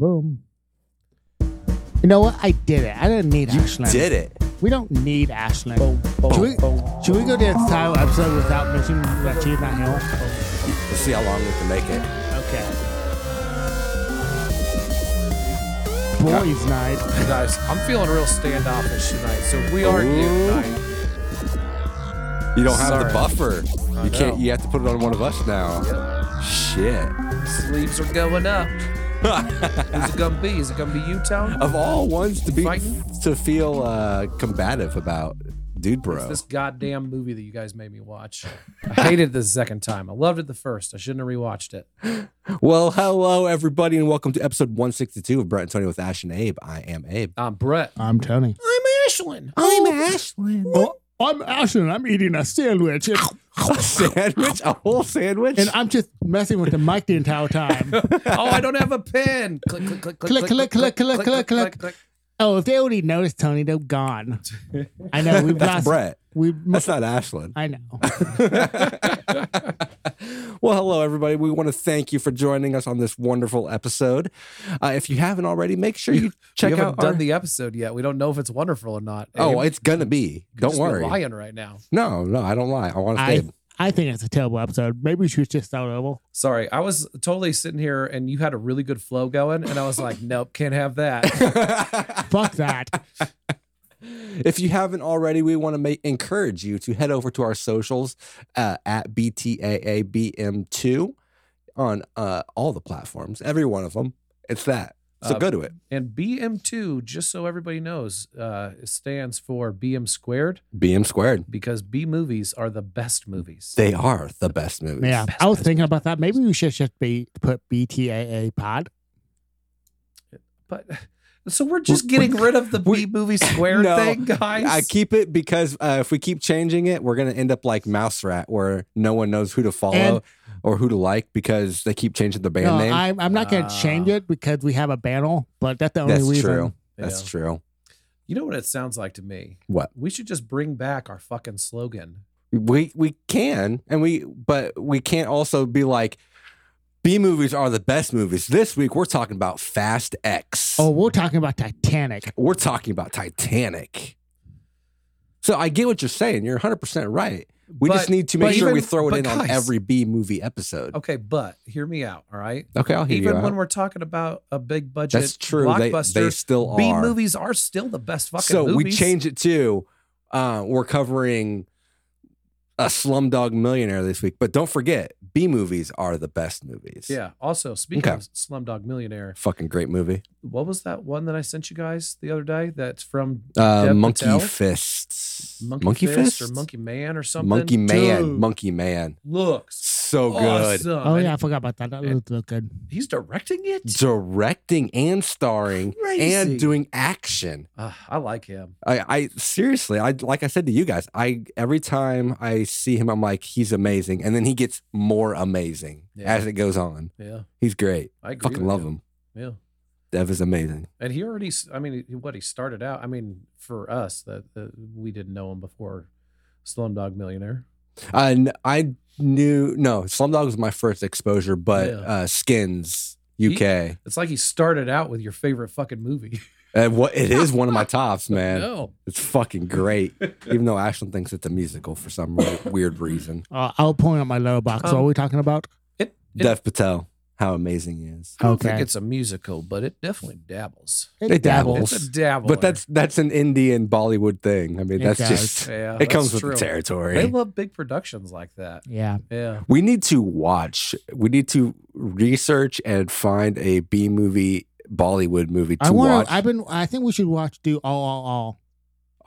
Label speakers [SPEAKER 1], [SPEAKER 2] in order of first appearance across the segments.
[SPEAKER 1] boom. You know what? I did it. I didn't need Ashland.
[SPEAKER 2] Did it.
[SPEAKER 1] We don't need Ashland.
[SPEAKER 3] Boom, boom,
[SPEAKER 1] Should we,
[SPEAKER 3] boom.
[SPEAKER 1] should we go the entire episode without mentioning that she's not here?
[SPEAKER 2] Let's see how long we can make it.
[SPEAKER 1] Okay. Boys' night.
[SPEAKER 3] Guys, I'm feeling real standoffish tonight, so if we argue
[SPEAKER 2] Ooh.
[SPEAKER 3] tonight.
[SPEAKER 2] You don't have
[SPEAKER 3] Sorry.
[SPEAKER 2] the buffer.
[SPEAKER 3] I
[SPEAKER 2] You can't.
[SPEAKER 3] know.
[SPEAKER 2] You have to put it on one of us now. Shit.
[SPEAKER 3] Sleeves are going up. Who's it gonna be? Is it gonna be Utah?
[SPEAKER 2] Of all ones to be
[SPEAKER 3] Fighting?
[SPEAKER 2] to feel uh, combative about, dude, bro.
[SPEAKER 3] This goddamn movie that you guys made me watch. I hated it the second time. I loved it the first. I shouldn't have rewatched it.
[SPEAKER 2] Well, hello everybody, and welcome to episode 162 of Brett and Tony with Ash and Abe. I am Abe.
[SPEAKER 3] I'm Uh, Brett.
[SPEAKER 1] I'm Tony.
[SPEAKER 3] I'm Ashlyn.
[SPEAKER 2] I'm Ashlyn.
[SPEAKER 1] Oh, I'm Ashland. I'm eating a sandwich. And,
[SPEAKER 2] A sandwich, a whole sandwich.
[SPEAKER 1] and I'm just messing with the mic the entire time.
[SPEAKER 3] Oh, I don't have a pen. Click, click, click, click,
[SPEAKER 1] Click, click, click, click, click, click. Oh, if they already noticed Tony, they're gone. I know. We've lost.
[SPEAKER 2] That's Brett.
[SPEAKER 1] We,
[SPEAKER 2] That's not Ashlyn.
[SPEAKER 1] I know.
[SPEAKER 2] Well, hello, everybody. We want to thank you for joining us on this wonderful episode. Uh, if you haven't already, make sure you
[SPEAKER 3] Check
[SPEAKER 2] check
[SPEAKER 3] we haven't
[SPEAKER 2] out
[SPEAKER 3] done
[SPEAKER 2] our-
[SPEAKER 3] the episode yet. We don't know if it's wonderful or not.
[SPEAKER 2] Oh,
[SPEAKER 3] Abe,
[SPEAKER 2] it's gonna be.
[SPEAKER 3] you could
[SPEAKER 2] Don't
[SPEAKER 3] just be
[SPEAKER 2] worry.
[SPEAKER 3] lying right now.
[SPEAKER 2] No, no, I don't lie. I want to
[SPEAKER 1] I,
[SPEAKER 2] stay.
[SPEAKER 1] I think it's a terrible episode. Maybe we should just start over.
[SPEAKER 3] Sorry, I was totally sitting here and you had a really good flow going, and I was like, nope, can't have that.
[SPEAKER 1] Fuck that.
[SPEAKER 2] if you haven't already, we want to make, encourage you to head over to our socials uh, at BTAABM2 on uh, all the platforms, every one of them. It's that. So
[SPEAKER 3] Uh,
[SPEAKER 2] go to it.
[SPEAKER 3] And BM2, just so everybody knows, uh, stands for BM squared
[SPEAKER 2] BM squared.
[SPEAKER 3] because B movies are the best movies.
[SPEAKER 2] They are the best movies.
[SPEAKER 1] Yeah. I was thinking about that. Maybe we should just be put BTAA pod.
[SPEAKER 3] but so we're just getting rid of the
[SPEAKER 2] we-
[SPEAKER 3] B movie squared
[SPEAKER 2] No,
[SPEAKER 3] thing, guys.
[SPEAKER 2] I keep it because uh, if we keep changing it, we're gonna end up like Mouse Rat, where no one knows who to follow
[SPEAKER 1] And-
[SPEAKER 2] or who to like because they keep changing the band
[SPEAKER 1] No,
[SPEAKER 2] name.
[SPEAKER 1] I'm, I'm not going to
[SPEAKER 3] Ah.
[SPEAKER 1] change it because we have a banner, but that's the only
[SPEAKER 2] That's
[SPEAKER 1] reason.
[SPEAKER 2] true.
[SPEAKER 3] Yeah.
[SPEAKER 2] That's true.
[SPEAKER 3] You know what it sounds like to me?
[SPEAKER 2] What
[SPEAKER 3] We should just bring back our fucking slogan.
[SPEAKER 2] we we can and we but we can't also be like B movies are the best movies. This week we're talking about Fast X.
[SPEAKER 1] Oh, we're talking about Titanic.
[SPEAKER 2] we're talking about Titanic. So I get what you're saying. You're 100 percent right. We
[SPEAKER 3] But-
[SPEAKER 2] just need to
[SPEAKER 3] but
[SPEAKER 2] make sure we
[SPEAKER 3] even-
[SPEAKER 2] throw it
[SPEAKER 3] but
[SPEAKER 2] in on
[SPEAKER 3] guys-
[SPEAKER 2] every B movie episode.
[SPEAKER 3] Okay, but hear me out, all right?
[SPEAKER 2] Okay, I'll hear you.
[SPEAKER 3] Even
[SPEAKER 2] out.
[SPEAKER 3] when we're talking about a big budget
[SPEAKER 2] That's true. They,
[SPEAKER 3] blockbuster,
[SPEAKER 2] they still
[SPEAKER 3] B
[SPEAKER 2] are.
[SPEAKER 3] movies are still the best fucking
[SPEAKER 2] so
[SPEAKER 3] movies.
[SPEAKER 2] we change it to uh, we're covering a Slumdog Millionaire this week, but don't forget B movies are the best movies.
[SPEAKER 3] Yeah. Also, speaking
[SPEAKER 2] Okay.
[SPEAKER 3] of Slumdog Millionaire,
[SPEAKER 2] fucking great movie.
[SPEAKER 3] what was that one that I sent you guys the other day? That's from
[SPEAKER 2] Uh,
[SPEAKER 3] Deb
[SPEAKER 2] Monkey
[SPEAKER 3] Patel?
[SPEAKER 2] Fists,
[SPEAKER 3] Monkey, Fist, or Monkey Man or something.
[SPEAKER 2] Monkey Man,
[SPEAKER 3] Dude,
[SPEAKER 2] Monkey Man,
[SPEAKER 3] looks
[SPEAKER 2] so good.
[SPEAKER 3] awesome.
[SPEAKER 1] Oh,
[SPEAKER 3] And
[SPEAKER 1] yeah. I forgot about that. That
[SPEAKER 3] it-
[SPEAKER 1] looked looked good.
[SPEAKER 3] he's directing it.
[SPEAKER 2] Directing and starring
[SPEAKER 3] Crazy.
[SPEAKER 2] and doing action.
[SPEAKER 3] Ah, I like him.
[SPEAKER 2] I, I seriously, I like I said to you guys, I every time I see him, I'm like, he's amazing, and then he gets more amazing
[SPEAKER 3] Yeah.
[SPEAKER 2] as it goes on.
[SPEAKER 3] Yeah,
[SPEAKER 2] He's great.
[SPEAKER 3] I agree
[SPEAKER 2] Fucking
[SPEAKER 3] with
[SPEAKER 2] love
[SPEAKER 3] you.
[SPEAKER 2] him.
[SPEAKER 3] Yeah,
[SPEAKER 2] Dev is amazing.
[SPEAKER 3] and he already. s- I mean, he- what he started out. I mean, for us that that we didn't know him before Slumdog Millionaire.
[SPEAKER 2] I kn- I knew no Slumdog was my first exposure, but
[SPEAKER 3] Yeah.
[SPEAKER 2] uh, Skins UK,
[SPEAKER 3] It's like he started out with your favorite fucking movie.
[SPEAKER 2] and Uh, what it is one of my tops, man.
[SPEAKER 3] no,
[SPEAKER 2] It's fucking great. Even though Ashlyn thinks it's a musical for some re- weird reason.
[SPEAKER 1] Uh, I'll point out my lower box. what
[SPEAKER 3] Um,
[SPEAKER 1] are we talking about?
[SPEAKER 3] it. it
[SPEAKER 2] Dev Patel, how amazing he is.
[SPEAKER 3] I don't think
[SPEAKER 1] Okay.
[SPEAKER 3] it's a musical, but it definitely dabbles.
[SPEAKER 1] It,
[SPEAKER 2] it dabbles.
[SPEAKER 3] It's a dabble.
[SPEAKER 2] But that's that's an Indian Bollywood thing. I mean,
[SPEAKER 1] It
[SPEAKER 2] that's
[SPEAKER 1] does.
[SPEAKER 2] just
[SPEAKER 3] yeah,
[SPEAKER 2] it
[SPEAKER 3] that's
[SPEAKER 2] comes with
[SPEAKER 3] true.
[SPEAKER 2] the
[SPEAKER 3] They
[SPEAKER 2] territory.
[SPEAKER 3] love big productions like that.
[SPEAKER 1] Yeah.
[SPEAKER 3] Yeah.
[SPEAKER 2] We need to watch. We need to research and find a B movie Bollywood movie to
[SPEAKER 1] I
[SPEAKER 2] watch.
[SPEAKER 1] want to. I've been. I think we should watch. Do all, all, all.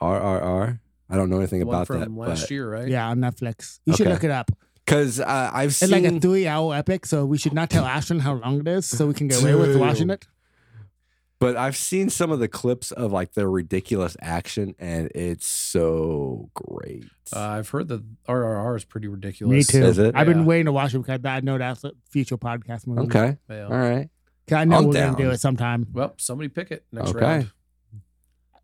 [SPEAKER 2] RRR. I don't know anything
[SPEAKER 3] One
[SPEAKER 2] about
[SPEAKER 3] from
[SPEAKER 2] that.
[SPEAKER 3] last year, right?
[SPEAKER 1] Yeah, on Netflix. You should
[SPEAKER 2] Okay.
[SPEAKER 1] look it up.
[SPEAKER 2] Because uh, I've seen
[SPEAKER 1] It's like a three-hour epic, so we should not tell Ashton how long it is, so we can get away with
[SPEAKER 2] Dude.
[SPEAKER 1] watching it.
[SPEAKER 2] But I've seen some of the clips of like their ridiculous action, and it's so great.
[SPEAKER 3] Uh, I've heard that RRR is pretty ridiculous.
[SPEAKER 1] Me too.
[SPEAKER 2] Is it?
[SPEAKER 1] I've
[SPEAKER 3] Yeah.
[SPEAKER 1] been waiting to watch it because I know that's a future podcast movie.
[SPEAKER 2] okay,
[SPEAKER 3] Yeah.
[SPEAKER 2] all right.
[SPEAKER 1] 'Cause I know
[SPEAKER 2] I'm
[SPEAKER 1] we're
[SPEAKER 2] down.
[SPEAKER 1] gonna do it sometime.
[SPEAKER 3] Well, somebody pick it next
[SPEAKER 2] Okay.
[SPEAKER 3] round.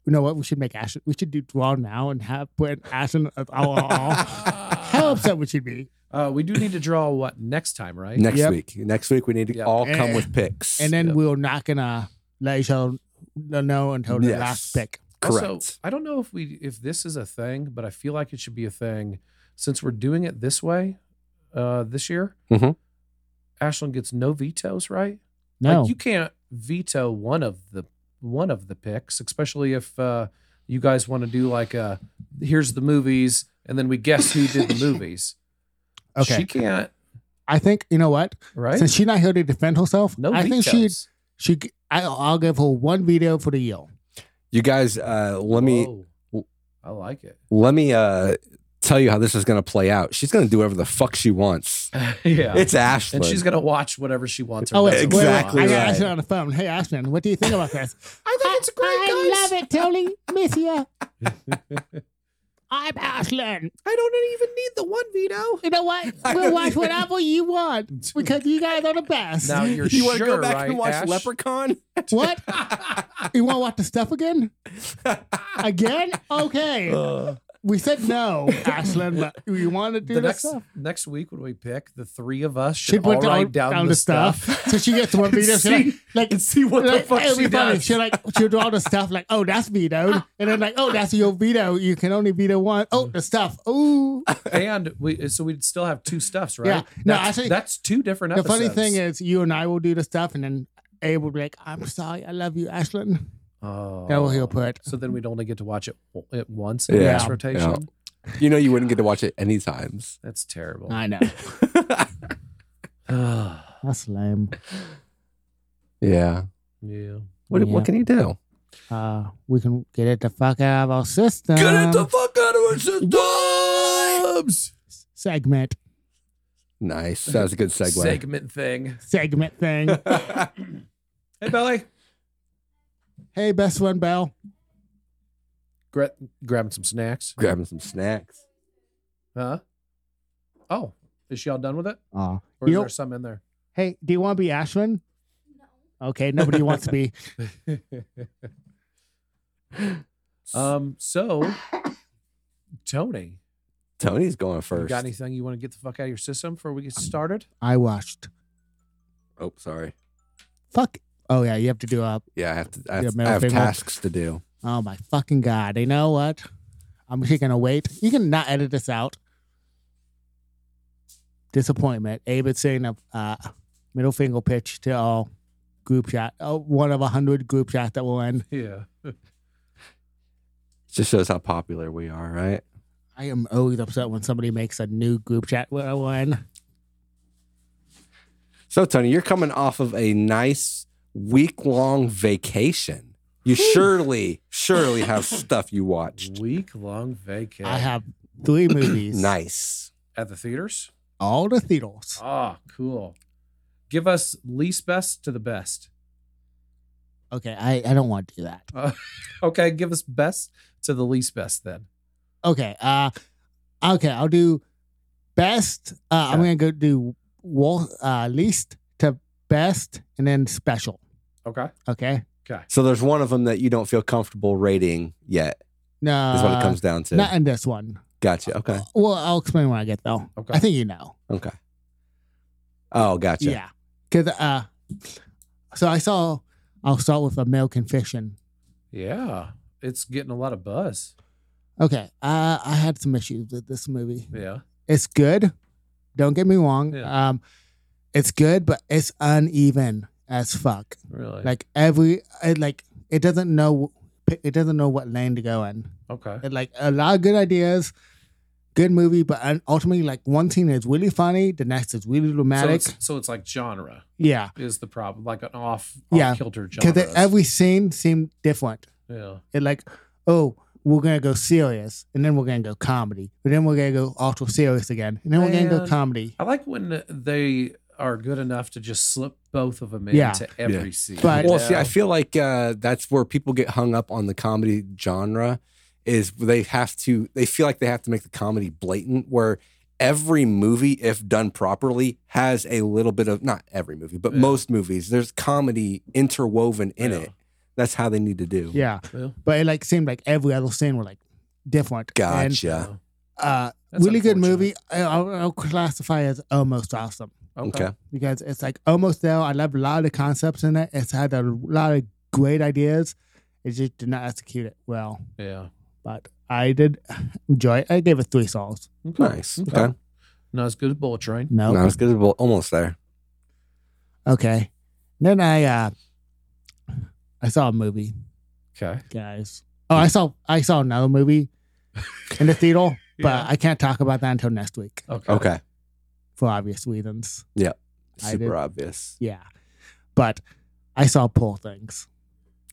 [SPEAKER 1] You know what? We should make Ashton. We should do draw now and have put Ashton. All, all, all. Hell how upset would you be?
[SPEAKER 3] Uh, we do need to draw what next time, right?
[SPEAKER 2] Next
[SPEAKER 1] Yep.
[SPEAKER 2] week. Next week we need to
[SPEAKER 3] Yep.
[SPEAKER 2] all
[SPEAKER 1] And-
[SPEAKER 2] come with picks.
[SPEAKER 1] And then
[SPEAKER 3] Yep.
[SPEAKER 1] we're not gonna let you know until the
[SPEAKER 2] Yes.
[SPEAKER 1] last pick.
[SPEAKER 2] correct.
[SPEAKER 3] Also, I don't know if we if this is a thing, but I feel like it should be a thing since we're doing it this way uh, this year.
[SPEAKER 2] Mhm.
[SPEAKER 3] Ashland gets no vetoes, right?
[SPEAKER 1] No,
[SPEAKER 3] Like you can't veto one of the one of the picks, especially if uh, you guys want to do like a here's the movies and then we guess who did the movies.
[SPEAKER 1] okay.
[SPEAKER 3] She can't,
[SPEAKER 1] I think you know what.
[SPEAKER 3] right?
[SPEAKER 1] Since she's not here to defend herself,
[SPEAKER 3] no
[SPEAKER 1] I think
[SPEAKER 3] vetoes.
[SPEAKER 1] she she I, I'll give her one veto for the yield.
[SPEAKER 2] you guys, uh, let me
[SPEAKER 3] Whoa. I like it.
[SPEAKER 2] let me uh, tell you how this is going to play out. She's going to do whatever the fuck she wants.
[SPEAKER 3] yeah.
[SPEAKER 2] It's Ashlyn.
[SPEAKER 3] and she's gonna watch whatever she wants. or
[SPEAKER 1] Oh, wait,
[SPEAKER 3] doesn't
[SPEAKER 1] wait, wait.
[SPEAKER 2] Exactly
[SPEAKER 1] I got
[SPEAKER 2] right.
[SPEAKER 1] Ashton on the phone. Hey, Ashton, what do you think about this?
[SPEAKER 3] I think it's great,
[SPEAKER 1] I
[SPEAKER 3] guys.
[SPEAKER 1] love it, Tony. Miss ya. I'm Ashton.
[SPEAKER 3] I don't even need the one veto.
[SPEAKER 1] You know what?
[SPEAKER 2] I
[SPEAKER 1] We'll
[SPEAKER 2] don't
[SPEAKER 1] watch
[SPEAKER 2] even-
[SPEAKER 1] whatever you want because you guys are the best.
[SPEAKER 3] Now you're
[SPEAKER 2] you
[SPEAKER 3] sure,
[SPEAKER 2] want to go back
[SPEAKER 3] right,
[SPEAKER 2] and watch
[SPEAKER 3] Ash?
[SPEAKER 2] Leprechaun?
[SPEAKER 1] what? You want to watch the stuff again? Again? Okay.
[SPEAKER 2] Uh,
[SPEAKER 1] we said no, Ashland, but we want to do
[SPEAKER 3] The
[SPEAKER 1] the
[SPEAKER 3] next
[SPEAKER 1] stuff.
[SPEAKER 3] next week when we pick, the three of us
[SPEAKER 1] She
[SPEAKER 3] should all
[SPEAKER 1] put
[SPEAKER 3] write
[SPEAKER 1] down,
[SPEAKER 3] down,
[SPEAKER 1] down
[SPEAKER 3] the, stuff.
[SPEAKER 1] So she gets one veto. She's like,
[SPEAKER 2] See-
[SPEAKER 1] like
[SPEAKER 2] and see what the
[SPEAKER 1] like,
[SPEAKER 2] fuck
[SPEAKER 1] it'll
[SPEAKER 2] she
[SPEAKER 1] be funny.
[SPEAKER 2] does.
[SPEAKER 1] She'll like she'll do all the stuff like, oh, that's vetoed, and then like, oh, that's your veto. You can only veto one. Oh, the stuff. Ooh.
[SPEAKER 3] and we so we'd still have two stuffs, right?
[SPEAKER 1] Yeah. No,
[SPEAKER 3] that's,
[SPEAKER 1] actually-
[SPEAKER 3] that's two different
[SPEAKER 1] The
[SPEAKER 3] episodes.
[SPEAKER 1] funny thing is, you and I will do the stuff, and then Abe will be like, "I'm sorry, I love you, Ashland."
[SPEAKER 3] oh,
[SPEAKER 1] That's what he'll put.
[SPEAKER 3] So then we'd only get to watch it it once in
[SPEAKER 2] Yeah.
[SPEAKER 3] yeah.
[SPEAKER 1] Yeah.
[SPEAKER 3] rotation.
[SPEAKER 2] you know you wouldn't get to watch it any times.
[SPEAKER 3] That's terrible.
[SPEAKER 1] I know
[SPEAKER 3] yeah.
[SPEAKER 1] that's lame.
[SPEAKER 2] yeah. What,
[SPEAKER 1] Yeah.
[SPEAKER 2] what can you do?
[SPEAKER 1] Uh, we can get it the fuck out of our system.
[SPEAKER 2] fuck out of our systems.
[SPEAKER 1] segment
[SPEAKER 2] Nice. That was a good segue.
[SPEAKER 3] Segment thing.
[SPEAKER 1] segment thing.
[SPEAKER 3] Hey, Belly.
[SPEAKER 1] hey, best one, Bell.
[SPEAKER 3] Gra- grabbing some snacks.
[SPEAKER 2] Grabbing some snacks.
[SPEAKER 3] Huh? Oh, is she all done with it?
[SPEAKER 1] Aw.
[SPEAKER 3] Or is
[SPEAKER 1] You know-
[SPEAKER 3] there some in there?
[SPEAKER 1] Hey, do you want to be Ashland? Okay, nobody wants to be.
[SPEAKER 3] um. So, Tony,
[SPEAKER 2] Tony's going
[SPEAKER 3] you
[SPEAKER 2] first.
[SPEAKER 3] got anything you want to get the fuck out of your system before we get started?
[SPEAKER 1] I watched.
[SPEAKER 2] oh, sorry.
[SPEAKER 1] Fuck. Oh yeah, you have to do a.
[SPEAKER 2] Yeah, I have to. I
[SPEAKER 1] Yeah,
[SPEAKER 2] have, I
[SPEAKER 1] middle
[SPEAKER 2] have
[SPEAKER 1] finger.
[SPEAKER 2] tasks to do.
[SPEAKER 1] Oh my fucking god! You know what? I'm just gonna wait. You can not edit this out. Disappointment. Abe is saying a uh, middle finger pitch to all group chat. Oh, one of a hundred group chat that will end.
[SPEAKER 3] Yeah.
[SPEAKER 2] Just shows how popular we are, right?
[SPEAKER 1] I am always upset when somebody makes a new group chat that will end.
[SPEAKER 2] So, Tony, you're coming off of a nice week long vacation. You surely, surely have stuff you watched.
[SPEAKER 3] Week long vacation
[SPEAKER 1] I have three movies.
[SPEAKER 2] Nice.
[SPEAKER 3] at the theaters.
[SPEAKER 1] All the theaters.
[SPEAKER 3] Ah, cool. Give us least best to the best.
[SPEAKER 1] Okay, I, I don't want to do that.
[SPEAKER 3] Uh, okay, give us best to the least best then.
[SPEAKER 1] Okay. Uh okay, I'll do best. Uh I'm
[SPEAKER 3] Okay.
[SPEAKER 1] gonna go do wall uh least to best and then special.
[SPEAKER 3] Okay.
[SPEAKER 1] Okay.
[SPEAKER 3] Okay.
[SPEAKER 2] So, there's one of them that you don't feel comfortable rating yet,
[SPEAKER 1] No
[SPEAKER 2] is what it comes down to.
[SPEAKER 1] not in this one.
[SPEAKER 2] gotcha. Okay.
[SPEAKER 1] Well, I'll explain when I get though.
[SPEAKER 3] Okay.
[SPEAKER 1] I think you know.
[SPEAKER 2] Okay. Oh, gotcha.
[SPEAKER 1] Yeah. Cause uh so I saw I'll start with American Fiction.
[SPEAKER 3] Yeah. It's getting a lot of buzz.
[SPEAKER 1] Okay. Uh I had some issues with this movie.
[SPEAKER 3] Yeah.
[SPEAKER 1] It's good. Don't get me wrong.
[SPEAKER 3] Yeah.
[SPEAKER 1] Um it's good, but it's uneven as fuck.
[SPEAKER 3] Really.
[SPEAKER 1] like every it like it doesn't know it doesn't know what lane to go in
[SPEAKER 3] okay.
[SPEAKER 1] it like a lot of good ideas good movie but un- ultimately like one scene is really funny the next is really
[SPEAKER 3] So
[SPEAKER 1] dramatic
[SPEAKER 3] it's, so it's like genre
[SPEAKER 1] yeah
[SPEAKER 3] is the problem, like an off, off
[SPEAKER 1] Yeah,
[SPEAKER 3] kilter genre.
[SPEAKER 1] because every scene seemed different
[SPEAKER 3] yeah.
[SPEAKER 1] it like oh we're gonna go serious and then we're gonna go comedy but then we're gonna go ultra serious again and then we're gonna go
[SPEAKER 3] Man.
[SPEAKER 1] comedy
[SPEAKER 3] I like when they are good enough to just slip both of them
[SPEAKER 1] Yeah.
[SPEAKER 3] into every scene.
[SPEAKER 1] But-
[SPEAKER 2] Well,
[SPEAKER 3] you
[SPEAKER 2] see, I
[SPEAKER 3] know?
[SPEAKER 2] feel like uh, that's where people get hung up on the comedy genre is they have to they feel like they have to make the comedy blatant where every movie if done properly has a little bit of not every movie but
[SPEAKER 3] Yeah.
[SPEAKER 2] most movies there's comedy interwoven in
[SPEAKER 3] Yeah.
[SPEAKER 2] it that's how they need to do
[SPEAKER 1] yeah
[SPEAKER 3] Well,
[SPEAKER 1] but it like seemed like every other scene were like different And,
[SPEAKER 2] gotcha
[SPEAKER 1] uh
[SPEAKER 3] That's
[SPEAKER 1] really good
[SPEAKER 3] unfortunate.
[SPEAKER 1] movie. I- I'll, I'll classify it as almost awesome
[SPEAKER 2] Okay.
[SPEAKER 1] because it's like almost there. I love a lot of concepts in it. It's had a lot of great ideas. It just did not execute it well.
[SPEAKER 3] Yeah.
[SPEAKER 1] But I did enjoy it. I gave it three souls.
[SPEAKER 3] Okay.
[SPEAKER 2] Nice. Okay.
[SPEAKER 3] Not as good as Bullet Train.
[SPEAKER 1] No.
[SPEAKER 2] No, it's good. Well, almost there.
[SPEAKER 1] Okay. Then I uh I saw a movie,
[SPEAKER 3] Okay.
[SPEAKER 1] guys. Oh, I saw I saw another movie in the theater, but
[SPEAKER 3] Yeah.
[SPEAKER 1] I can't talk about that until next week
[SPEAKER 3] Okay.
[SPEAKER 2] Okay.
[SPEAKER 1] for obvious reasons. I did-
[SPEAKER 2] Super obvious.
[SPEAKER 1] Yeah. But I saw poor things.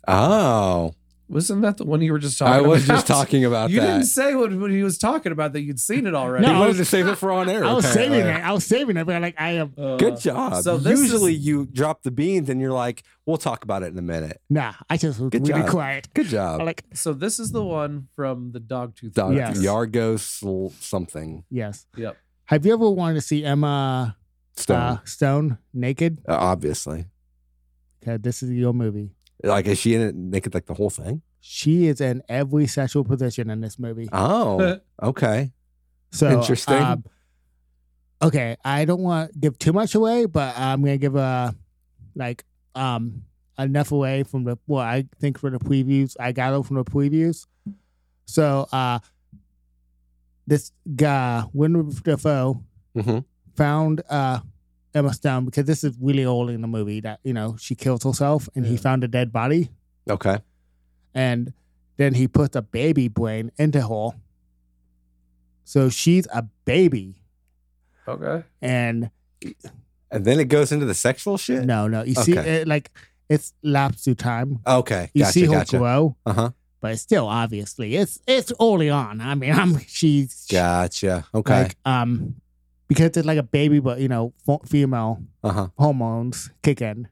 [SPEAKER 2] Oh,
[SPEAKER 3] Wasn't that the one you were just talking
[SPEAKER 2] I
[SPEAKER 3] about?
[SPEAKER 2] was just talking about
[SPEAKER 3] You
[SPEAKER 2] that.
[SPEAKER 3] didn't say what, what he was talking about that you'd seen it already.
[SPEAKER 1] No,
[SPEAKER 2] he
[SPEAKER 1] I
[SPEAKER 2] wanted
[SPEAKER 1] was-
[SPEAKER 2] to save it for on air.
[SPEAKER 1] I was saving
[SPEAKER 2] apparently.
[SPEAKER 1] it. I was saving it, but like I am
[SPEAKER 3] Uh,
[SPEAKER 2] Good job.
[SPEAKER 3] So
[SPEAKER 2] So
[SPEAKER 3] this
[SPEAKER 2] usually
[SPEAKER 3] is-
[SPEAKER 2] you drop the beans and you're like, "We'll talk about it in a minute."
[SPEAKER 1] nah, I just was
[SPEAKER 2] Good
[SPEAKER 1] really
[SPEAKER 2] job.
[SPEAKER 1] quiet.
[SPEAKER 2] Good
[SPEAKER 1] I
[SPEAKER 2] job.
[SPEAKER 1] like
[SPEAKER 3] So this is the one from the Dogtooth.
[SPEAKER 2] Dog-
[SPEAKER 1] Yes.
[SPEAKER 2] Yargo sl- something
[SPEAKER 1] yes.
[SPEAKER 3] Yep.
[SPEAKER 1] Have you ever wanted to see Emma
[SPEAKER 2] stone,
[SPEAKER 1] Stone, uh, Stone naked?
[SPEAKER 2] Uh, obviously.
[SPEAKER 1] Okay, this is your movie.
[SPEAKER 2] Like, is she in it naked like the whole thing?
[SPEAKER 1] She is in every sexual position in this movie. Uh.
[SPEAKER 2] Oh, okay.
[SPEAKER 1] So
[SPEAKER 2] Interesting.
[SPEAKER 1] um, okay, I don't want to give too much away, but I'm gonna give a like um enough away from the well, I think for the previews I got it from the previews. So uh this guy Winwood Defoe
[SPEAKER 2] hmm
[SPEAKER 1] found uh Emma Stone because this is really old in the movie that you know she kills herself and he
[SPEAKER 3] Yeah.
[SPEAKER 1] found a dead body
[SPEAKER 2] Okay.
[SPEAKER 1] and then he puts a baby brain into her. So she's a baby.
[SPEAKER 3] Okay.
[SPEAKER 1] and
[SPEAKER 2] And then it goes into the sexual shit.
[SPEAKER 1] no, no, you see,
[SPEAKER 2] Okay.
[SPEAKER 1] it, like it's lapsed through time.
[SPEAKER 2] Okay.
[SPEAKER 1] You
[SPEAKER 2] Gotcha.
[SPEAKER 1] see her
[SPEAKER 2] Gotcha.
[SPEAKER 1] grow,
[SPEAKER 2] Uh huh.
[SPEAKER 1] but it's still obviously it's it's early on. I mean, I'm she's she-
[SPEAKER 2] Gotcha. Okay.
[SPEAKER 1] like um because it's like a baby, but you know, fo- female
[SPEAKER 2] uh huh.
[SPEAKER 1] hormones kick in,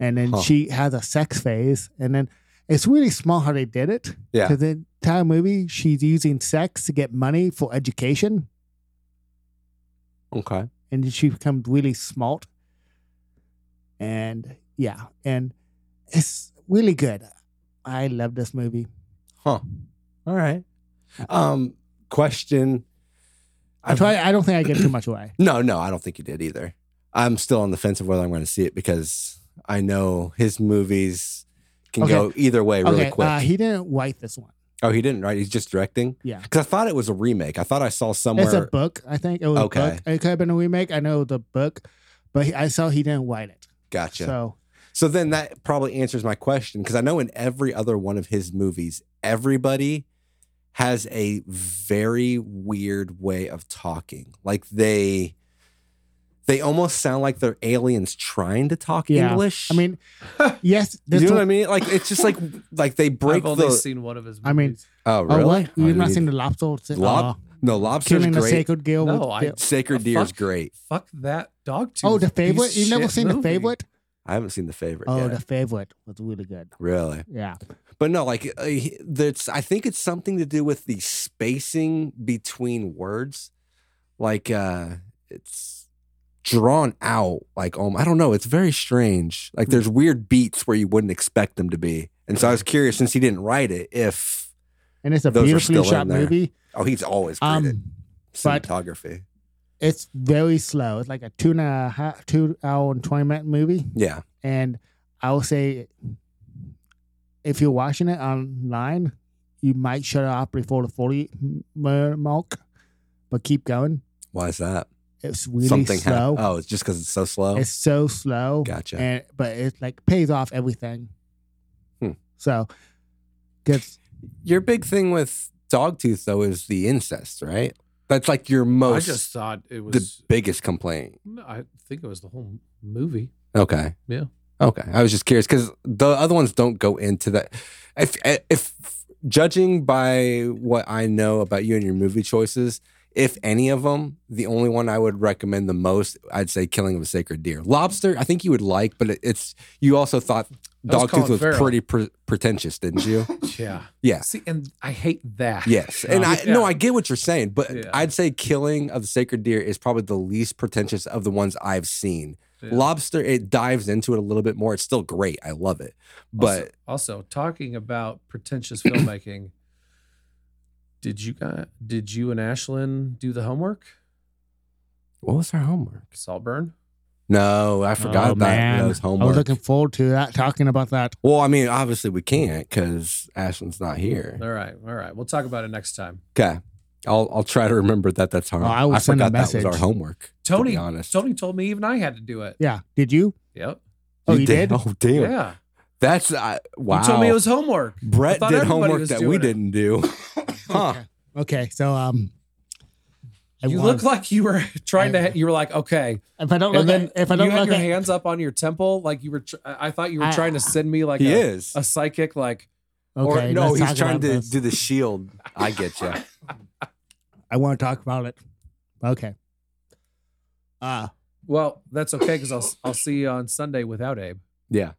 [SPEAKER 1] and then
[SPEAKER 2] Huh.
[SPEAKER 1] she has a sex phase, and then it's really smart how they did it.
[SPEAKER 2] Yeah.
[SPEAKER 1] because the entire movie she's using sex to get money for education,
[SPEAKER 2] Okay.
[SPEAKER 1] and then she becomes really smart. And yeah, and it's really good. I love this movie.
[SPEAKER 2] Huh. All right. Um. Question.
[SPEAKER 1] I try. I don't think I give too much away.
[SPEAKER 2] No, no, I don't think you did either. I'm still on the fence of whether I'm going to see it because I know his movies can
[SPEAKER 1] Okay.
[SPEAKER 2] go either way really
[SPEAKER 1] okay,
[SPEAKER 2] quick.
[SPEAKER 1] Uh, he didn't write this one.
[SPEAKER 2] oh, he didn't, right? He's just directing?
[SPEAKER 1] Yeah.
[SPEAKER 2] Because I thought it was a remake. I thought I saw somewhere.
[SPEAKER 1] It's a book. I think it was a
[SPEAKER 2] Okay.
[SPEAKER 1] book. It could have been a remake. I know the book, but he, I saw he didn't write it.
[SPEAKER 2] Gotcha. So,
[SPEAKER 1] So
[SPEAKER 2] then that probably answers my question because I know in every other one of his movies, everybody has a very weird way of talking. Like they. They almost sound like they're aliens trying to talk
[SPEAKER 1] Yeah.
[SPEAKER 2] English.
[SPEAKER 1] I mean, yes,
[SPEAKER 2] You
[SPEAKER 1] this
[SPEAKER 2] know
[SPEAKER 1] one,
[SPEAKER 2] what I mean? Like it's just like like they break
[SPEAKER 3] I've only
[SPEAKER 2] the.
[SPEAKER 3] seen one of his.
[SPEAKER 1] I mean-
[SPEAKER 3] Movies.
[SPEAKER 2] oh
[SPEAKER 1] oh,
[SPEAKER 2] really?
[SPEAKER 1] what?
[SPEAKER 2] Oh,
[SPEAKER 1] You've not
[SPEAKER 2] need-
[SPEAKER 1] seen the lobster?
[SPEAKER 2] Lob-
[SPEAKER 1] uh,
[SPEAKER 2] no lobster's
[SPEAKER 1] killing the
[SPEAKER 2] great.
[SPEAKER 1] sacred gill.
[SPEAKER 3] No,
[SPEAKER 1] with
[SPEAKER 3] I-
[SPEAKER 1] the-
[SPEAKER 2] Sacred
[SPEAKER 3] Oh,
[SPEAKER 2] deer's
[SPEAKER 3] fuck.
[SPEAKER 2] great.
[SPEAKER 3] fuck that Dogtooth.
[SPEAKER 1] oh, the favorite.
[SPEAKER 3] piece
[SPEAKER 1] You've never
[SPEAKER 3] shit
[SPEAKER 1] seen the
[SPEAKER 3] movie.
[SPEAKER 1] favorite?
[SPEAKER 2] I haven't seen the favorite
[SPEAKER 1] Oh,
[SPEAKER 2] yet.
[SPEAKER 1] the favorite was really good.
[SPEAKER 2] really?
[SPEAKER 1] Yeah.
[SPEAKER 2] But no, like uh, he- that's. I think it's something to do with the spacing between words. Like uh it's drawn out. Like um, I don't know. It's very strange. Like
[SPEAKER 1] Hmm.
[SPEAKER 2] there's weird beats where you wouldn't expect them to be. And so I was curious since he didn't write it. If
[SPEAKER 1] and it's a
[SPEAKER 2] Those are
[SPEAKER 1] beautifully
[SPEAKER 2] still in
[SPEAKER 1] shot
[SPEAKER 2] there.
[SPEAKER 1] movie.
[SPEAKER 2] oh, he's always great at
[SPEAKER 1] Um, but-
[SPEAKER 2] cinematography.
[SPEAKER 1] it's very slow. It's like a two and a half, two hour and twenty minute movie,
[SPEAKER 2] Yeah.
[SPEAKER 1] and I will say, if you're watching it online, you might shut it off before the forty m- mark, but keep going.
[SPEAKER 2] Why is that?
[SPEAKER 1] It's really
[SPEAKER 2] Something
[SPEAKER 1] slow.
[SPEAKER 2] happened. Oh, it's just because it's so slow.
[SPEAKER 1] It's so slow,
[SPEAKER 2] gotcha.
[SPEAKER 1] and but it like pays off everything.
[SPEAKER 2] Hmm.
[SPEAKER 1] So, gets
[SPEAKER 2] your big thing with Dogtooth though is the incest, right? That's like your
[SPEAKER 3] I
[SPEAKER 2] most
[SPEAKER 3] just thought it
[SPEAKER 2] the
[SPEAKER 3] was.
[SPEAKER 2] biggest complaint.
[SPEAKER 3] I think it was the whole movie.
[SPEAKER 2] Okay.
[SPEAKER 3] Yeah.
[SPEAKER 2] Okay. I was just curious because the other ones don't go into that. If eh, if judging by what I know about you and your movie choices, if any of them, the only one I would recommend the most, I'd say Killing of a Sacred Deer. Lobster, I think you would like, but it, it's you also thought
[SPEAKER 3] That was
[SPEAKER 2] Dogtooth
[SPEAKER 3] Colin
[SPEAKER 2] was
[SPEAKER 3] Farrell.
[SPEAKER 2] pretty pre- pretentious, didn't you?
[SPEAKER 3] Yeah.
[SPEAKER 2] Yeah.
[SPEAKER 3] See, and I hate that. Uh,
[SPEAKER 2] Yes, and
[SPEAKER 1] Yeah.
[SPEAKER 2] I no, I get what you're saying, but
[SPEAKER 3] Yeah.
[SPEAKER 2] I'd say Killing of the Sacred Deer is probably the least pretentious of the ones I've seen.
[SPEAKER 3] Yeah.
[SPEAKER 2] Lobster, it dives into it a little bit more. It's still great. I love it, but
[SPEAKER 3] also, also talking about pretentious filmmaking. Did you guys, did you and Ashlyn do the homework?
[SPEAKER 2] What was our homework?
[SPEAKER 3] Saltburn?
[SPEAKER 2] No, I forgot
[SPEAKER 1] Oh,
[SPEAKER 2] that.
[SPEAKER 1] man.
[SPEAKER 2] That was
[SPEAKER 1] I
[SPEAKER 2] homework.
[SPEAKER 1] was looking forward to that, talking about that.
[SPEAKER 2] well, I mean, obviously we can't because Ashlyn's not here.
[SPEAKER 3] All right. All right. We'll talk about it next time.
[SPEAKER 2] Okay. I'll I'll try to remember that that's our
[SPEAKER 1] Oh, I will
[SPEAKER 2] I
[SPEAKER 1] send a
[SPEAKER 2] forgot that was our
[SPEAKER 1] message.
[SPEAKER 2] homework. to
[SPEAKER 3] Tony
[SPEAKER 2] be honest.
[SPEAKER 3] Tony told me even I had to do it.
[SPEAKER 1] Yeah. Did you?
[SPEAKER 3] Yep.
[SPEAKER 1] Oh, you did?
[SPEAKER 2] Oh, damn.
[SPEAKER 3] Yeah.
[SPEAKER 2] That's uh, wow.
[SPEAKER 3] You told me it was homework. I
[SPEAKER 2] Brett
[SPEAKER 3] thought
[SPEAKER 2] did
[SPEAKER 3] everybody
[SPEAKER 2] homework
[SPEAKER 3] was
[SPEAKER 2] that
[SPEAKER 3] doing
[SPEAKER 2] we
[SPEAKER 3] it.
[SPEAKER 2] didn't do. huh.
[SPEAKER 1] Okay. Okay. So um, I
[SPEAKER 3] you
[SPEAKER 1] was-
[SPEAKER 3] look like you were trying
[SPEAKER 1] I-
[SPEAKER 3] to. You were like, okay,
[SPEAKER 1] if I don't look
[SPEAKER 3] and then
[SPEAKER 1] at, if I don't
[SPEAKER 3] you had
[SPEAKER 1] look
[SPEAKER 3] your
[SPEAKER 1] at,
[SPEAKER 3] hands up on your temple, like you were. Tr- I I thought you were
[SPEAKER 1] I-
[SPEAKER 3] trying to send me like
[SPEAKER 2] he
[SPEAKER 3] a,
[SPEAKER 2] is.
[SPEAKER 3] a psychic, like
[SPEAKER 1] okay,
[SPEAKER 2] or, no,
[SPEAKER 1] let's
[SPEAKER 2] he's
[SPEAKER 1] talk
[SPEAKER 2] trying
[SPEAKER 1] about
[SPEAKER 2] to
[SPEAKER 1] this.
[SPEAKER 2] do the shield. I get you.
[SPEAKER 1] I want to talk about it. Okay. Uh
[SPEAKER 3] well, that's okay because I'll I'll see you on Sunday without Abe.
[SPEAKER 2] yeah.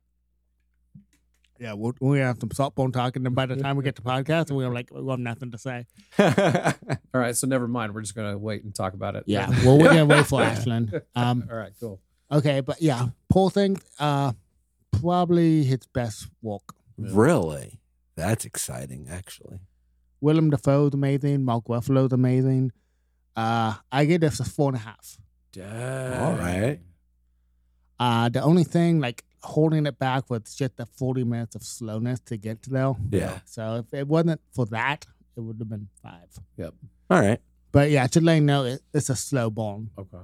[SPEAKER 1] yeah, we're, we're gonna have some salt bone talking, and by the time we get to podcast, we're like we have nothing to say.
[SPEAKER 3] All right, so never mind. We're just gonna wait and talk about it.
[SPEAKER 1] Yeah,
[SPEAKER 3] then.
[SPEAKER 1] well, we're gonna wait for Ashland. Um,
[SPEAKER 3] All right, cool.
[SPEAKER 1] okay, but yeah, Paul thing. Uh, probably his best walk.
[SPEAKER 2] really? That's exciting, actually.
[SPEAKER 1] Willem Dafoe's amazing. Mark Ruffalo's amazing. Uh, I give this a four and a half.
[SPEAKER 2] All right.
[SPEAKER 1] Uh, the only thing like holding it back was just the 40 minutes of slowness to get to there.
[SPEAKER 2] Yeah.
[SPEAKER 1] So if it wasn't for that, it would have been five.
[SPEAKER 2] All right.
[SPEAKER 1] But yeah, to let you know, it, it's a slow burn.
[SPEAKER 3] Okay.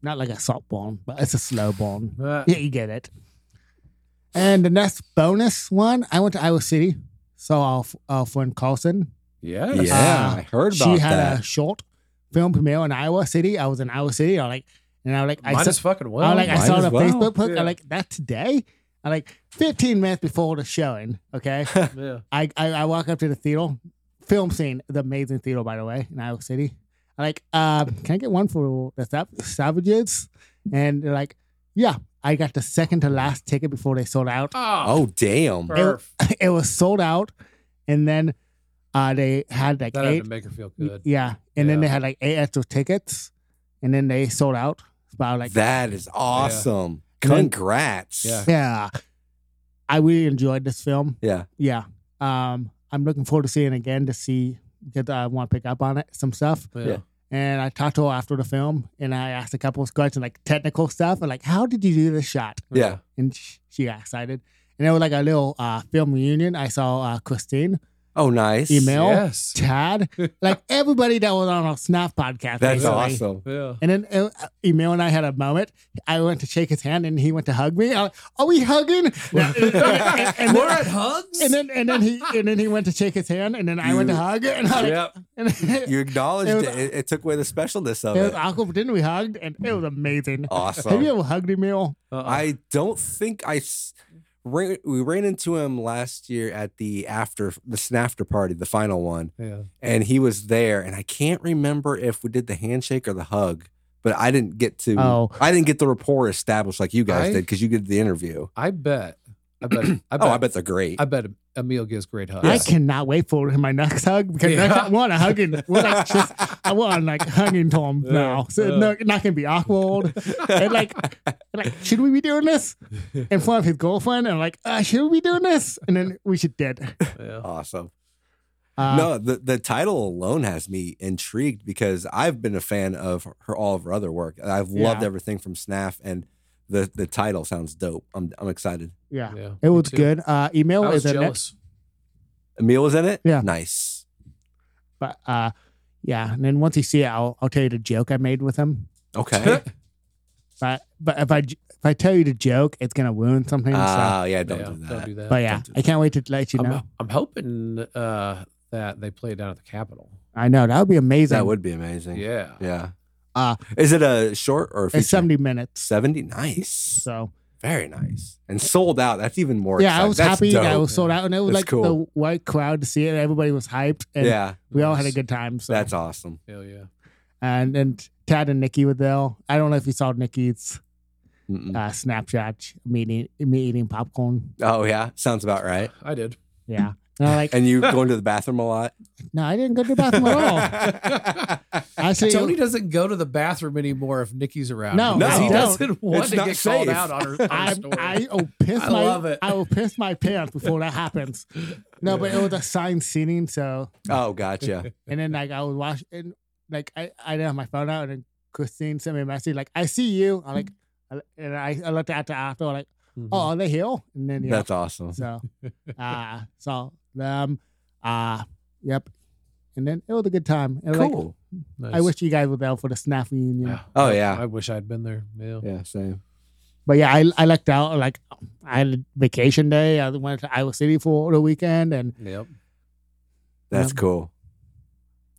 [SPEAKER 1] Not like a salt burn, but it's a slow burn.
[SPEAKER 3] Uh,
[SPEAKER 1] yeah, you get it. And the next bonus one, I went to Iowa City, saw our, f- our friend Carlson.
[SPEAKER 3] yes.
[SPEAKER 2] Yeah,
[SPEAKER 1] Uh,
[SPEAKER 2] I heard about
[SPEAKER 1] She had
[SPEAKER 2] that.
[SPEAKER 1] a short film premiere in Iowa City. I was in Iowa City. I like, and I like, I
[SPEAKER 3] Might
[SPEAKER 1] saw-
[SPEAKER 3] as fucking well.
[SPEAKER 1] I like I
[SPEAKER 2] might
[SPEAKER 1] saw
[SPEAKER 2] as
[SPEAKER 1] it on
[SPEAKER 2] well.
[SPEAKER 1] Facebook post.
[SPEAKER 3] Yeah.
[SPEAKER 1] I like that today. I like 15 minutes before the showing. Okay,
[SPEAKER 3] yeah.
[SPEAKER 1] I, I I walk up to the theater, film scene, the amazing theater by the way in Iowa City. I like, uh, can I get one for the Sav- Savages? And they're like, yeah, I got the second to last ticket before they sold out.
[SPEAKER 3] Oh,
[SPEAKER 2] oh, damn.
[SPEAKER 3] perf.
[SPEAKER 1] it was sold out, and then uh, they had like
[SPEAKER 3] that had
[SPEAKER 1] eight,
[SPEAKER 3] to make her feel
[SPEAKER 1] y-
[SPEAKER 3] good.
[SPEAKER 1] yeah, and then
[SPEAKER 3] Yeah.
[SPEAKER 1] they had like eight extra tickets, and then they sold out. About like
[SPEAKER 2] that is awesome.
[SPEAKER 1] And then-
[SPEAKER 2] Congrats.
[SPEAKER 3] Yeah.
[SPEAKER 1] yeah i really enjoyed this film
[SPEAKER 2] Yeah.
[SPEAKER 1] yeah um i'm looking forward to seeing it again to see because i want to pick up on it some stuff
[SPEAKER 3] Yeah.
[SPEAKER 2] Yeah.
[SPEAKER 1] and i talked to her after the film and i asked a couple of questions like technical stuff and like how did you do this shot
[SPEAKER 2] Yeah.
[SPEAKER 1] and sh- she got excited and it was like a little uh, film reunion i saw uh, christine
[SPEAKER 2] Oh, nice.
[SPEAKER 1] Email. Mel?
[SPEAKER 3] Yes.
[SPEAKER 1] tad like everybody that was on our snap podcast
[SPEAKER 2] That's
[SPEAKER 1] basically.
[SPEAKER 2] awesome.
[SPEAKER 3] Yeah.
[SPEAKER 1] and then uh, Emil and I had a moment. I went to shake his hand, and he went to hug me. I'm like, Are we hugging? and, and-
[SPEAKER 3] We're at hugs.
[SPEAKER 1] and then and then he and then he went to shake his hand, and then I went to
[SPEAKER 2] You-
[SPEAKER 1] hug, and, I,
[SPEAKER 3] yep.
[SPEAKER 1] and it,
[SPEAKER 2] You acknowledged
[SPEAKER 1] It
[SPEAKER 2] it,
[SPEAKER 1] was-
[SPEAKER 2] it. It took away the specialness of
[SPEAKER 1] was
[SPEAKER 2] it.
[SPEAKER 1] awkward. but Then we hugged, and it was amazing. Have you
[SPEAKER 2] Awesome.
[SPEAKER 1] ever hugged Emil?
[SPEAKER 3] Uh-uh.
[SPEAKER 2] I don't think I. s- ran- We ran into him last year at the after the snafter party, the final one,
[SPEAKER 3] yeah.
[SPEAKER 2] and he was there. And I can't remember if we did the handshake or the hug, but I didn't get to.
[SPEAKER 1] Oh.
[SPEAKER 2] I didn't get the rapport established like you guys
[SPEAKER 3] I-
[SPEAKER 2] did because you did the interview.
[SPEAKER 3] I bet. I bet. I bet.
[SPEAKER 2] Oh, I bet they're great.
[SPEAKER 3] I bet Emil gives great hugs.
[SPEAKER 1] I cannot wait for my next hug because
[SPEAKER 3] Yeah.
[SPEAKER 1] next, I want to hug him. We're like just, I want like hugging Tom
[SPEAKER 3] Yeah.
[SPEAKER 1] now, so
[SPEAKER 3] Yeah.
[SPEAKER 1] no, not gonna be awkward. and like, like, should we be doing this in front of his girlfriend? And like, uh, should we be doing this? And then we should dead.
[SPEAKER 3] Yeah.
[SPEAKER 2] awesome.
[SPEAKER 1] Uh,
[SPEAKER 2] no, the, the title alone has me intrigued because I've been a fan of her all of her other work. I've loved
[SPEAKER 1] Yeah.
[SPEAKER 2] everything from Snaff, and the the title sounds dope. I'm I'm excited.
[SPEAKER 1] yeah,
[SPEAKER 3] Yeah,
[SPEAKER 1] it
[SPEAKER 3] me
[SPEAKER 1] was
[SPEAKER 3] too.
[SPEAKER 1] good. Uh,
[SPEAKER 3] I
[SPEAKER 1] email
[SPEAKER 3] was
[SPEAKER 1] is the next
[SPEAKER 3] jealous.
[SPEAKER 2] Emil was in it.
[SPEAKER 1] Yeah.
[SPEAKER 2] nice.
[SPEAKER 1] But uh, yeah, and then once you see it, I'll, I'll tell you the joke I made with him.
[SPEAKER 2] Okay.
[SPEAKER 1] But but if I j- if I tell you the joke, it's gonna ruin something.
[SPEAKER 2] Oh
[SPEAKER 1] so.
[SPEAKER 2] yeah, don't
[SPEAKER 3] Yeah,
[SPEAKER 2] do that.
[SPEAKER 3] Ah, Don't do that.
[SPEAKER 1] But yeah,
[SPEAKER 2] don't do
[SPEAKER 1] I can't wait to let you
[SPEAKER 3] I'm,
[SPEAKER 1] know.
[SPEAKER 3] I'm hoping uh, that they play it down at the Capitol.
[SPEAKER 1] I know that would be amazing.
[SPEAKER 2] That would be amazing.
[SPEAKER 3] Yeah.
[SPEAKER 2] Yeah.
[SPEAKER 1] Uh,
[SPEAKER 2] Is it a short or a feature?
[SPEAKER 1] It's seventy minutes,
[SPEAKER 2] 70? Nice.
[SPEAKER 1] so
[SPEAKER 2] Very nice. And sold out. That's even more
[SPEAKER 1] yeah, I
[SPEAKER 2] exciting.
[SPEAKER 1] was
[SPEAKER 2] That's
[SPEAKER 1] happy that it
[SPEAKER 2] dope.
[SPEAKER 1] was sold out, and it was like
[SPEAKER 2] That's
[SPEAKER 1] the
[SPEAKER 2] cool.
[SPEAKER 1] white crowd to see it. Everybody was hyped, and
[SPEAKER 2] yeah.
[SPEAKER 1] we all had a
[SPEAKER 3] Nice.
[SPEAKER 1] good time. So
[SPEAKER 2] That's awesome.
[SPEAKER 3] Hell yeah.
[SPEAKER 1] and and Tad and Nikki were there. I don't know if you saw Nikki's
[SPEAKER 2] Mm-mm.
[SPEAKER 1] uh, Snapchat me eating me eating popcorn.
[SPEAKER 2] Oh yeah. Sounds about right.
[SPEAKER 3] I did.
[SPEAKER 1] Yeah, And I'm like,
[SPEAKER 2] And you go into the bathroom a lot.
[SPEAKER 1] no, I didn't go to the bathroom at all. Actually,
[SPEAKER 3] Tony doesn't go to the bathroom anymore if Nikki's around.
[SPEAKER 1] No,
[SPEAKER 2] No.
[SPEAKER 3] because he
[SPEAKER 2] I don't.
[SPEAKER 3] doesn't want
[SPEAKER 2] It's
[SPEAKER 3] to
[SPEAKER 2] not
[SPEAKER 3] get called
[SPEAKER 2] safe.
[SPEAKER 3] out on her, on her
[SPEAKER 1] I,
[SPEAKER 3] story.
[SPEAKER 1] I will piss
[SPEAKER 3] I
[SPEAKER 1] my
[SPEAKER 3] love it.
[SPEAKER 1] I will piss my pants before that happens. No, but it was assigned seating, so
[SPEAKER 2] oh, gotcha.
[SPEAKER 1] and then like I was watching, and, like I I didn't have my phone out, and then Christine sent me a message like I see you. I like I- and I, I looked at the after like
[SPEAKER 3] Mm-hmm.
[SPEAKER 1] oh are they here? And then yeah,
[SPEAKER 2] Mm-hmm. That's awesome.
[SPEAKER 1] so uh so um uh yep, and then it was a good time. And, like,
[SPEAKER 2] Cool.
[SPEAKER 1] I wish you guys were there for the snap reunion.
[SPEAKER 2] Oh, yeah.
[SPEAKER 3] I wish I'd been there. Yeah.
[SPEAKER 2] Yeah, same.
[SPEAKER 1] But yeah, I I lucked out. Like I had vacation day. I went to Iowa City for the weekend, and
[SPEAKER 3] Yep.
[SPEAKER 2] That's
[SPEAKER 1] Um,
[SPEAKER 2] cool.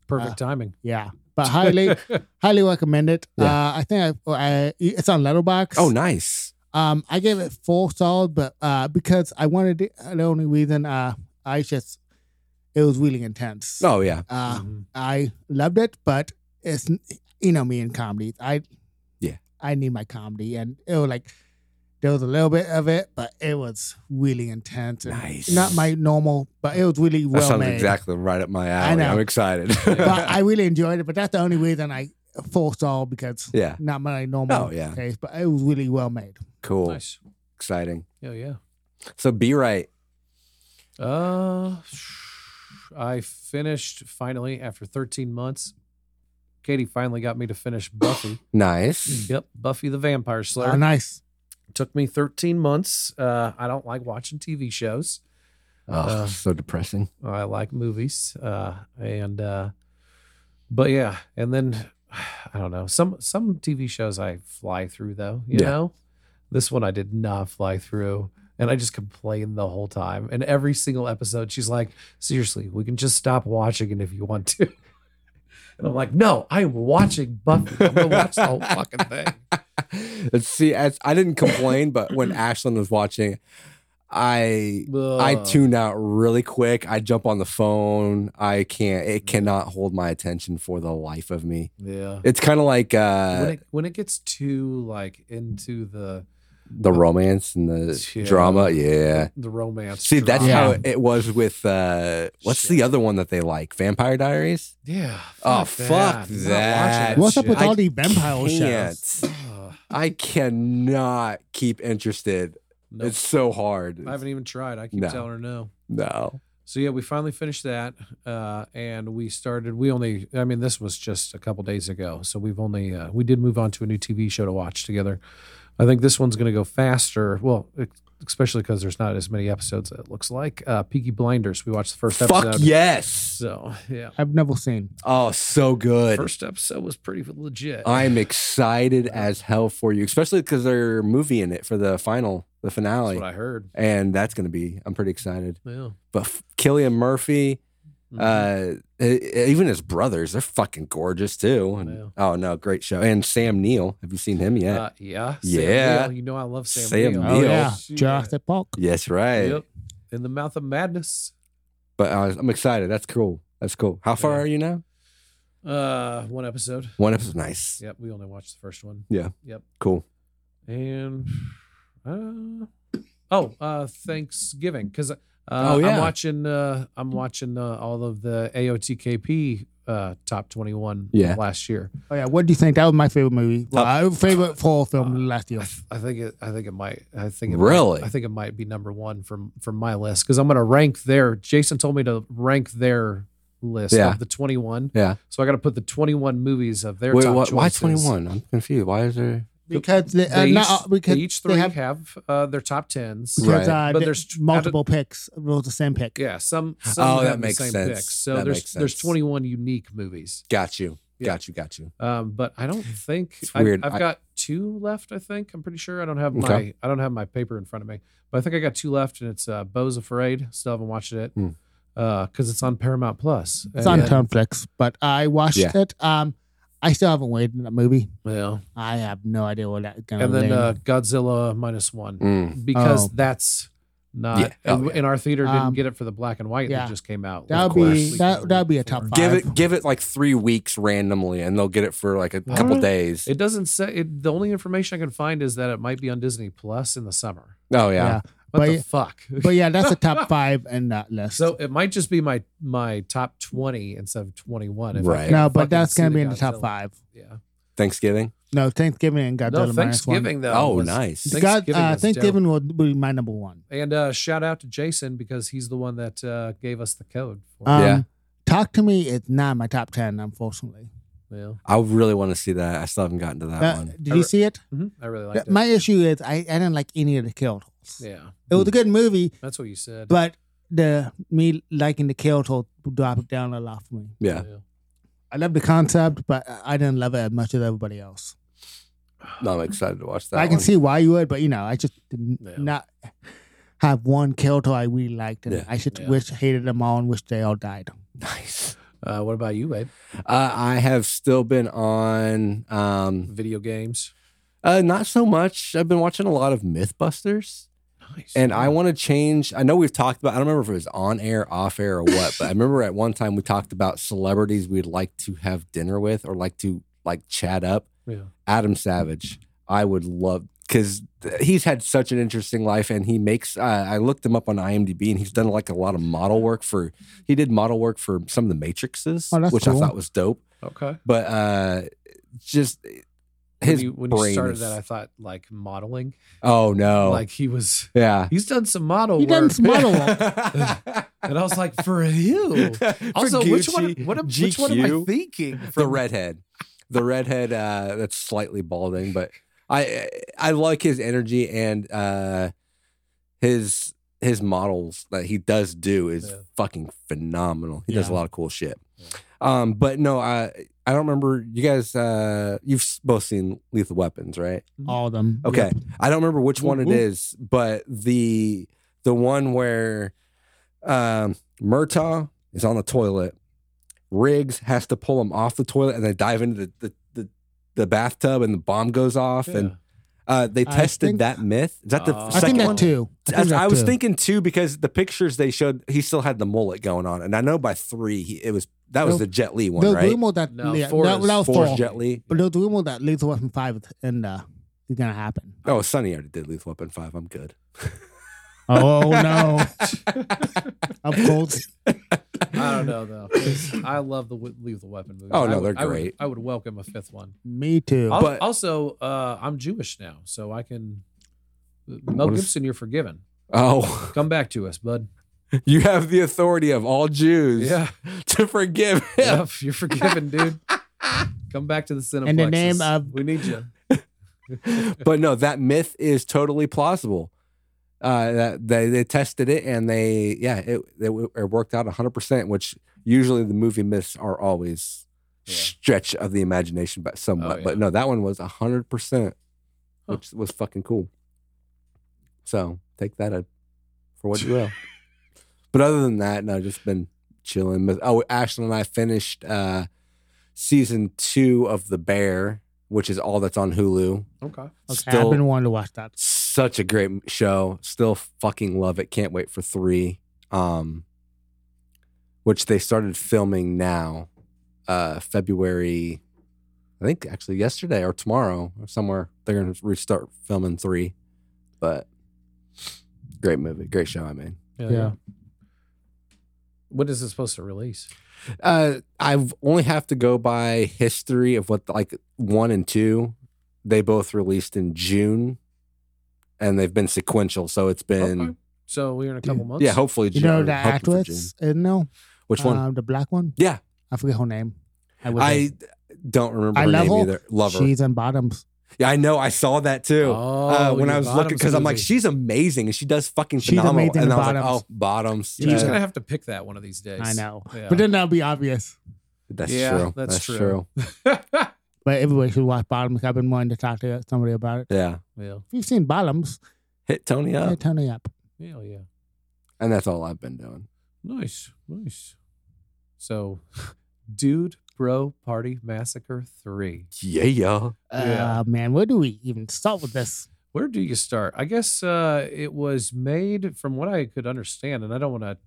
[SPEAKER 3] Perfect
[SPEAKER 1] Uh,
[SPEAKER 3] timing.
[SPEAKER 1] yeah. But highly highly recommend it.
[SPEAKER 2] Yeah.
[SPEAKER 1] Uh, I think I, I it's on Letterbox.
[SPEAKER 2] Oh, nice.
[SPEAKER 1] Um, I gave it four solid, but uh, because I wanted to, the only reason uh, I just it was really intense.
[SPEAKER 2] Oh, yeah.
[SPEAKER 1] Uh,
[SPEAKER 3] Mhm.
[SPEAKER 1] I loved it, but it's you know me in comedy. I
[SPEAKER 2] Yeah.
[SPEAKER 1] I need my comedy, and it was like there was a little bit of it, but it was really intense. and
[SPEAKER 2] Nice.
[SPEAKER 1] Not my normal, but it was really
[SPEAKER 2] That
[SPEAKER 1] well
[SPEAKER 2] sounds
[SPEAKER 1] made.
[SPEAKER 2] exactly right up my alley.
[SPEAKER 1] know.
[SPEAKER 2] I'm excited.
[SPEAKER 1] but I really enjoyed it. But that's the only reason I four star because
[SPEAKER 2] yeah.
[SPEAKER 1] not my normal
[SPEAKER 2] Oh, yeah.
[SPEAKER 1] taste, but it was really well made.
[SPEAKER 2] Cool.
[SPEAKER 3] Nice.
[SPEAKER 2] Exciting.
[SPEAKER 3] Yeah, yeah.
[SPEAKER 2] So be right.
[SPEAKER 3] Uh, I finished finally after 13 months. Katie finally got me to finish Buffy.
[SPEAKER 1] Mm,
[SPEAKER 2] Nice.
[SPEAKER 3] yep, Buffy the Vampire Slayer.
[SPEAKER 1] Oh, nice.
[SPEAKER 3] Took me 13 months. Uh, I don't like watching TV shows.
[SPEAKER 2] Oh,
[SPEAKER 3] Uh,
[SPEAKER 2] so depressing.
[SPEAKER 3] I like movies. Uh, and uh, but yeah, and then I don't know. Some some TV shows I fly through though. You
[SPEAKER 2] Yeah.
[SPEAKER 3] know, this one I did not fly through. And I just complained the whole time. And every single episode, she's like, seriously, we can just stop watching it if you want to. And I'm like, no, I'm watching Buffy. I'm going to watch the whole fucking thing.
[SPEAKER 2] Let's see. As, I didn't complain, but when Ashlyn was watching, I I
[SPEAKER 3] Ugh.
[SPEAKER 2] tune out really quick. I jump on the phone. I can't. It cannot hold my attention for the life of me.
[SPEAKER 3] Yeah.
[SPEAKER 2] It's kind of like
[SPEAKER 3] when
[SPEAKER 2] uh,
[SPEAKER 3] it when it gets too like into the
[SPEAKER 2] the romance and the
[SPEAKER 3] Yeah.
[SPEAKER 2] drama. Yeah.
[SPEAKER 3] the romance.
[SPEAKER 2] See, that's
[SPEAKER 3] drama.
[SPEAKER 2] how
[SPEAKER 1] Yeah.
[SPEAKER 2] it was with uh, what's
[SPEAKER 3] Shit.
[SPEAKER 2] the other one that they like? Vampire Diaries.
[SPEAKER 3] Yeah.
[SPEAKER 2] Oh, fuck
[SPEAKER 3] I'm not watching
[SPEAKER 2] that
[SPEAKER 1] What's up with
[SPEAKER 2] I
[SPEAKER 1] all the vampire
[SPEAKER 2] Can't.
[SPEAKER 1] shows?
[SPEAKER 3] Ugh,
[SPEAKER 2] I cannot keep interested.
[SPEAKER 3] nope.
[SPEAKER 2] It's so hard.
[SPEAKER 3] I haven't even tried. I keep
[SPEAKER 2] No.
[SPEAKER 3] telling her no.
[SPEAKER 2] No.
[SPEAKER 3] So yeah, we finally finished that, uh, and we started. We only, I mean, this was just a couple days ago. So we've only, uh, we did move on to a new TV show to watch together. I think this one's going to go faster. Well, ex- especially because there's not as many episodes. It looks like uh, Peaky Blinders. We watched the first
[SPEAKER 2] Fuck
[SPEAKER 3] episode.
[SPEAKER 2] yes.
[SPEAKER 3] So yeah,
[SPEAKER 1] I've never seen.
[SPEAKER 2] Oh, so good.
[SPEAKER 3] first episode was pretty legit.
[SPEAKER 2] I'm excited as hell for you, especially because they're movieing it for the final, the
[SPEAKER 3] That's
[SPEAKER 2] finale.
[SPEAKER 3] what I heard.
[SPEAKER 2] and that's going to be, I'm pretty excited.
[SPEAKER 3] Yeah.
[SPEAKER 2] But f- Killian Murphy, uh,
[SPEAKER 3] Mm-hmm.
[SPEAKER 2] e- e- even his brothers, they're fucking gorgeous too. And,
[SPEAKER 3] Yeah.
[SPEAKER 2] Oh, no, great show. And Sam Neill. Have you seen him yet?
[SPEAKER 3] Uh, yeah. Sam
[SPEAKER 2] Yeah.
[SPEAKER 3] Neill. You know I love Sam,
[SPEAKER 2] Sam
[SPEAKER 3] Neill.
[SPEAKER 1] Oh
[SPEAKER 2] Neil.
[SPEAKER 1] yeah,
[SPEAKER 3] Shit.
[SPEAKER 1] Jurassic Park.
[SPEAKER 2] yes, right.
[SPEAKER 3] Yep. In the mouth of madness.
[SPEAKER 2] But uh, I'm excited. That's cool. That's cool. How far
[SPEAKER 3] Yeah.
[SPEAKER 2] are you now?
[SPEAKER 3] Uh, one episode.
[SPEAKER 2] One episode. Nice.
[SPEAKER 3] Yep. We only watched the first one.
[SPEAKER 2] Yeah.
[SPEAKER 3] Yep.
[SPEAKER 2] Cool.
[SPEAKER 3] And uh, oh, uh, Thanksgiving because uh,
[SPEAKER 2] Oh, yeah.
[SPEAKER 3] I'm watching. Uh, I'm watching uh, all of the AOTKP uh, top 21
[SPEAKER 2] Yeah.
[SPEAKER 3] last year.
[SPEAKER 1] Oh yeah, what do you think? That was my favorite movie.
[SPEAKER 3] Uh,
[SPEAKER 1] Well,
[SPEAKER 2] Top-
[SPEAKER 1] my favorite horror film last year.
[SPEAKER 3] I, th- I think it. I think it might. I think it
[SPEAKER 2] Really?
[SPEAKER 3] Might, I think it might be number one from from my list because I'm going to rank their. Jason told me to rank their list
[SPEAKER 2] Yeah.
[SPEAKER 3] of the 21.
[SPEAKER 2] Yeah.
[SPEAKER 3] So I got to put the 21 movies of their
[SPEAKER 2] Wait,
[SPEAKER 3] top
[SPEAKER 2] why, why
[SPEAKER 3] choices.
[SPEAKER 2] 21? I'm confused. Why is there?
[SPEAKER 1] Because they, uh,
[SPEAKER 3] They each,
[SPEAKER 1] not, uh, because
[SPEAKER 3] they each
[SPEAKER 1] they
[SPEAKER 3] three have,
[SPEAKER 1] have-
[SPEAKER 3] uh, their top tens.
[SPEAKER 1] because,
[SPEAKER 2] Right.
[SPEAKER 1] uh,
[SPEAKER 3] But
[SPEAKER 1] they-
[SPEAKER 3] there's-
[SPEAKER 1] multiple picks. It was the same pick.
[SPEAKER 3] Yeah, some, some
[SPEAKER 2] Oh,
[SPEAKER 3] have
[SPEAKER 2] that
[SPEAKER 3] the
[SPEAKER 2] makes
[SPEAKER 3] same
[SPEAKER 2] sense.
[SPEAKER 3] picks. So
[SPEAKER 2] That
[SPEAKER 3] there's
[SPEAKER 2] makes
[SPEAKER 3] there's
[SPEAKER 2] sense.
[SPEAKER 3] 21 unique movies.
[SPEAKER 2] Got you.
[SPEAKER 3] Yeah.
[SPEAKER 2] Got you. Got you.
[SPEAKER 3] Um, but I don't think
[SPEAKER 2] It's
[SPEAKER 3] I,
[SPEAKER 2] weird.
[SPEAKER 3] I've
[SPEAKER 2] I-
[SPEAKER 3] got two left. I think I'm pretty sure I don't have
[SPEAKER 2] Okay.
[SPEAKER 3] my I don't have my paper in front of me, but I think I got two left, and it's uh, Bo's Afraid. Still haven't watched it
[SPEAKER 2] Hmm.
[SPEAKER 3] because it's on Paramount Plus.
[SPEAKER 1] It's on
[SPEAKER 3] And-
[SPEAKER 1] Netflix, but I watched
[SPEAKER 2] Yeah.
[SPEAKER 1] it. Um, I still haven't waited in that movie.
[SPEAKER 3] Yeah,
[SPEAKER 1] I have no idea what that's gonna.
[SPEAKER 3] and then
[SPEAKER 1] mean.
[SPEAKER 3] uh, Godzilla minus one
[SPEAKER 2] Mm.
[SPEAKER 3] because
[SPEAKER 1] Oh.
[SPEAKER 3] that's not
[SPEAKER 2] Yeah. Oh,
[SPEAKER 3] and,
[SPEAKER 2] yeah.
[SPEAKER 3] and our theater
[SPEAKER 1] Um,
[SPEAKER 3] didn't get it for the black and white
[SPEAKER 1] yeah.
[SPEAKER 3] that just came out.
[SPEAKER 1] That'd
[SPEAKER 3] Of course,
[SPEAKER 2] be-
[SPEAKER 3] we
[SPEAKER 1] that-
[SPEAKER 3] can
[SPEAKER 1] that'd be a
[SPEAKER 3] wait
[SPEAKER 1] top
[SPEAKER 3] for-
[SPEAKER 1] five.
[SPEAKER 2] Give it give it like three weeks randomly, and they'll get it for like a couple
[SPEAKER 1] Huh?
[SPEAKER 2] days.
[SPEAKER 3] It doesn't say. It, the only information I can find is that it might be on Disney Plus in the summer.
[SPEAKER 2] oh
[SPEAKER 1] yeah.
[SPEAKER 2] yeah,
[SPEAKER 3] What
[SPEAKER 1] But-
[SPEAKER 3] the fuck?
[SPEAKER 1] But yeah, that's the top five in that list.
[SPEAKER 3] So it might just be my my top twenty instead of twenty one. if I
[SPEAKER 2] Right.
[SPEAKER 3] can't
[SPEAKER 1] no, but
[SPEAKER 3] fucking
[SPEAKER 1] that's
[SPEAKER 3] see
[SPEAKER 1] gonna be in the
[SPEAKER 3] Godzilla.
[SPEAKER 1] top five.
[SPEAKER 3] Yeah.
[SPEAKER 2] Thanksgiving.
[SPEAKER 1] No, Thanksgiving and Godzilla
[SPEAKER 3] no,
[SPEAKER 1] minus one.
[SPEAKER 3] Thanksgiving though.
[SPEAKER 2] oh,
[SPEAKER 3] was-
[SPEAKER 2] nice.
[SPEAKER 3] Thank-
[SPEAKER 1] God,
[SPEAKER 3] Thanksgiving
[SPEAKER 1] uh,
[SPEAKER 3] was
[SPEAKER 1] Thanksgiving will be my number one.
[SPEAKER 3] And uh, shout out to Jason because he's the one that uh, gave us the code. For
[SPEAKER 1] Um,
[SPEAKER 3] it.
[SPEAKER 2] Yeah.
[SPEAKER 1] Talk to me is not in my top ten, unfortunately.
[SPEAKER 3] Yeah.
[SPEAKER 2] I really want to see that. I still haven't gotten to that
[SPEAKER 1] Uh,
[SPEAKER 2] one.
[SPEAKER 1] did you see it?
[SPEAKER 3] Mhm. I really liked it.
[SPEAKER 1] My issue is I, I didn't like any of the kill tools.
[SPEAKER 3] yeah,
[SPEAKER 1] It was a good movie,
[SPEAKER 3] that's what you said.
[SPEAKER 1] but the me liking the kill tool dropped it down a lot for me.
[SPEAKER 2] Yeah.
[SPEAKER 1] I love the concept, but I- I didn't love it as much as everybody else.
[SPEAKER 2] No, I'm excited to watch that.
[SPEAKER 1] I can
[SPEAKER 2] one.
[SPEAKER 1] see why you would, but you know, I just did
[SPEAKER 3] Yeah.
[SPEAKER 1] not have one kill tool I really liked, and
[SPEAKER 2] Yeah.
[SPEAKER 1] I just
[SPEAKER 3] Yeah.
[SPEAKER 1] wish hated them all and wish they all died.
[SPEAKER 2] Nice.
[SPEAKER 3] Uh, what about you, babe?
[SPEAKER 2] Uh, I have still been on. Um,
[SPEAKER 3] Video games.
[SPEAKER 2] uh, not so much. I've been watching a lot of MythBusters.
[SPEAKER 3] Nice.
[SPEAKER 2] And I want to change. I know we've talked about. I don't remember if it was on air, off air, or what. But I remember at one time we talked about celebrities we'd like to have dinner with or like to like chat up.
[SPEAKER 3] Yeah.
[SPEAKER 2] Adam Savage, I would love because he's had such an interesting life, and he makes. Uh, I looked him up on IMDb, and he's done like a lot of model work for. He did model work for some of the Matrixes,
[SPEAKER 1] Oh, that's
[SPEAKER 2] which I
[SPEAKER 1] cool.
[SPEAKER 2] thought was dope.
[SPEAKER 3] Okay.
[SPEAKER 2] But uh just
[SPEAKER 3] When
[SPEAKER 2] his
[SPEAKER 3] you, when
[SPEAKER 2] brain
[SPEAKER 3] you started
[SPEAKER 2] is-
[SPEAKER 3] that, I thought like modeling.
[SPEAKER 2] oh no,
[SPEAKER 3] Like he was.
[SPEAKER 2] yeah.
[SPEAKER 3] He's done some model
[SPEAKER 1] He
[SPEAKER 3] work.
[SPEAKER 1] done some model work.
[SPEAKER 3] and I was like, for you.
[SPEAKER 2] For
[SPEAKER 3] Also, which one?
[SPEAKER 2] Gucci,
[SPEAKER 3] What? am- Which one am I
[SPEAKER 2] GQ,
[SPEAKER 3] thinking?
[SPEAKER 2] The redhead, the redhead uh, that's slightly balding, but I I like his energy and uh, his his models that he does do is
[SPEAKER 3] Yeah.
[SPEAKER 2] fucking phenomenal. He does a
[SPEAKER 3] Yeah.
[SPEAKER 2] lot of cool shit.
[SPEAKER 3] Yeah.
[SPEAKER 2] Um, but no, I I don't remember. You guys, uh, you've both seen Lethal Weapons, right?
[SPEAKER 1] All of them.
[SPEAKER 2] Okay. I don't remember which one it
[SPEAKER 1] Whoop, whoop.
[SPEAKER 2] is, but the the one where um Murtaugh is on the toilet, Riggs has to pull him off the toilet, and they dive into the the, the, the bathtub, and the bomb goes off, and uh, they
[SPEAKER 1] I
[SPEAKER 2] tested
[SPEAKER 1] think-
[SPEAKER 2] that myth. Is that the
[SPEAKER 3] Uh,
[SPEAKER 1] I think
[SPEAKER 2] second one?
[SPEAKER 1] that too.
[SPEAKER 2] I,
[SPEAKER 1] think that
[SPEAKER 2] I was
[SPEAKER 1] too.
[SPEAKER 2] thinking two because the pictures they showed, he still had the mullet going on, and I know by three he, it was that was
[SPEAKER 1] No.
[SPEAKER 2] the Jet Li one,
[SPEAKER 1] There's
[SPEAKER 2] right?
[SPEAKER 1] rumor that
[SPEAKER 3] No,
[SPEAKER 1] yeah,
[SPEAKER 3] four
[SPEAKER 1] that,
[SPEAKER 3] is-
[SPEAKER 1] that was
[SPEAKER 2] Four
[SPEAKER 1] four.
[SPEAKER 2] is Jet Li.
[SPEAKER 1] But there's rumor that Lethal Weapon Five is in the is gonna happen.
[SPEAKER 2] Oh, Sonny already did Lethal Weapon Five. I'm good.
[SPEAKER 1] Oh no! of course.
[SPEAKER 3] I don't know though. 'cause I love the w- Lethal Weapon movies.
[SPEAKER 2] Oh, no,
[SPEAKER 3] I would-
[SPEAKER 2] they're
[SPEAKER 3] I would-
[SPEAKER 2] great.
[SPEAKER 3] I would, welcome a fifth one.
[SPEAKER 1] Me too.
[SPEAKER 3] Al-
[SPEAKER 2] But-
[SPEAKER 3] also, uh, I'm Jewish now, so I can. Mel
[SPEAKER 2] What is-
[SPEAKER 3] Gibson, you're forgiven.
[SPEAKER 2] Oh,
[SPEAKER 3] Come back to us, bud.
[SPEAKER 2] You have the authority of all Jews to forgive him.
[SPEAKER 3] Yep, you're forgiven, dude. Come back to the cinema.
[SPEAKER 1] In the name of-
[SPEAKER 3] we need you.
[SPEAKER 2] But no, that myth is totally plausible. Uh, that they, they tested it and they yeah it it, w- it worked out hundred percent. Which usually the movie myths are always
[SPEAKER 3] Yeah.
[SPEAKER 2] stretch of the imagination, but somewhat.
[SPEAKER 3] Oh, yeah.
[SPEAKER 2] But no, that one was hundred percent,
[SPEAKER 3] Huh.
[SPEAKER 2] which was fucking cool. So take that uh, for what you will. but other than that, no, just been chilling. But- Oh, Ashlyn and I finished uh, season two of The Bear, which is all that's on Hulu.
[SPEAKER 3] Okay.
[SPEAKER 1] Okay, I've
[SPEAKER 2] Still
[SPEAKER 1] been wanting to watch that.
[SPEAKER 2] such a great show. Still fucking love it. Can't wait for three. Um, which they started filming now, uh, February, I think actually yesterday or tomorrow or somewhere. They're gonna restart filming three, but great movie, great show. I mean,
[SPEAKER 3] Yeah.
[SPEAKER 1] Yeah.
[SPEAKER 3] When is it supposed to release?
[SPEAKER 2] Uh, I only have to go by history of what like one and two. They both released in June, and they've been sequential, so it's been
[SPEAKER 3] Okay. So we're in a couple months.
[SPEAKER 2] yeah, hopefully
[SPEAKER 1] You
[SPEAKER 2] June.
[SPEAKER 1] know the
[SPEAKER 2] I'm hoping for June.
[SPEAKER 1] actress? Uh, no,
[SPEAKER 2] Which one?
[SPEAKER 3] Uh,
[SPEAKER 1] Um, the black one.
[SPEAKER 2] Yeah.
[SPEAKER 1] I forget her name. I, wish
[SPEAKER 2] I don't remember
[SPEAKER 1] I
[SPEAKER 2] her
[SPEAKER 1] love
[SPEAKER 2] name
[SPEAKER 1] her.
[SPEAKER 2] either. Love her.
[SPEAKER 1] She's in Bottoms.
[SPEAKER 2] Yeah, I know. I saw that too.
[SPEAKER 3] Oh,
[SPEAKER 2] uh, when
[SPEAKER 3] your
[SPEAKER 2] I was looking,
[SPEAKER 3] Bottoms
[SPEAKER 2] because I'm like,
[SPEAKER 3] movie.
[SPEAKER 2] she's amazing and she does fucking
[SPEAKER 1] She's
[SPEAKER 2] phenomenal.
[SPEAKER 1] amazing
[SPEAKER 2] and
[SPEAKER 1] in
[SPEAKER 2] I was like,
[SPEAKER 1] Bottoms.
[SPEAKER 2] oh, bottoms.
[SPEAKER 3] You're just
[SPEAKER 2] yeah.
[SPEAKER 3] gonna have to pick that one of these days.
[SPEAKER 1] I know,
[SPEAKER 3] Yeah.
[SPEAKER 1] but then that'll be obvious.
[SPEAKER 2] That's
[SPEAKER 3] Yeah,
[SPEAKER 2] true.
[SPEAKER 3] that's
[SPEAKER 2] That's,
[SPEAKER 3] true.
[SPEAKER 2] true.
[SPEAKER 1] But everybody should watch Bottoms. I've been wanting to talk to somebody about it.
[SPEAKER 2] Yeah.
[SPEAKER 3] yeah.
[SPEAKER 1] If you've seen Bottoms,
[SPEAKER 2] Hit Tony
[SPEAKER 1] yeah.
[SPEAKER 2] up.
[SPEAKER 1] turn it up.
[SPEAKER 3] Yeah. Yeah.
[SPEAKER 2] And that's all I've been doing.
[SPEAKER 3] Nice, nice. So, dude, bro, party massacre three.
[SPEAKER 2] Yeah, yeah.
[SPEAKER 3] Yeah.
[SPEAKER 1] Uh, man, where do we even start with this?
[SPEAKER 3] Where do you start? I guess uh, it was made from what I could understand, and I don't want to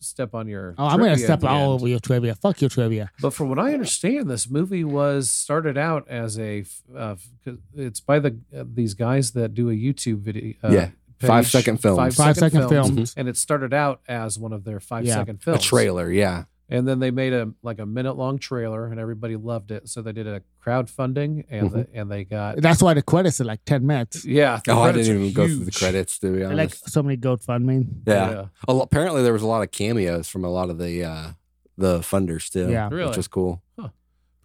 [SPEAKER 3] step on your.
[SPEAKER 1] Oh, I'm gonna
[SPEAKER 3] trivia at
[SPEAKER 1] step
[SPEAKER 3] the
[SPEAKER 1] all
[SPEAKER 3] end.
[SPEAKER 1] over your trivia. Fuck your trivia.
[SPEAKER 3] But from what I understand, this movie was started out as a. Uh, it's by the uh, these guys that do a YouTube video. Uh,
[SPEAKER 2] Yeah.
[SPEAKER 3] page.
[SPEAKER 2] Five second films.
[SPEAKER 1] Five second
[SPEAKER 3] films. Mm-hmm.
[SPEAKER 1] films.
[SPEAKER 3] And it started out as one of their five
[SPEAKER 1] Yeah,
[SPEAKER 3] second
[SPEAKER 2] A
[SPEAKER 3] films.
[SPEAKER 2] trailer, yeah.
[SPEAKER 3] And then they made a like a minute long trailer, and everybody loved it. So they did a crowdfunding, and
[SPEAKER 2] Mm-hmm.
[SPEAKER 3] the, and they got
[SPEAKER 1] That's why the credits are like ten minutes.
[SPEAKER 3] yeah. the
[SPEAKER 2] Oh, I
[SPEAKER 3] credits
[SPEAKER 2] didn't even
[SPEAKER 3] are
[SPEAKER 2] go through the
[SPEAKER 3] huge.
[SPEAKER 2] credits to be
[SPEAKER 1] I
[SPEAKER 2] honest.
[SPEAKER 1] like so many GoFundMe.
[SPEAKER 2] yeah. A lo- apparently there was a lot of cameos from a lot of the uh the funders too.
[SPEAKER 1] Yeah.
[SPEAKER 3] Really?
[SPEAKER 2] Which was cool.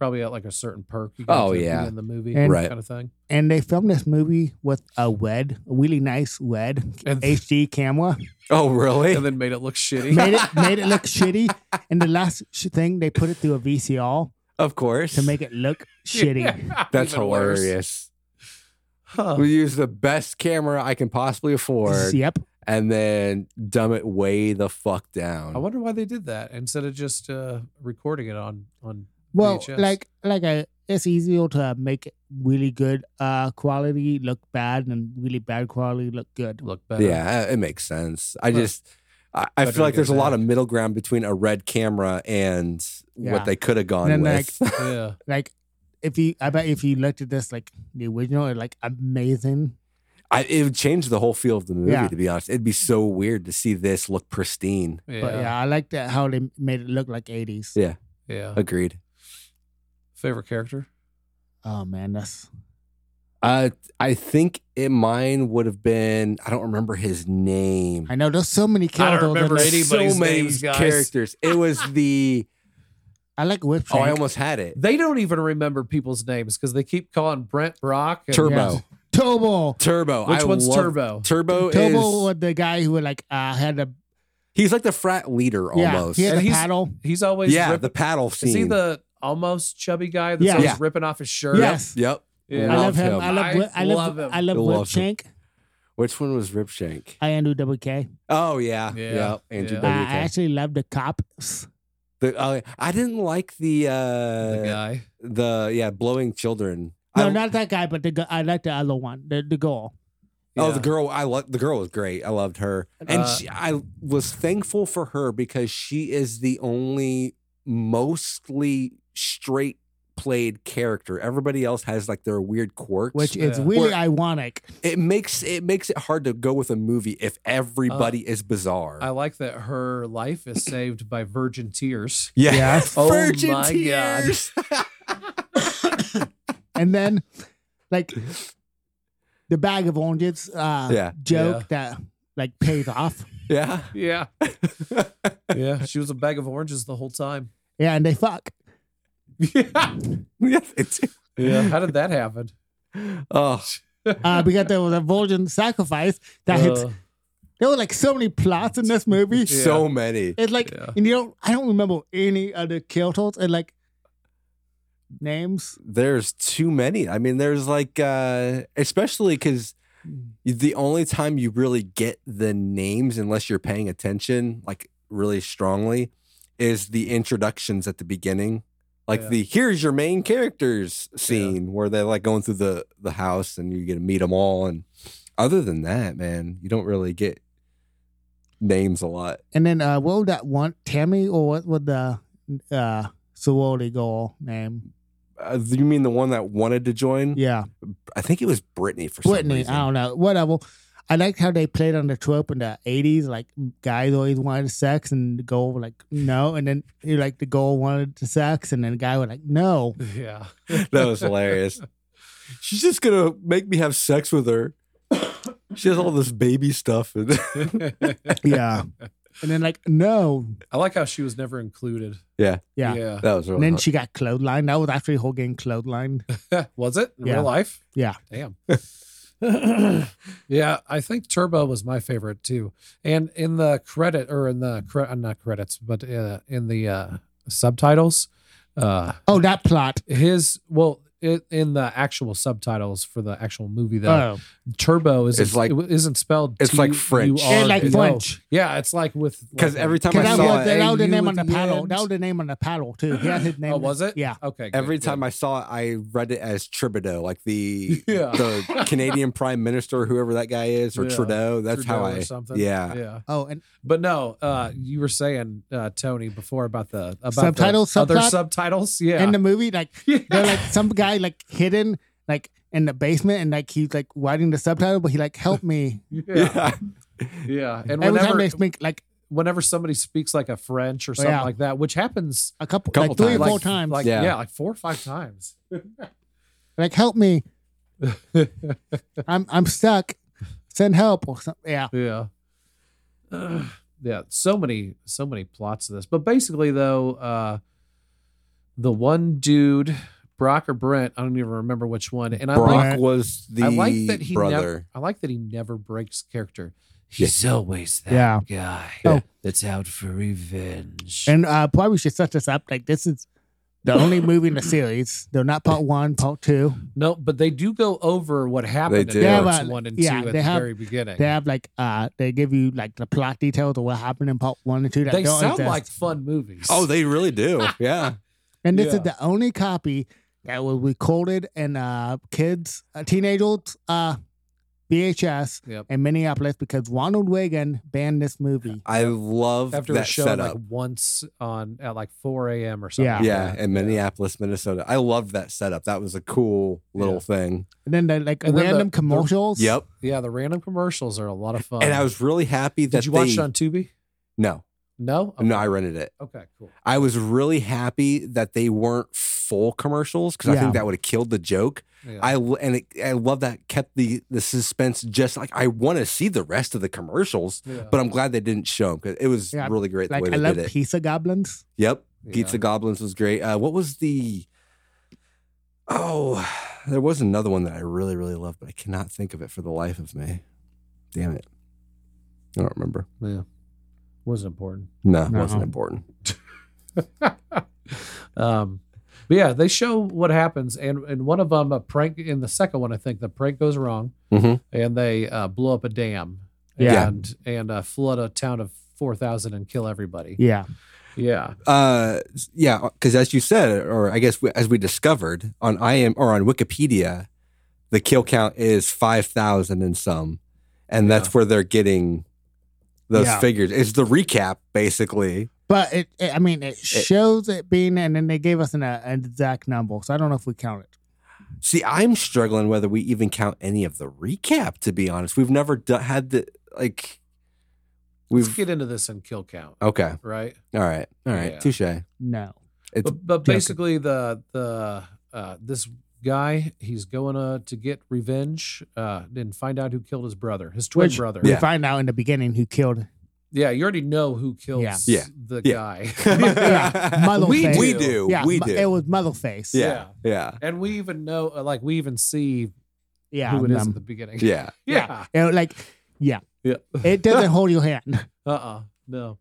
[SPEAKER 3] probably at like a certain perk. You got
[SPEAKER 2] Oh,
[SPEAKER 3] to be
[SPEAKER 2] yeah.
[SPEAKER 3] in the movie,
[SPEAKER 1] And-
[SPEAKER 2] Right.
[SPEAKER 3] kind of thing.
[SPEAKER 1] And they filmed this movie with a red, a really nice red
[SPEAKER 3] And,
[SPEAKER 1] HD camera.
[SPEAKER 2] Oh really?
[SPEAKER 3] and then made it look shitty.
[SPEAKER 1] made it made it look shitty. And the last sh- thing they put it through a VCR
[SPEAKER 2] Of course.
[SPEAKER 1] to make it look shitty.
[SPEAKER 3] Yeah,
[SPEAKER 2] That's
[SPEAKER 3] even worse.
[SPEAKER 2] hilarious.
[SPEAKER 3] Huh.
[SPEAKER 2] We use the best camera I can possibly afford
[SPEAKER 1] Yep.
[SPEAKER 2] and then dumb it way the fuck down.
[SPEAKER 3] I wonder why they did that instead of just uh, recording it on on.
[SPEAKER 1] Well,
[SPEAKER 3] VHS.
[SPEAKER 1] like like I, it's easier to make really good uh quality look bad and really bad quality look good.
[SPEAKER 3] Look better.
[SPEAKER 2] yeah, it makes sense. I
[SPEAKER 3] Huh.
[SPEAKER 2] just I, I
[SPEAKER 3] Better
[SPEAKER 2] feel like
[SPEAKER 3] get
[SPEAKER 2] there's a lot
[SPEAKER 3] that.
[SPEAKER 2] of middle ground between a red camera and
[SPEAKER 1] Yeah.
[SPEAKER 2] what they could have gone
[SPEAKER 1] Then,
[SPEAKER 2] with.
[SPEAKER 3] Yeah.
[SPEAKER 1] Like if you, I bet if you looked at this like the original, it like amazing.
[SPEAKER 2] I, it would change the whole feel of the movie,
[SPEAKER 1] Yeah.
[SPEAKER 2] to be honest. It'd be so weird to see this look pristine.
[SPEAKER 3] Yeah.
[SPEAKER 1] But yeah, I like that how they made it look like eighties.
[SPEAKER 2] Yeah.
[SPEAKER 3] yeah.
[SPEAKER 2] Agreed.
[SPEAKER 3] Favorite character?
[SPEAKER 1] Oh man, that's
[SPEAKER 2] Uh, I think it mine would have been, I don't remember his name.
[SPEAKER 1] I know there's so many characters. in
[SPEAKER 3] remember
[SPEAKER 1] this.
[SPEAKER 3] any- anybody's names, guys.
[SPEAKER 2] characters. It was the,
[SPEAKER 1] I like Whip
[SPEAKER 2] oh, I
[SPEAKER 1] Shank.
[SPEAKER 2] almost had it.
[SPEAKER 3] They don't even remember people's names because they keep calling Brent Brock. and-
[SPEAKER 2] Turbo.
[SPEAKER 1] Yeah. Turbo.
[SPEAKER 2] Turbo.
[SPEAKER 3] Which
[SPEAKER 2] I
[SPEAKER 3] one's
[SPEAKER 2] love-
[SPEAKER 3] Turbo?
[SPEAKER 2] Turbo
[SPEAKER 1] Turbo
[SPEAKER 2] is,
[SPEAKER 1] was the guy who like uh, had a
[SPEAKER 2] he's like the frat leader almost.
[SPEAKER 1] yeah, he
[SPEAKER 2] Yeah,
[SPEAKER 1] had
[SPEAKER 3] And
[SPEAKER 1] a
[SPEAKER 3] he's-
[SPEAKER 1] paddle.
[SPEAKER 3] He's always ripping,
[SPEAKER 2] the paddle scene.
[SPEAKER 3] is he the almost chubby guy that's
[SPEAKER 1] Yeah.
[SPEAKER 3] always
[SPEAKER 2] Yeah.
[SPEAKER 3] ripping off his shirt?
[SPEAKER 1] Yes,
[SPEAKER 2] Yep.
[SPEAKER 3] Yeah.
[SPEAKER 1] I love
[SPEAKER 2] Love
[SPEAKER 1] him.
[SPEAKER 2] him.
[SPEAKER 1] I love.
[SPEAKER 3] I
[SPEAKER 1] Whip- I love.
[SPEAKER 3] love him.
[SPEAKER 1] I love
[SPEAKER 2] I love
[SPEAKER 1] Whip Shank.
[SPEAKER 2] Which one was Ripshank?
[SPEAKER 1] I Andrew Double K.
[SPEAKER 2] Oh, yeah.
[SPEAKER 3] Yeah.
[SPEAKER 2] Yep. Andrew
[SPEAKER 3] Yeah.
[SPEAKER 1] I I
[SPEAKER 2] WK.
[SPEAKER 1] actually love the cops.
[SPEAKER 2] The- oh, I didn't like the, uh,
[SPEAKER 3] The guy.
[SPEAKER 2] the yeah blowing children.
[SPEAKER 1] No,
[SPEAKER 2] I,
[SPEAKER 1] not that guy, but the gu- I like the other one, the, the girl.
[SPEAKER 2] oh,
[SPEAKER 3] Yeah.
[SPEAKER 2] the girl. I lo- the girl was great. I loved her, and
[SPEAKER 3] Uh,
[SPEAKER 2] she, I was thankful for her because she is the only mostly straight played character. Everybody else has like their weird quirks,
[SPEAKER 1] Which is
[SPEAKER 3] Yeah.
[SPEAKER 1] really
[SPEAKER 2] Or-
[SPEAKER 1] ironic.
[SPEAKER 2] it makes it makes it hard to go with a movie if everybody is bizarre.
[SPEAKER 3] Uh, I like that her life is saved by virgin tears.
[SPEAKER 2] yeah,
[SPEAKER 1] Yeah.
[SPEAKER 3] Oh
[SPEAKER 2] virgin
[SPEAKER 3] my God.
[SPEAKER 2] tears.
[SPEAKER 1] And then, like, the bag of oranges uh,
[SPEAKER 2] Yeah.
[SPEAKER 1] joke that like pays off.
[SPEAKER 2] yeah,
[SPEAKER 3] Yeah. yeah. She was a bag of oranges the whole time.
[SPEAKER 1] Yeah, and they fuck.
[SPEAKER 3] Yeah.
[SPEAKER 2] yes, it's,
[SPEAKER 3] Yeah. How did that happen?
[SPEAKER 2] oh,
[SPEAKER 1] Uh, because there was a virgin sacrifice that hits.
[SPEAKER 3] Uh,
[SPEAKER 1] There were like so many plots in this movie.
[SPEAKER 3] Yeah.
[SPEAKER 2] so many.
[SPEAKER 1] It's like,
[SPEAKER 3] Yeah.
[SPEAKER 1] and you don't, I don't remember any other characters and like names.
[SPEAKER 2] there's too many. I mean, there's like, uh, especially because the only time you really get the names, unless you're paying attention, like really strongly, is the introductions at the beginning. Like
[SPEAKER 3] Yeah.
[SPEAKER 2] the here's your main characters scene where they're like going through the the house and you get to meet them all. And other than that, man, you don't really get names a lot.
[SPEAKER 1] And then, uh, what was that one? Tammy or what was the uh, sorority girl name?
[SPEAKER 2] Uh, you mean the one that wanted to join?
[SPEAKER 1] Yeah.
[SPEAKER 2] I think it was Brittany for some
[SPEAKER 1] Whitney,
[SPEAKER 2] reason.
[SPEAKER 1] I don't know, whatever. I liked how they played on the trope in the eighties, like guys always wanted sex and the girl was like no, and then you like the girl wanted to sex and then the guy was like no.
[SPEAKER 3] yeah.
[SPEAKER 2] that was hilarious. She's just gonna make me have sex with her. She has all this baby stuff. And
[SPEAKER 1] Yeah. and then like no.
[SPEAKER 3] I like how she was never included.
[SPEAKER 2] Yeah.
[SPEAKER 1] Yeah.
[SPEAKER 3] Yeah.
[SPEAKER 2] that was
[SPEAKER 1] And
[SPEAKER 2] really
[SPEAKER 1] then
[SPEAKER 2] hot.
[SPEAKER 1] she got clotheslined. That was actually her getting clotheslined.
[SPEAKER 3] was it in
[SPEAKER 1] Yeah.
[SPEAKER 3] real life?
[SPEAKER 1] Yeah.
[SPEAKER 3] Damn. yeah, I think Turbo was my favorite too. And in the credit or in the cre- uh, not credits, but uh, in the uh, subtitles, uh,
[SPEAKER 1] Oh, that plot.
[SPEAKER 3] his well it, in the actual subtitles for the actual movie though,
[SPEAKER 1] Oh,
[SPEAKER 3] Turbo is
[SPEAKER 2] It's like-
[SPEAKER 3] isn't spelled.
[SPEAKER 2] it's like French.
[SPEAKER 3] T U R B O.
[SPEAKER 1] and like French.
[SPEAKER 3] Yeah, it's like with
[SPEAKER 2] 'Cause
[SPEAKER 3] like-
[SPEAKER 2] every time
[SPEAKER 1] Because
[SPEAKER 2] I
[SPEAKER 1] that
[SPEAKER 2] saw
[SPEAKER 1] was
[SPEAKER 2] it,
[SPEAKER 1] that was the
[SPEAKER 3] AU
[SPEAKER 1] name
[SPEAKER 3] at
[SPEAKER 1] on the
[SPEAKER 3] the
[SPEAKER 1] paddle.
[SPEAKER 3] end.
[SPEAKER 1] That was the name on the paddle too. He had his name.
[SPEAKER 3] oh, was it?
[SPEAKER 1] Yeah.
[SPEAKER 3] Okay. good,
[SPEAKER 2] Every
[SPEAKER 3] good.
[SPEAKER 2] time I saw it, I read it as Tribideau, like the
[SPEAKER 3] Yeah.
[SPEAKER 2] the Canadian Prime Minister, whoever that guy is, or
[SPEAKER 3] Yeah.
[SPEAKER 2] Trudeau. That's how
[SPEAKER 3] Trudeau or
[SPEAKER 2] I.
[SPEAKER 3] something.
[SPEAKER 2] Yeah.
[SPEAKER 3] Yeah.
[SPEAKER 1] Oh, and
[SPEAKER 3] But no, uh, you were saying uh, Tony before about the about
[SPEAKER 1] Subtitles,
[SPEAKER 3] the other
[SPEAKER 1] subplot?
[SPEAKER 3] subtitles. Yeah,
[SPEAKER 1] in the movie, like
[SPEAKER 3] Yeah.
[SPEAKER 1] they're like some guy like hidden like in the basement and like he's like writing the subtitle, but he like help me.
[SPEAKER 3] Yeah. Yeah. And
[SPEAKER 1] Every time
[SPEAKER 3] whenever
[SPEAKER 1] they speak like
[SPEAKER 3] whenever somebody speaks like a French or something
[SPEAKER 1] yeah.
[SPEAKER 3] like that, which happens
[SPEAKER 1] a couple,
[SPEAKER 2] Couple
[SPEAKER 1] like three
[SPEAKER 2] times.
[SPEAKER 1] or four
[SPEAKER 3] like,
[SPEAKER 1] times,
[SPEAKER 3] Like
[SPEAKER 1] like,
[SPEAKER 2] Yeah.
[SPEAKER 3] yeah. like four or five times.
[SPEAKER 1] help me, I'm I'm stuck, send help or something. Yeah,
[SPEAKER 3] yeah. Ugh. yeah. So many, so many plots of this. But basically though, uh the one dude, Brock or Brent, I don't even remember which one. And I
[SPEAKER 2] Brock
[SPEAKER 3] like
[SPEAKER 2] was the
[SPEAKER 3] I like that he
[SPEAKER 2] brother.
[SPEAKER 3] never I like that he never breaks character.
[SPEAKER 2] Yeah.
[SPEAKER 3] He's always that
[SPEAKER 1] Yeah.
[SPEAKER 3] guy
[SPEAKER 1] Oh.
[SPEAKER 3] that's out for revenge.
[SPEAKER 1] and uh, probably should set this up. Like this is the only movie in the series. They're not part one, part two.
[SPEAKER 3] No, but they do go over what happened
[SPEAKER 2] do.
[SPEAKER 3] in
[SPEAKER 2] Yeah,
[SPEAKER 3] parts
[SPEAKER 1] but-
[SPEAKER 3] one and
[SPEAKER 1] yeah,
[SPEAKER 3] two at
[SPEAKER 1] they
[SPEAKER 3] the
[SPEAKER 1] have-
[SPEAKER 3] very beginning.
[SPEAKER 1] They have like uh, they give you like the plot details of what happened in part one and two. That
[SPEAKER 3] They
[SPEAKER 1] don't
[SPEAKER 3] sound
[SPEAKER 1] exist.
[SPEAKER 3] like fun movies.
[SPEAKER 2] Oh, they really do. Yeah.
[SPEAKER 1] And this
[SPEAKER 3] Yeah.
[SPEAKER 1] is the only copy that was recorded in uh, kids, uh, teenagers, uh, VHS
[SPEAKER 3] Yep.
[SPEAKER 1] in Minneapolis because Ronald Reagan banned this movie.
[SPEAKER 2] I love
[SPEAKER 3] after the
[SPEAKER 2] that
[SPEAKER 3] show
[SPEAKER 2] setup.
[SPEAKER 3] like once on at like four a.m. or something.
[SPEAKER 1] Yeah.
[SPEAKER 3] like
[SPEAKER 2] yeah,
[SPEAKER 3] that.
[SPEAKER 2] in Minneapolis, Minnesota. I loved that setup. That was a cool little
[SPEAKER 3] Yeah.
[SPEAKER 2] thing.
[SPEAKER 1] And then the like
[SPEAKER 3] And then the-
[SPEAKER 1] random
[SPEAKER 3] the-
[SPEAKER 1] commercials.
[SPEAKER 2] Yep.
[SPEAKER 3] yeah. The random commercials are a lot of fun.
[SPEAKER 2] and I was really happy that
[SPEAKER 3] Did you watch
[SPEAKER 2] they,
[SPEAKER 3] it on Tubi?
[SPEAKER 2] No,
[SPEAKER 3] No.
[SPEAKER 2] no, I rented it.
[SPEAKER 3] Okay. Cool.
[SPEAKER 2] I was really happy that they weren't full commercials because I
[SPEAKER 1] Yeah.
[SPEAKER 2] think that would have killed the joke.
[SPEAKER 3] Yeah.
[SPEAKER 2] I l- and it, I love that kept the the suspense. Just like I want to see the rest of the commercials,
[SPEAKER 3] Yeah.
[SPEAKER 2] but I'm glad they didn't show them because it was
[SPEAKER 1] Yeah,
[SPEAKER 2] really great
[SPEAKER 1] Like
[SPEAKER 2] the way
[SPEAKER 1] I
[SPEAKER 2] they
[SPEAKER 1] love
[SPEAKER 2] did it.
[SPEAKER 1] pizza goblins.
[SPEAKER 2] Yep,
[SPEAKER 3] Yeah.
[SPEAKER 2] Pizza Goblins was great. Uh, what was the? Oh, there was another one that I really really loved, but I cannot think of it for the life of me. Damn it, I don't remember.
[SPEAKER 3] yeah. Wasn't important.
[SPEAKER 2] No, it
[SPEAKER 1] No.
[SPEAKER 2] wasn't important.
[SPEAKER 3] um, but yeah, they show what happens, and and one of them a prank in the second one. I think the prank goes wrong,
[SPEAKER 2] Mhm.
[SPEAKER 3] and they uh, blow up a dam,
[SPEAKER 1] Yeah.
[SPEAKER 3] and and uh, flood a town of four thousand and kill everybody.
[SPEAKER 1] Yeah.
[SPEAKER 3] Yeah,
[SPEAKER 2] uh yeah because as you said or i guess we, as we discovered on i am or on wikipedia the kill count is 5000 and some and
[SPEAKER 3] Yeah.
[SPEAKER 2] that's where they're getting those
[SPEAKER 1] Yeah.
[SPEAKER 2] figures it's the recap basically
[SPEAKER 1] But it, it- I mean, it shows it being, and then they gave us an, uh, an exact number, so I don't know if we count it.
[SPEAKER 2] see i'm struggling whether we even count any of the recap to be honest we've never do- had the like
[SPEAKER 3] let's
[SPEAKER 2] we've Oh.
[SPEAKER 3] get into this and kill count,
[SPEAKER 2] okay
[SPEAKER 3] right?
[SPEAKER 2] all right all right
[SPEAKER 3] Yeah.
[SPEAKER 2] touche
[SPEAKER 1] No.
[SPEAKER 2] it's
[SPEAKER 3] But, but basically, the the uh, this guy he's going uh, to get revenge uh, and find out who killed his brother, his twin
[SPEAKER 1] Which-
[SPEAKER 3] brother.
[SPEAKER 1] We
[SPEAKER 2] Yeah.
[SPEAKER 1] find out in the beginning who killed.
[SPEAKER 3] yeah. You already know who kills
[SPEAKER 1] Yeah.
[SPEAKER 2] Yeah.
[SPEAKER 3] the
[SPEAKER 2] Yeah.
[SPEAKER 3] guy.
[SPEAKER 1] Yeah, Mother
[SPEAKER 3] We
[SPEAKER 1] Face.
[SPEAKER 2] we
[SPEAKER 3] do.
[SPEAKER 2] do
[SPEAKER 1] Yeah,
[SPEAKER 2] we
[SPEAKER 1] mu-
[SPEAKER 2] do
[SPEAKER 1] It was Motherface.
[SPEAKER 2] yeah yeah
[SPEAKER 3] And we even know, uh, like, we even see
[SPEAKER 1] yeah.
[SPEAKER 3] who it is
[SPEAKER 1] um,
[SPEAKER 3] at the beginning.
[SPEAKER 2] yeah
[SPEAKER 3] Yeah.
[SPEAKER 1] it, like, yeah,
[SPEAKER 3] Yeah.
[SPEAKER 1] it doesn't hold your hand.
[SPEAKER 3] Uh uh No.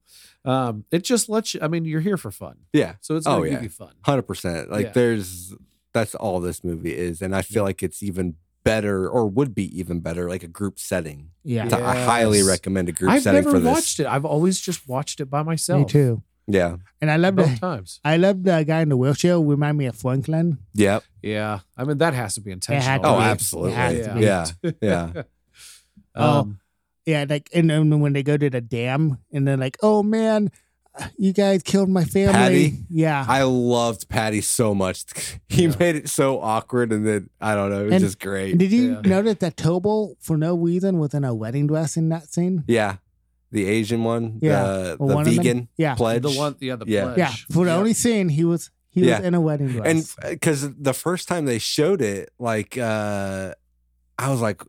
[SPEAKER 3] Um, it just lets you, I mean, you're here for fun.
[SPEAKER 2] yeah
[SPEAKER 3] So it's
[SPEAKER 2] Oh,
[SPEAKER 3] going to
[SPEAKER 2] yeah.
[SPEAKER 3] give you fun.
[SPEAKER 2] Hundred percent. Like
[SPEAKER 3] Yeah.
[SPEAKER 2] there's that's all this movie is, and I feel like it's even better, or would be even better, like a group setting.
[SPEAKER 1] Yeah,
[SPEAKER 2] To- I highly
[SPEAKER 3] Yes.
[SPEAKER 2] recommend a group
[SPEAKER 3] I've
[SPEAKER 2] setting
[SPEAKER 3] never
[SPEAKER 2] for this.
[SPEAKER 3] watched it. I've always just watched it by myself.
[SPEAKER 1] me too.
[SPEAKER 2] Yeah.
[SPEAKER 1] And I love
[SPEAKER 3] Both
[SPEAKER 1] the
[SPEAKER 3] times.
[SPEAKER 1] I love the guy in the wheelchair. Remind me of Franklin.
[SPEAKER 2] Yep.
[SPEAKER 3] Yeah. I mean, that has to be
[SPEAKER 1] It had
[SPEAKER 3] intentional.
[SPEAKER 1] to
[SPEAKER 2] Oh,
[SPEAKER 1] be. It
[SPEAKER 3] right?
[SPEAKER 2] absolutely.
[SPEAKER 1] had to
[SPEAKER 3] Yeah.
[SPEAKER 1] be.
[SPEAKER 2] Yeah. Yeah.
[SPEAKER 1] Oh.
[SPEAKER 3] Um,
[SPEAKER 1] Yeah, like and then when they go to the dam and they're like, "Oh man, you guys killed my family."
[SPEAKER 2] Patty?
[SPEAKER 1] Yeah,
[SPEAKER 2] I loved Patty so much. he
[SPEAKER 3] Yeah.
[SPEAKER 2] made it so awkward, and then I don't know, it was
[SPEAKER 1] And-
[SPEAKER 2] just great.
[SPEAKER 1] did you
[SPEAKER 3] Yeah.
[SPEAKER 1] notice that Tobol for no reason was in a wedding dress in that scene?
[SPEAKER 2] yeah. The Asian one.
[SPEAKER 1] Yeah.
[SPEAKER 2] The,
[SPEAKER 1] Or
[SPEAKER 2] the
[SPEAKER 1] one of them?
[SPEAKER 2] vegan
[SPEAKER 1] Yeah,
[SPEAKER 2] pledge.
[SPEAKER 3] the one, yeah, the
[SPEAKER 2] Yeah.
[SPEAKER 3] pledge.
[SPEAKER 1] yeah. For the
[SPEAKER 3] Yeah.
[SPEAKER 1] only scene he was he
[SPEAKER 2] Yeah.
[SPEAKER 1] was in a wedding dress.
[SPEAKER 2] and because the first time they showed it like uh i was like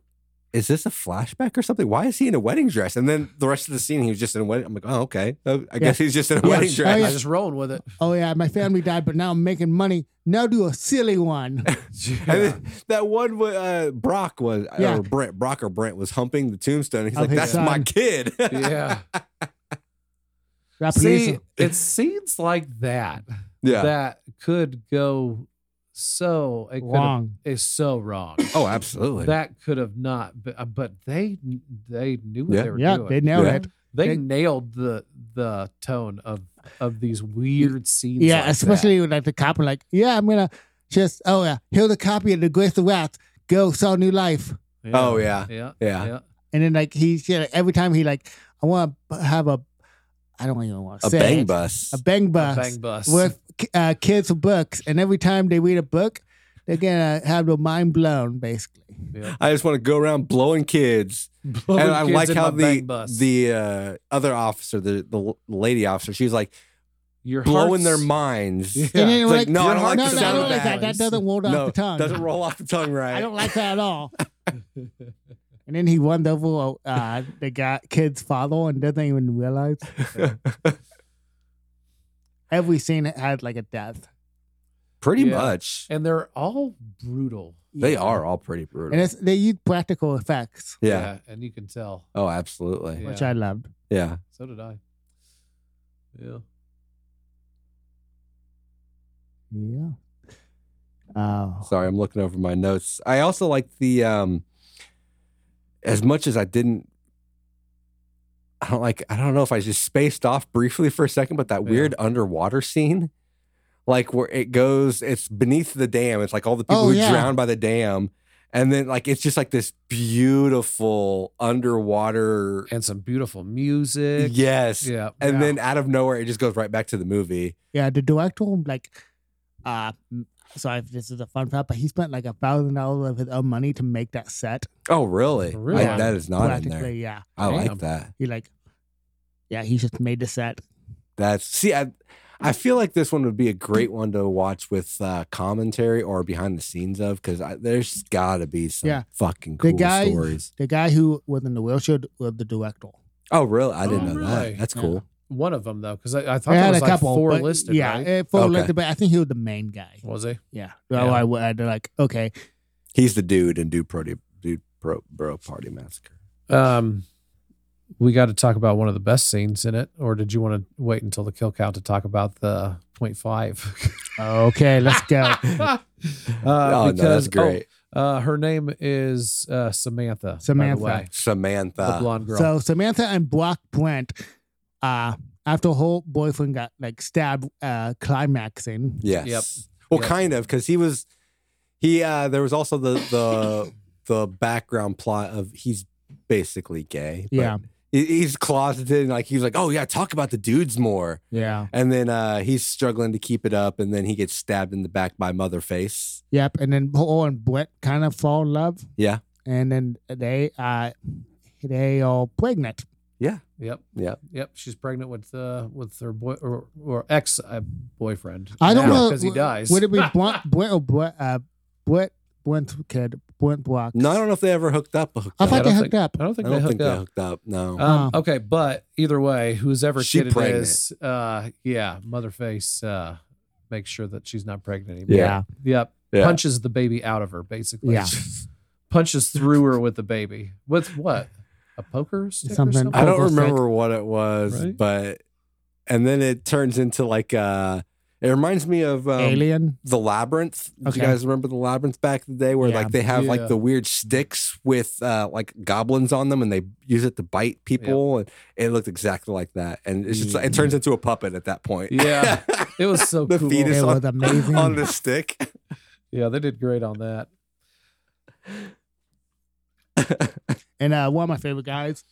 [SPEAKER 2] is this a flashback or something why is he in a wedding dress and then the rest of the scene he was just in a wedding i'm like oh okay Oh, i guess he's just in a
[SPEAKER 1] Yeah.
[SPEAKER 2] wedding
[SPEAKER 1] Oh,
[SPEAKER 2] dress
[SPEAKER 1] yeah.
[SPEAKER 3] I'm just rolling with it.
[SPEAKER 1] oh yeah, my family died, but now I'm making money. Now do a silly one.
[SPEAKER 2] And then that one wa- uh, Brock was
[SPEAKER 1] Yeah.
[SPEAKER 2] or Brent Brock or Brent was humping the tombstone. He's
[SPEAKER 1] Of
[SPEAKER 2] like,
[SPEAKER 1] his
[SPEAKER 2] "That's
[SPEAKER 1] son.
[SPEAKER 2] my kid."
[SPEAKER 3] yeah.
[SPEAKER 1] That
[SPEAKER 3] See,
[SPEAKER 1] police-
[SPEAKER 3] it seems like that
[SPEAKER 2] yeah.
[SPEAKER 3] that could go so it could have-
[SPEAKER 1] wrong.
[SPEAKER 3] is so wrong.
[SPEAKER 2] oh, absolutely.
[SPEAKER 3] that could have not, been, uh, but they they knew what
[SPEAKER 2] Yeah.
[SPEAKER 3] they were
[SPEAKER 1] Yeah,
[SPEAKER 3] doing.
[SPEAKER 1] they nailed
[SPEAKER 2] Yeah.
[SPEAKER 1] it.
[SPEAKER 3] They
[SPEAKER 1] they-
[SPEAKER 3] nailed the the tone of of these weird scenes.
[SPEAKER 1] Yeah,
[SPEAKER 3] like
[SPEAKER 1] especially with like the cop and like, yeah, I'm gonna just oh yeah, here's a copy of the Grace of Wrath. Go saw new life.
[SPEAKER 3] that.
[SPEAKER 2] Oh, yeah.
[SPEAKER 3] yeah,
[SPEAKER 2] yeah.
[SPEAKER 3] yeah.
[SPEAKER 1] And then like he you know, every time he like, I want to have a, I don't even want to
[SPEAKER 2] A
[SPEAKER 1] say
[SPEAKER 2] bang
[SPEAKER 1] it.
[SPEAKER 2] bus.
[SPEAKER 1] a bang
[SPEAKER 3] A
[SPEAKER 1] bus
[SPEAKER 3] Bang bus.
[SPEAKER 1] with uh, kids with books. And every time they read a book, They're gonna have their mind blown, basically.
[SPEAKER 3] Yeah.
[SPEAKER 2] I just want to go around blowing kids. and I
[SPEAKER 3] Kids
[SPEAKER 2] like
[SPEAKER 3] in
[SPEAKER 2] how
[SPEAKER 3] my bang
[SPEAKER 2] the
[SPEAKER 3] bus.
[SPEAKER 2] the uh, other officer, the the lady officer, she's like
[SPEAKER 3] your
[SPEAKER 2] blowing
[SPEAKER 3] hearts-
[SPEAKER 2] their minds.
[SPEAKER 3] Yeah.
[SPEAKER 1] And then
[SPEAKER 2] It's
[SPEAKER 1] we're
[SPEAKER 2] like, no, I
[SPEAKER 3] your
[SPEAKER 2] don't like
[SPEAKER 3] heart-
[SPEAKER 2] the
[SPEAKER 1] no, no, I
[SPEAKER 2] sound
[SPEAKER 1] don't
[SPEAKER 2] of
[SPEAKER 1] like that. That
[SPEAKER 3] balance.
[SPEAKER 1] doesn't roll off
[SPEAKER 2] No,
[SPEAKER 1] the tongue.
[SPEAKER 2] doesn't roll off the tongue right.
[SPEAKER 1] I don't like that at all. and then he won over uh, the guy kid's father and doesn't even realize. Every scene had like a death.
[SPEAKER 2] pretty
[SPEAKER 3] Yeah.
[SPEAKER 2] much.
[SPEAKER 3] and they're all brutal.
[SPEAKER 2] They are all pretty brutal.
[SPEAKER 1] and it's, they use practical effects,
[SPEAKER 2] yeah.
[SPEAKER 3] and you can tell.
[SPEAKER 2] Oh, absolutely.
[SPEAKER 1] which
[SPEAKER 3] Yeah.
[SPEAKER 1] I loved.
[SPEAKER 2] Yeah.
[SPEAKER 3] So did I. Yeah.
[SPEAKER 1] Yeah. Oh,
[SPEAKER 2] Sorry, I'm looking over my notes. I also like the um as much as I didn't I don't like I don't know if I just spaced off briefly for a second, but that
[SPEAKER 3] Yeah.
[SPEAKER 2] weird underwater scene. Like where it goes, it's beneath the dam. It's like all the people
[SPEAKER 1] Oh,
[SPEAKER 2] who
[SPEAKER 1] yeah.
[SPEAKER 2] drowned by the dam. And then like it's just like this beautiful underwater
[SPEAKER 3] And some beautiful music.
[SPEAKER 2] Yes.
[SPEAKER 3] Yeah.
[SPEAKER 2] And
[SPEAKER 1] Yeah.
[SPEAKER 2] then out of nowhere it just goes right back to the movie.
[SPEAKER 1] yeah. The director, like, uh, m- sorry if this is a fun fact, but he spent like a thousand dollars of his own money to make that set.
[SPEAKER 2] Oh really?
[SPEAKER 3] Really?
[SPEAKER 2] Like, that is not in
[SPEAKER 1] practically,
[SPEAKER 2] there.
[SPEAKER 1] yeah.
[SPEAKER 2] I
[SPEAKER 3] Damn.
[SPEAKER 2] like that.
[SPEAKER 1] He like, yeah, he just made the set.
[SPEAKER 2] That's see, I I feel like this one would be a great one to watch with uh, commentary or behind the scenes of because there's got to be some
[SPEAKER 1] Yeah.
[SPEAKER 2] fucking
[SPEAKER 1] The
[SPEAKER 2] cool
[SPEAKER 1] guy-
[SPEAKER 2] stories.
[SPEAKER 1] The guy who was in the wheelchair was the director.
[SPEAKER 2] Oh, really? I didn't
[SPEAKER 3] Oh,
[SPEAKER 2] know
[SPEAKER 3] really?
[SPEAKER 2] that. That's cool.
[SPEAKER 3] One of them though, because I, I thought
[SPEAKER 1] I
[SPEAKER 3] there
[SPEAKER 1] had
[SPEAKER 3] was
[SPEAKER 1] a
[SPEAKER 3] like
[SPEAKER 1] couple.
[SPEAKER 3] four
[SPEAKER 1] but-
[SPEAKER 3] listed.
[SPEAKER 1] Yeah,
[SPEAKER 3] right?
[SPEAKER 1] eh, four
[SPEAKER 2] Okay.
[SPEAKER 1] listed, but I think he was the main guy.
[SPEAKER 3] Was he?
[SPEAKER 1] Yeah.
[SPEAKER 3] Yeah.
[SPEAKER 1] So I wa- I had to like, okay.
[SPEAKER 2] He's the dude in Dude Pro Dude Pro Bro Party Massacre.
[SPEAKER 3] Um, we got to talk about one of the best scenes in it, or did you want to wait until the kill count to talk about the point five?
[SPEAKER 1] Okay, let's go.
[SPEAKER 3] uh,
[SPEAKER 2] oh no, that's
[SPEAKER 3] oh,
[SPEAKER 2] great.
[SPEAKER 3] uh, her name is uh, Samantha. By
[SPEAKER 1] Samantha.
[SPEAKER 3] the, way, the
[SPEAKER 2] Samantha.
[SPEAKER 3] blonde girl.
[SPEAKER 1] so Samantha and Brock Brent, uh, after her boyfriend got like stabbed, uh, climaxing.
[SPEAKER 2] yes.
[SPEAKER 3] Yep.
[SPEAKER 2] Well,
[SPEAKER 3] Yep.
[SPEAKER 2] kind of because he was he. uh There was also the the the background plot of he's basically gay. but
[SPEAKER 1] Yeah.
[SPEAKER 2] he- He's closeted and like he's like, oh yeah, talk about the dudes more.
[SPEAKER 1] Yeah.
[SPEAKER 2] And then uh, he's struggling to keep it up, and then he gets stabbed in the back by Motherface.
[SPEAKER 1] Yep. And then her and Brent kind of fall in love,
[SPEAKER 2] Yeah,
[SPEAKER 1] and then they uh, they are pregnant.
[SPEAKER 3] Yep.
[SPEAKER 2] Yep.
[SPEAKER 3] Yep. She's pregnant with uh with her boy or, or ex uh, boyfriend.
[SPEAKER 1] I don't know
[SPEAKER 3] because he
[SPEAKER 1] w-
[SPEAKER 3] dies.
[SPEAKER 1] Would it be Brent, Brent or Brent, uh, Brent, Brent's kid, Brent Brock?
[SPEAKER 2] no, I don't know if they ever hooked up. Hooked
[SPEAKER 1] I
[SPEAKER 2] up.
[SPEAKER 1] thought
[SPEAKER 3] I
[SPEAKER 1] they
[SPEAKER 3] don't
[SPEAKER 1] hooked up.
[SPEAKER 3] I don't
[SPEAKER 2] I
[SPEAKER 3] think
[SPEAKER 2] don't
[SPEAKER 3] they
[SPEAKER 2] think
[SPEAKER 3] hooked
[SPEAKER 2] they
[SPEAKER 3] up.
[SPEAKER 2] hooked up. No,
[SPEAKER 3] Um,
[SPEAKER 1] Oh.
[SPEAKER 3] okay, but either way, who's ever
[SPEAKER 2] She
[SPEAKER 3] kid it
[SPEAKER 2] pregnant.
[SPEAKER 3] is, uh, yeah, motherface uh, makes sure that she's not pregnant anymore.
[SPEAKER 1] Yeah.
[SPEAKER 3] Yep.
[SPEAKER 2] Yeah.
[SPEAKER 3] Punches the baby out of her, basically.
[SPEAKER 1] Yeah.
[SPEAKER 3] Punches through her with the baby. With what? A poker stick
[SPEAKER 1] Something.
[SPEAKER 3] Or something?
[SPEAKER 2] I don't
[SPEAKER 1] Oval
[SPEAKER 2] remember what it was,
[SPEAKER 3] Right?
[SPEAKER 2] but and then it turns into like uh, it reminds me of um,
[SPEAKER 1] Alien.
[SPEAKER 2] the labyrinth. Do
[SPEAKER 1] Okay.
[SPEAKER 2] you guys remember the labyrinth back in the day where
[SPEAKER 1] Yeah.
[SPEAKER 2] like they have
[SPEAKER 3] Yeah.
[SPEAKER 2] like the weird sticks with uh, like goblins on them and they use it to bite people and it looked exactly like that. And it's just it turns into a puppet at that point.
[SPEAKER 3] Yeah. It was so
[SPEAKER 2] the
[SPEAKER 3] cool.
[SPEAKER 2] fetus
[SPEAKER 1] It
[SPEAKER 2] on,
[SPEAKER 1] was amazing.
[SPEAKER 2] on the stick.
[SPEAKER 3] Yeah, they did great on that.
[SPEAKER 1] And uh, one of my favorite guys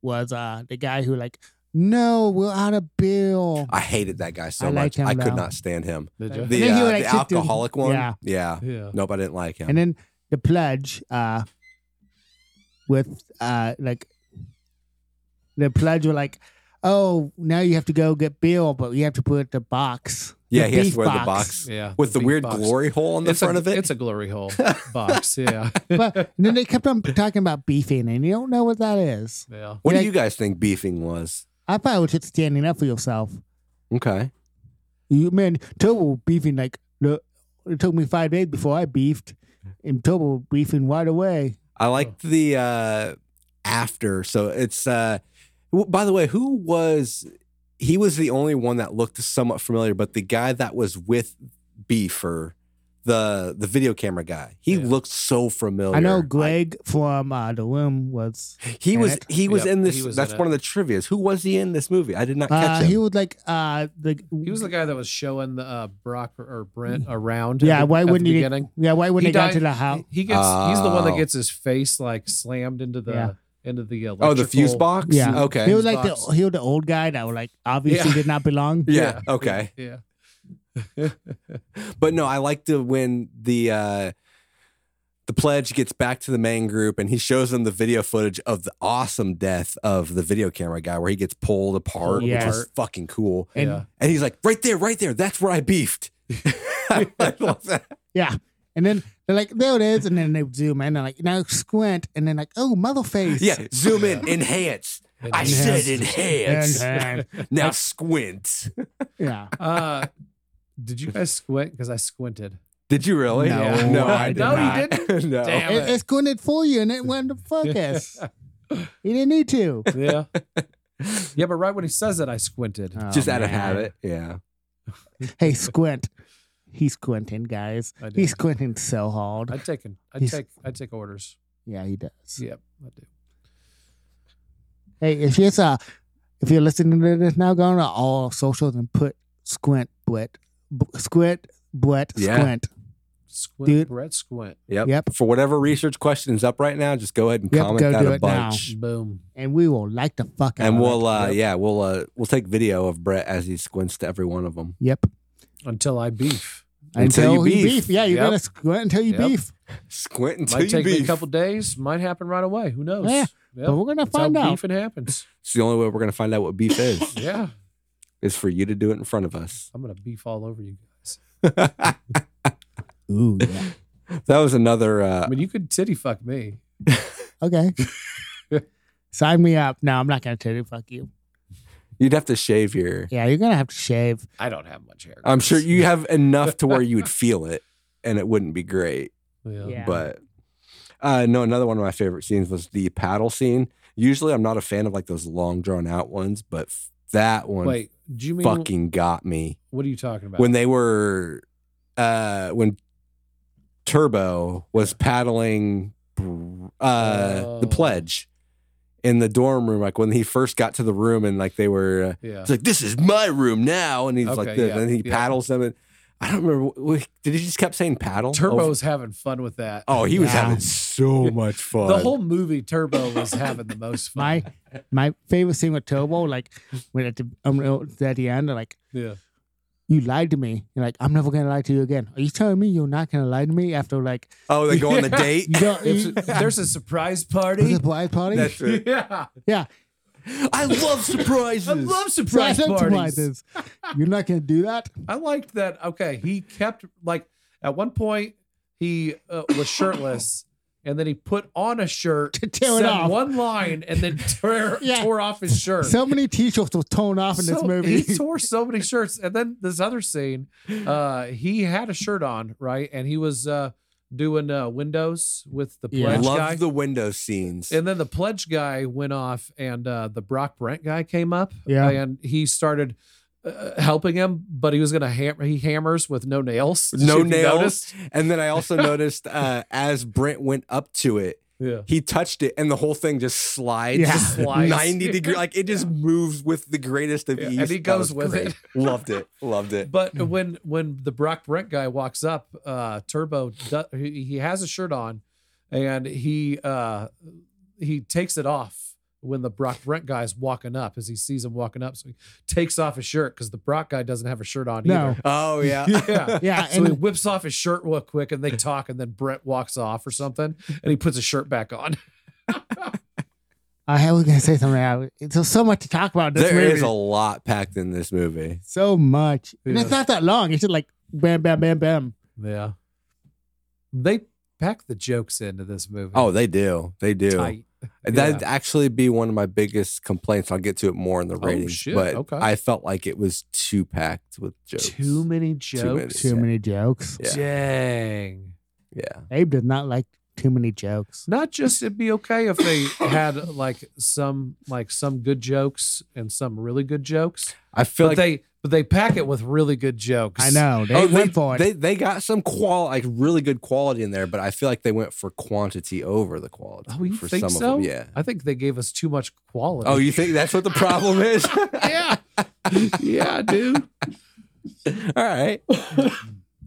[SPEAKER 1] was uh, the guy who like, no, we're out of bill.
[SPEAKER 2] I hated that guy so
[SPEAKER 1] I like
[SPEAKER 2] much.
[SPEAKER 1] him,
[SPEAKER 2] I could
[SPEAKER 1] though.
[SPEAKER 2] not stand him.
[SPEAKER 3] Did
[SPEAKER 1] And
[SPEAKER 3] you?
[SPEAKER 2] The,
[SPEAKER 1] then he
[SPEAKER 2] uh,
[SPEAKER 1] would, like,
[SPEAKER 2] the
[SPEAKER 1] sit through-
[SPEAKER 2] alcoholic one.
[SPEAKER 1] Yeah.
[SPEAKER 2] Yeah.
[SPEAKER 3] Yeah.
[SPEAKER 2] Nope, I didn't like him.
[SPEAKER 1] And then the pledge uh, with uh, like the pledge were like, oh, now you have to go get bill, but you have to put the box.
[SPEAKER 2] yeah,
[SPEAKER 1] the
[SPEAKER 2] he has
[SPEAKER 1] beef
[SPEAKER 2] to wear the
[SPEAKER 1] box.
[SPEAKER 2] box
[SPEAKER 3] Yeah.
[SPEAKER 2] with the
[SPEAKER 3] big
[SPEAKER 2] weird
[SPEAKER 3] box.
[SPEAKER 2] glory hole on the
[SPEAKER 3] it's
[SPEAKER 2] front
[SPEAKER 3] a,
[SPEAKER 2] of it.
[SPEAKER 3] It's a glory hole box. Yeah.
[SPEAKER 1] But and then they kept on talking about beefing, and you don't know what that is.
[SPEAKER 3] yeah.
[SPEAKER 2] what
[SPEAKER 1] yeah.
[SPEAKER 2] do you guys think beefing was?
[SPEAKER 1] I thought it was just standing up for yourself.
[SPEAKER 2] Okay.
[SPEAKER 1] You man, Turbo beefing like look, it took me five days before I beefed, and Turbo beefing right away.
[SPEAKER 2] I liked
[SPEAKER 3] Oh.
[SPEAKER 2] the uh after. So it's uh w- by the way, who was he was the only one that looked somewhat familiar, but the guy that was with Beef or the the video camera guy, he
[SPEAKER 3] Yeah.
[SPEAKER 2] looked so familiar.
[SPEAKER 1] I know Greg from uh, the room was
[SPEAKER 2] He
[SPEAKER 1] in
[SPEAKER 2] was
[SPEAKER 1] it.
[SPEAKER 2] he was
[SPEAKER 3] Yep,
[SPEAKER 2] in
[SPEAKER 3] he
[SPEAKER 2] this.
[SPEAKER 3] was
[SPEAKER 2] That's
[SPEAKER 3] in
[SPEAKER 2] one of the trivia's. Who was he in this movie? I did not catch
[SPEAKER 1] uh,
[SPEAKER 2] him.
[SPEAKER 1] he was like uh the
[SPEAKER 3] He was the guy that was showing the uh, Brock or- or Brent around.
[SPEAKER 1] yeah
[SPEAKER 3] at the,
[SPEAKER 1] why
[SPEAKER 3] at
[SPEAKER 1] wouldn't
[SPEAKER 3] the
[SPEAKER 1] he
[SPEAKER 3] beginning.
[SPEAKER 1] yeah why wouldn't
[SPEAKER 3] He
[SPEAKER 1] he, got
[SPEAKER 3] died-
[SPEAKER 1] to the house
[SPEAKER 3] He gets. He's the one that
[SPEAKER 2] Oh.
[SPEAKER 3] gets his face like slammed into the
[SPEAKER 1] Yeah.
[SPEAKER 3] into the uh, electrical.
[SPEAKER 2] oh, the fuse box.
[SPEAKER 1] Yeah.
[SPEAKER 2] Okay.
[SPEAKER 1] he
[SPEAKER 2] Yeah.
[SPEAKER 1] was like the
[SPEAKER 3] box.
[SPEAKER 1] he was the old guy that was like obviously
[SPEAKER 3] Yeah.
[SPEAKER 1] did not belong
[SPEAKER 3] Yeah.
[SPEAKER 2] Okay.
[SPEAKER 3] Yeah.
[SPEAKER 2] but no, I like to when the uh, the pledge gets back to the main group and he shows them the video footage of the awesome death of the video camera guy where he gets pulled apart, which
[SPEAKER 1] Yes.
[SPEAKER 2] is fucking cool.
[SPEAKER 1] And
[SPEAKER 3] yeah.
[SPEAKER 2] And he's like, right there, right there, that's where I beefed. I love that.
[SPEAKER 1] And then they're like, there it is. And then they zoom in. They're like, now squint. And then like, oh, mother face.
[SPEAKER 2] Yeah, zoom in, enhance. I said enhance.
[SPEAKER 1] And,
[SPEAKER 2] Now squint.
[SPEAKER 1] yeah.
[SPEAKER 3] Uh, did you guys squint? Because I squinted.
[SPEAKER 2] Did you really?
[SPEAKER 1] No,
[SPEAKER 2] Yeah. no, I did
[SPEAKER 1] No,
[SPEAKER 2] not.
[SPEAKER 1] he
[SPEAKER 2] didn't. no.
[SPEAKER 3] Damn.
[SPEAKER 1] It, it squinted for you and it went to focus. he didn't need to.
[SPEAKER 3] Yeah. Yeah, but right when he says it, I squinted.
[SPEAKER 2] Just
[SPEAKER 1] Oh,
[SPEAKER 2] out of
[SPEAKER 1] man.
[SPEAKER 2] habit. Yeah.
[SPEAKER 1] Hey, squint. He's squinting, guys.
[SPEAKER 3] I did.
[SPEAKER 1] He's squinting so hard.
[SPEAKER 3] I take an, I
[SPEAKER 1] He's-
[SPEAKER 3] take I take orders.
[SPEAKER 1] yeah, he does.
[SPEAKER 3] Yep, I do.
[SPEAKER 1] Hey, if you're uh, if you're listening to this now, go on to all socials and put squint blit, b- squint blit,
[SPEAKER 2] Yeah.
[SPEAKER 1] squint.
[SPEAKER 3] Squint,
[SPEAKER 1] Dude.
[SPEAKER 3] Brett, squint.
[SPEAKER 2] Yep.
[SPEAKER 1] Yep.
[SPEAKER 2] For whatever research question is up right now, just go ahead and
[SPEAKER 1] Yep,
[SPEAKER 2] comment
[SPEAKER 1] go
[SPEAKER 2] that
[SPEAKER 1] do
[SPEAKER 2] a
[SPEAKER 1] it now.
[SPEAKER 2] bunch.
[SPEAKER 3] Boom.
[SPEAKER 1] and we will like the fuck out.
[SPEAKER 2] And
[SPEAKER 1] of
[SPEAKER 2] we'll,
[SPEAKER 1] it.
[SPEAKER 2] uh, yeah, we'll uh, we'll take video of Brett as he squints to every one of them.
[SPEAKER 1] Yep.
[SPEAKER 3] Until I beef.
[SPEAKER 2] Until you
[SPEAKER 1] he
[SPEAKER 2] beef.
[SPEAKER 1] Yeah, you
[SPEAKER 3] Yep.
[SPEAKER 1] gotta squint until you
[SPEAKER 3] Yep.
[SPEAKER 1] beef.
[SPEAKER 2] Squint until
[SPEAKER 3] Might
[SPEAKER 2] you
[SPEAKER 3] take me
[SPEAKER 2] beef.
[SPEAKER 3] a couple days. Might happen right away. Who knows?
[SPEAKER 1] Yeah,
[SPEAKER 3] Yep.
[SPEAKER 1] But we're gonna
[SPEAKER 3] That's how
[SPEAKER 1] find out.
[SPEAKER 3] beefing happens.
[SPEAKER 2] It's the only way we're gonna find out what beef is
[SPEAKER 3] Yeah,
[SPEAKER 2] is for you to do it in front of us.
[SPEAKER 3] I'm gonna beef all over you guys.
[SPEAKER 2] that
[SPEAKER 1] Ooh, yeah.
[SPEAKER 2] was another. Uh,
[SPEAKER 3] I mean, you could titty fuck me.
[SPEAKER 1] Okay. Sign me up. No, I'm not gonna tell you. Fuck you.
[SPEAKER 2] you'd have to shave your.
[SPEAKER 1] Yeah, you're gonna have to shave.
[SPEAKER 3] I don't have much hair.
[SPEAKER 2] I'm sure
[SPEAKER 3] guys.
[SPEAKER 2] you have enough to where you would feel it, and it wouldn't be great.
[SPEAKER 3] Yeah.
[SPEAKER 1] Yeah.
[SPEAKER 2] But uh, no, another one of my favorite scenes was the paddle scene. Usually, I'm not a fan of like those long drawn out ones, but f- that one
[SPEAKER 3] Wait, do you mean
[SPEAKER 2] fucking got me
[SPEAKER 3] what are you talking about?
[SPEAKER 2] when they were uh, when Turbo was paddling uh, the
[SPEAKER 3] Oh.
[SPEAKER 2] pledge in the dorm room, like when he first got to the room and like they were. Uh,
[SPEAKER 3] yeah.
[SPEAKER 2] it's like this is my room now, and he's like
[SPEAKER 3] Okay,
[SPEAKER 2] this,
[SPEAKER 3] yeah,
[SPEAKER 2] and he
[SPEAKER 3] yeah.
[SPEAKER 2] paddles them. And I don't remember. wh- wh- Did he just kept saying paddle?
[SPEAKER 3] Turbo
[SPEAKER 2] over-
[SPEAKER 3] was having fun with that.
[SPEAKER 2] Oh, he was
[SPEAKER 1] Yeah.
[SPEAKER 2] having so much fun.
[SPEAKER 3] the whole movie. Turbo was having the most fun.
[SPEAKER 1] My my favorite scene with Turbo, like when at the um, at the end, they're like
[SPEAKER 3] yeah.
[SPEAKER 1] you lied to me. You're like I'm never gonna lie to you again. Are you telling me you're not gonna lie to me after like
[SPEAKER 2] oh, they go on the
[SPEAKER 3] Yeah.
[SPEAKER 2] date.
[SPEAKER 1] you don't?
[SPEAKER 3] If,
[SPEAKER 1] you-
[SPEAKER 3] if there's a surprise
[SPEAKER 1] was
[SPEAKER 3] party.
[SPEAKER 1] it Blind Party?
[SPEAKER 2] That's it.
[SPEAKER 3] Yeah.
[SPEAKER 2] I love surprises.
[SPEAKER 3] I love
[SPEAKER 1] Yeah,
[SPEAKER 3] surprise
[SPEAKER 1] that's
[SPEAKER 3] parties.
[SPEAKER 1] surprises. You're not gonna do that.
[SPEAKER 3] I liked that. Okay, he kept like at one point he uh, was shirtless, and then he put on a shirt,
[SPEAKER 1] To tear it
[SPEAKER 3] said
[SPEAKER 1] off.
[SPEAKER 3] one line, and then tore,
[SPEAKER 1] Yeah.
[SPEAKER 3] tore off his shirt.
[SPEAKER 1] So many t-shirts were torn off in this
[SPEAKER 3] So-
[SPEAKER 1] movie.
[SPEAKER 3] he tore so many shirts, and then this other scene, uh, he had a shirt on, right, and he was uh, doing uh, windows with the
[SPEAKER 1] Yeah.
[SPEAKER 3] pledge
[SPEAKER 2] Love
[SPEAKER 3] guy.
[SPEAKER 2] the window scenes.
[SPEAKER 3] And then the pledge guy went off, and uh, the Brock Brent guy came up,
[SPEAKER 1] Yeah.
[SPEAKER 3] and he started uh, helping him, but he was gonna hammer. He hammers with no nails. Did
[SPEAKER 2] no
[SPEAKER 3] you notice?
[SPEAKER 2] nails. And then I also noticed uh, as Brent went up to it,
[SPEAKER 3] Yeah.
[SPEAKER 2] he touched it, and the whole thing just slides.
[SPEAKER 1] Yeah.
[SPEAKER 2] Just
[SPEAKER 3] Slides.
[SPEAKER 2] 90 degree like it just moves with the greatest of
[SPEAKER 3] Yeah,
[SPEAKER 2] ease
[SPEAKER 3] and he
[SPEAKER 2] That
[SPEAKER 3] goes
[SPEAKER 2] was
[SPEAKER 3] with
[SPEAKER 2] great.
[SPEAKER 3] it.
[SPEAKER 2] loved it loved it
[SPEAKER 3] But
[SPEAKER 1] Hmm.
[SPEAKER 3] when when the Brock Brent guy walks up, uh, Turbo do, he he has a shirt on, and he uh, he takes it off when the Brock Brent guy's walking up as he sees him walking up. So he takes off his shirt because the Brock guy doesn't have a shirt on
[SPEAKER 1] No.
[SPEAKER 3] either.
[SPEAKER 2] oh yeah
[SPEAKER 3] Yeah.
[SPEAKER 1] yeah,
[SPEAKER 3] So he
[SPEAKER 1] and
[SPEAKER 3] whips off his shirt real quick and they talk, and then Brent walks off or something and he puts his shirt back on.
[SPEAKER 1] I was gonna say something. I- There's so much to talk about. in This
[SPEAKER 2] There
[SPEAKER 1] movie.
[SPEAKER 2] is a lot packed in this movie.
[SPEAKER 1] so much, and
[SPEAKER 3] Yeah.
[SPEAKER 1] it's not that long. It's just like bam, bam, bam, bam.
[SPEAKER 3] Yeah. They pack the jokes into this movie.
[SPEAKER 2] Oh, they do. They do.
[SPEAKER 3] tight.
[SPEAKER 2] That'd actually be one of my biggest complaints. I'll get to it more in the
[SPEAKER 3] Oh,
[SPEAKER 2] ratings,
[SPEAKER 3] shit.
[SPEAKER 2] but
[SPEAKER 3] Okay.
[SPEAKER 2] I felt like it was too packed with jokes.
[SPEAKER 3] Too many jokes.
[SPEAKER 2] many.
[SPEAKER 1] Too many jokes.
[SPEAKER 2] Yeah.
[SPEAKER 3] Dang.
[SPEAKER 2] Yeah.
[SPEAKER 1] Abe does not like too many jokes.
[SPEAKER 3] Not just it'd be okay if they had like some like some good jokes and some really good jokes.
[SPEAKER 2] I feel like
[SPEAKER 3] but they but they pack it with really good jokes.
[SPEAKER 1] I know they
[SPEAKER 2] oh,
[SPEAKER 1] went for it.
[SPEAKER 2] They they got some qual like really good quality in there, but I feel like they went for quantity over the quality.
[SPEAKER 3] Oh, you
[SPEAKER 2] for
[SPEAKER 3] think
[SPEAKER 2] some
[SPEAKER 3] so?
[SPEAKER 2] Of them. Yeah.
[SPEAKER 3] I think they gave us too much quality.
[SPEAKER 2] Oh, you think that's what the problem is? All
[SPEAKER 3] yeah. yeah, dude.
[SPEAKER 2] right.
[SPEAKER 3] I
[SPEAKER 2] All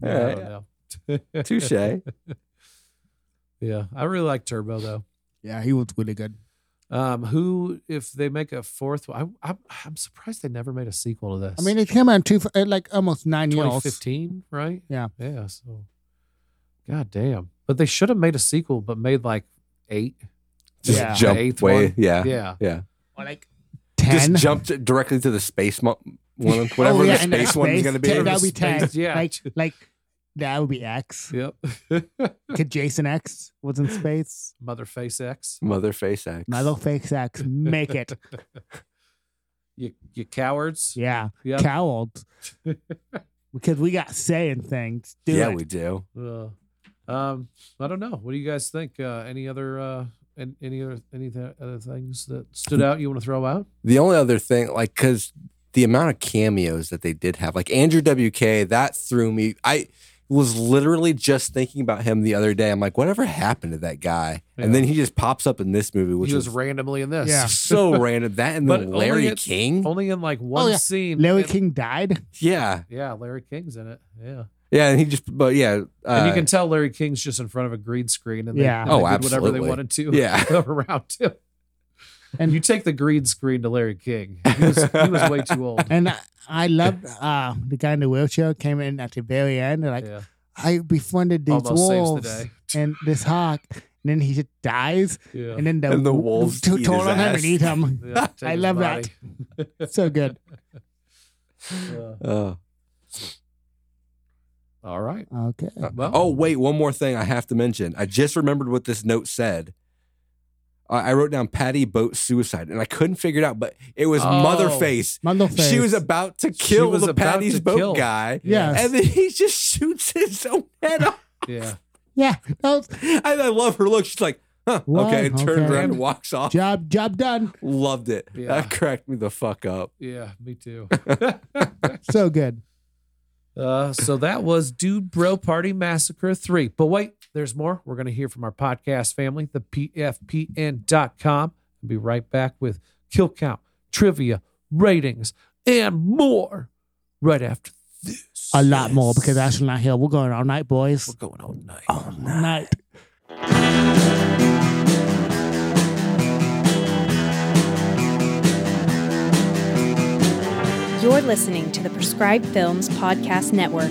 [SPEAKER 2] right.
[SPEAKER 3] don't know.
[SPEAKER 2] Touche.
[SPEAKER 3] yeah. I really like Turbo though.
[SPEAKER 1] yeah, he was really good.
[SPEAKER 3] Um, who, if they make a fourth, I, I'm, I'm surprised they never made a sequel to this.
[SPEAKER 1] I mean, it came out in two, uh, like almost nine years.
[SPEAKER 3] 2015, right?
[SPEAKER 1] Yeah.
[SPEAKER 3] Yeah. So, god damn. But they should have made a sequel, but made like eight.
[SPEAKER 2] Just
[SPEAKER 1] Yeah.
[SPEAKER 2] jump
[SPEAKER 3] The eighth
[SPEAKER 2] way.
[SPEAKER 3] one?
[SPEAKER 2] Yeah.
[SPEAKER 3] Yeah.
[SPEAKER 2] Yeah.
[SPEAKER 1] Or like
[SPEAKER 2] Just
[SPEAKER 1] ten. Oh,
[SPEAKER 2] jumped directly to the space mo- one, whatever
[SPEAKER 1] yeah,
[SPEAKER 2] the
[SPEAKER 1] and the
[SPEAKER 2] space one's
[SPEAKER 1] space
[SPEAKER 2] going to be.
[SPEAKER 1] Yeah,
[SPEAKER 3] Whatever
[SPEAKER 1] that'd be
[SPEAKER 3] the space-
[SPEAKER 1] 10.
[SPEAKER 3] Yeah.
[SPEAKER 1] Like, like that would be X.
[SPEAKER 3] yep.
[SPEAKER 1] Could Jason X was in space?
[SPEAKER 3] Motherface X.
[SPEAKER 2] Motherface X.
[SPEAKER 1] Motherface X, make it.
[SPEAKER 3] You, you cowards.
[SPEAKER 1] Yeah,
[SPEAKER 3] Yep.
[SPEAKER 1] cowled. Because we got saying things. Do
[SPEAKER 2] yeah,
[SPEAKER 1] it.
[SPEAKER 2] we do.
[SPEAKER 3] Uh, um, I don't know. What do you guys think? Uh, any other, uh, an- any other, any th- other things that stood out you want to throw out?
[SPEAKER 2] The only other thing, like, because the amount of cameos that they did have, like Andrew WK, that threw me. I was literally just thinking about him the other day. I'm like, whatever happened to that guy?
[SPEAKER 3] Yeah.
[SPEAKER 2] And then he just pops up in this movie, which
[SPEAKER 3] he was
[SPEAKER 2] is
[SPEAKER 3] randomly in this.
[SPEAKER 1] Yeah.
[SPEAKER 2] so random. That and
[SPEAKER 3] But
[SPEAKER 2] then
[SPEAKER 3] only
[SPEAKER 2] Larry
[SPEAKER 3] it-
[SPEAKER 2] King.
[SPEAKER 3] Only in
[SPEAKER 2] Oh,
[SPEAKER 3] like one
[SPEAKER 1] yeah.
[SPEAKER 3] scene.
[SPEAKER 1] Larry
[SPEAKER 3] in-
[SPEAKER 1] King died.
[SPEAKER 2] yeah.
[SPEAKER 3] Yeah, Larry King's in it. Yeah.
[SPEAKER 2] Yeah. And he just, but yeah.
[SPEAKER 3] And you
[SPEAKER 2] uh,
[SPEAKER 3] can tell Larry King's just in front of a green screen and they,
[SPEAKER 1] Yeah.
[SPEAKER 3] and they
[SPEAKER 2] Oh,
[SPEAKER 3] did whatever they
[SPEAKER 2] absolutely.
[SPEAKER 3] wanted to
[SPEAKER 2] uh, Yeah.
[SPEAKER 3] around him. And
[SPEAKER 1] And-
[SPEAKER 3] you take the green screen to Larry King. He was, he was way too old.
[SPEAKER 1] And I, I loved uh, the guy in the wheelchair came in at the very end. They're like,
[SPEAKER 3] yeah.
[SPEAKER 1] I befriended these
[SPEAKER 3] Almost
[SPEAKER 1] wolves
[SPEAKER 3] saves the day.
[SPEAKER 1] and this hawk. And then he just dies.
[SPEAKER 3] Yeah.
[SPEAKER 1] And then the,
[SPEAKER 2] And the
[SPEAKER 1] w-
[SPEAKER 2] wolves
[SPEAKER 1] to-
[SPEAKER 2] eat
[SPEAKER 1] turn
[SPEAKER 2] his
[SPEAKER 1] on him
[SPEAKER 2] ass.
[SPEAKER 1] and eat him.
[SPEAKER 3] Yeah, take
[SPEAKER 1] I
[SPEAKER 3] his
[SPEAKER 1] love
[SPEAKER 3] body.
[SPEAKER 1] so good.
[SPEAKER 3] Yeah.
[SPEAKER 2] uh,
[SPEAKER 3] All right.
[SPEAKER 1] Okay.
[SPEAKER 3] Well,
[SPEAKER 2] Oh, wait, one more thing I have to mention. I just remembered what this note said. I I wrote down Patty Boat suicide, and I couldn't figure it out, but it was
[SPEAKER 3] Oh.
[SPEAKER 2] Motherface.
[SPEAKER 1] Motherface.
[SPEAKER 2] She was about to kill
[SPEAKER 3] was
[SPEAKER 2] the
[SPEAKER 3] about
[SPEAKER 2] Patty's
[SPEAKER 3] to
[SPEAKER 2] Boat
[SPEAKER 3] kill.
[SPEAKER 2] guy,
[SPEAKER 1] Yeah.
[SPEAKER 2] and then he just shoots his own head off.
[SPEAKER 3] yeah.
[SPEAKER 1] Yeah. That was
[SPEAKER 2] And I love her look. She's like, huh,
[SPEAKER 1] Wow,
[SPEAKER 2] okay, and turned
[SPEAKER 1] okay.
[SPEAKER 2] around and walks off.
[SPEAKER 1] job job done.
[SPEAKER 2] Loved it.
[SPEAKER 3] Yeah.
[SPEAKER 2] That cracked me the fuck up.
[SPEAKER 3] Yeah. Me too.
[SPEAKER 1] So good.
[SPEAKER 3] Uh, so that was Dude Bro Party Massacre 3. But wait, there's more. We're going to hear from our podcast family, the PFPN.com. We'll be right back with kill count, trivia, ratings, and more right after this.
[SPEAKER 1] A lot more because Ashley's not here. We're going all night, boys.
[SPEAKER 3] We're going all night.
[SPEAKER 1] All night.
[SPEAKER 4] You're listening to the Prescribed Films Podcast Network,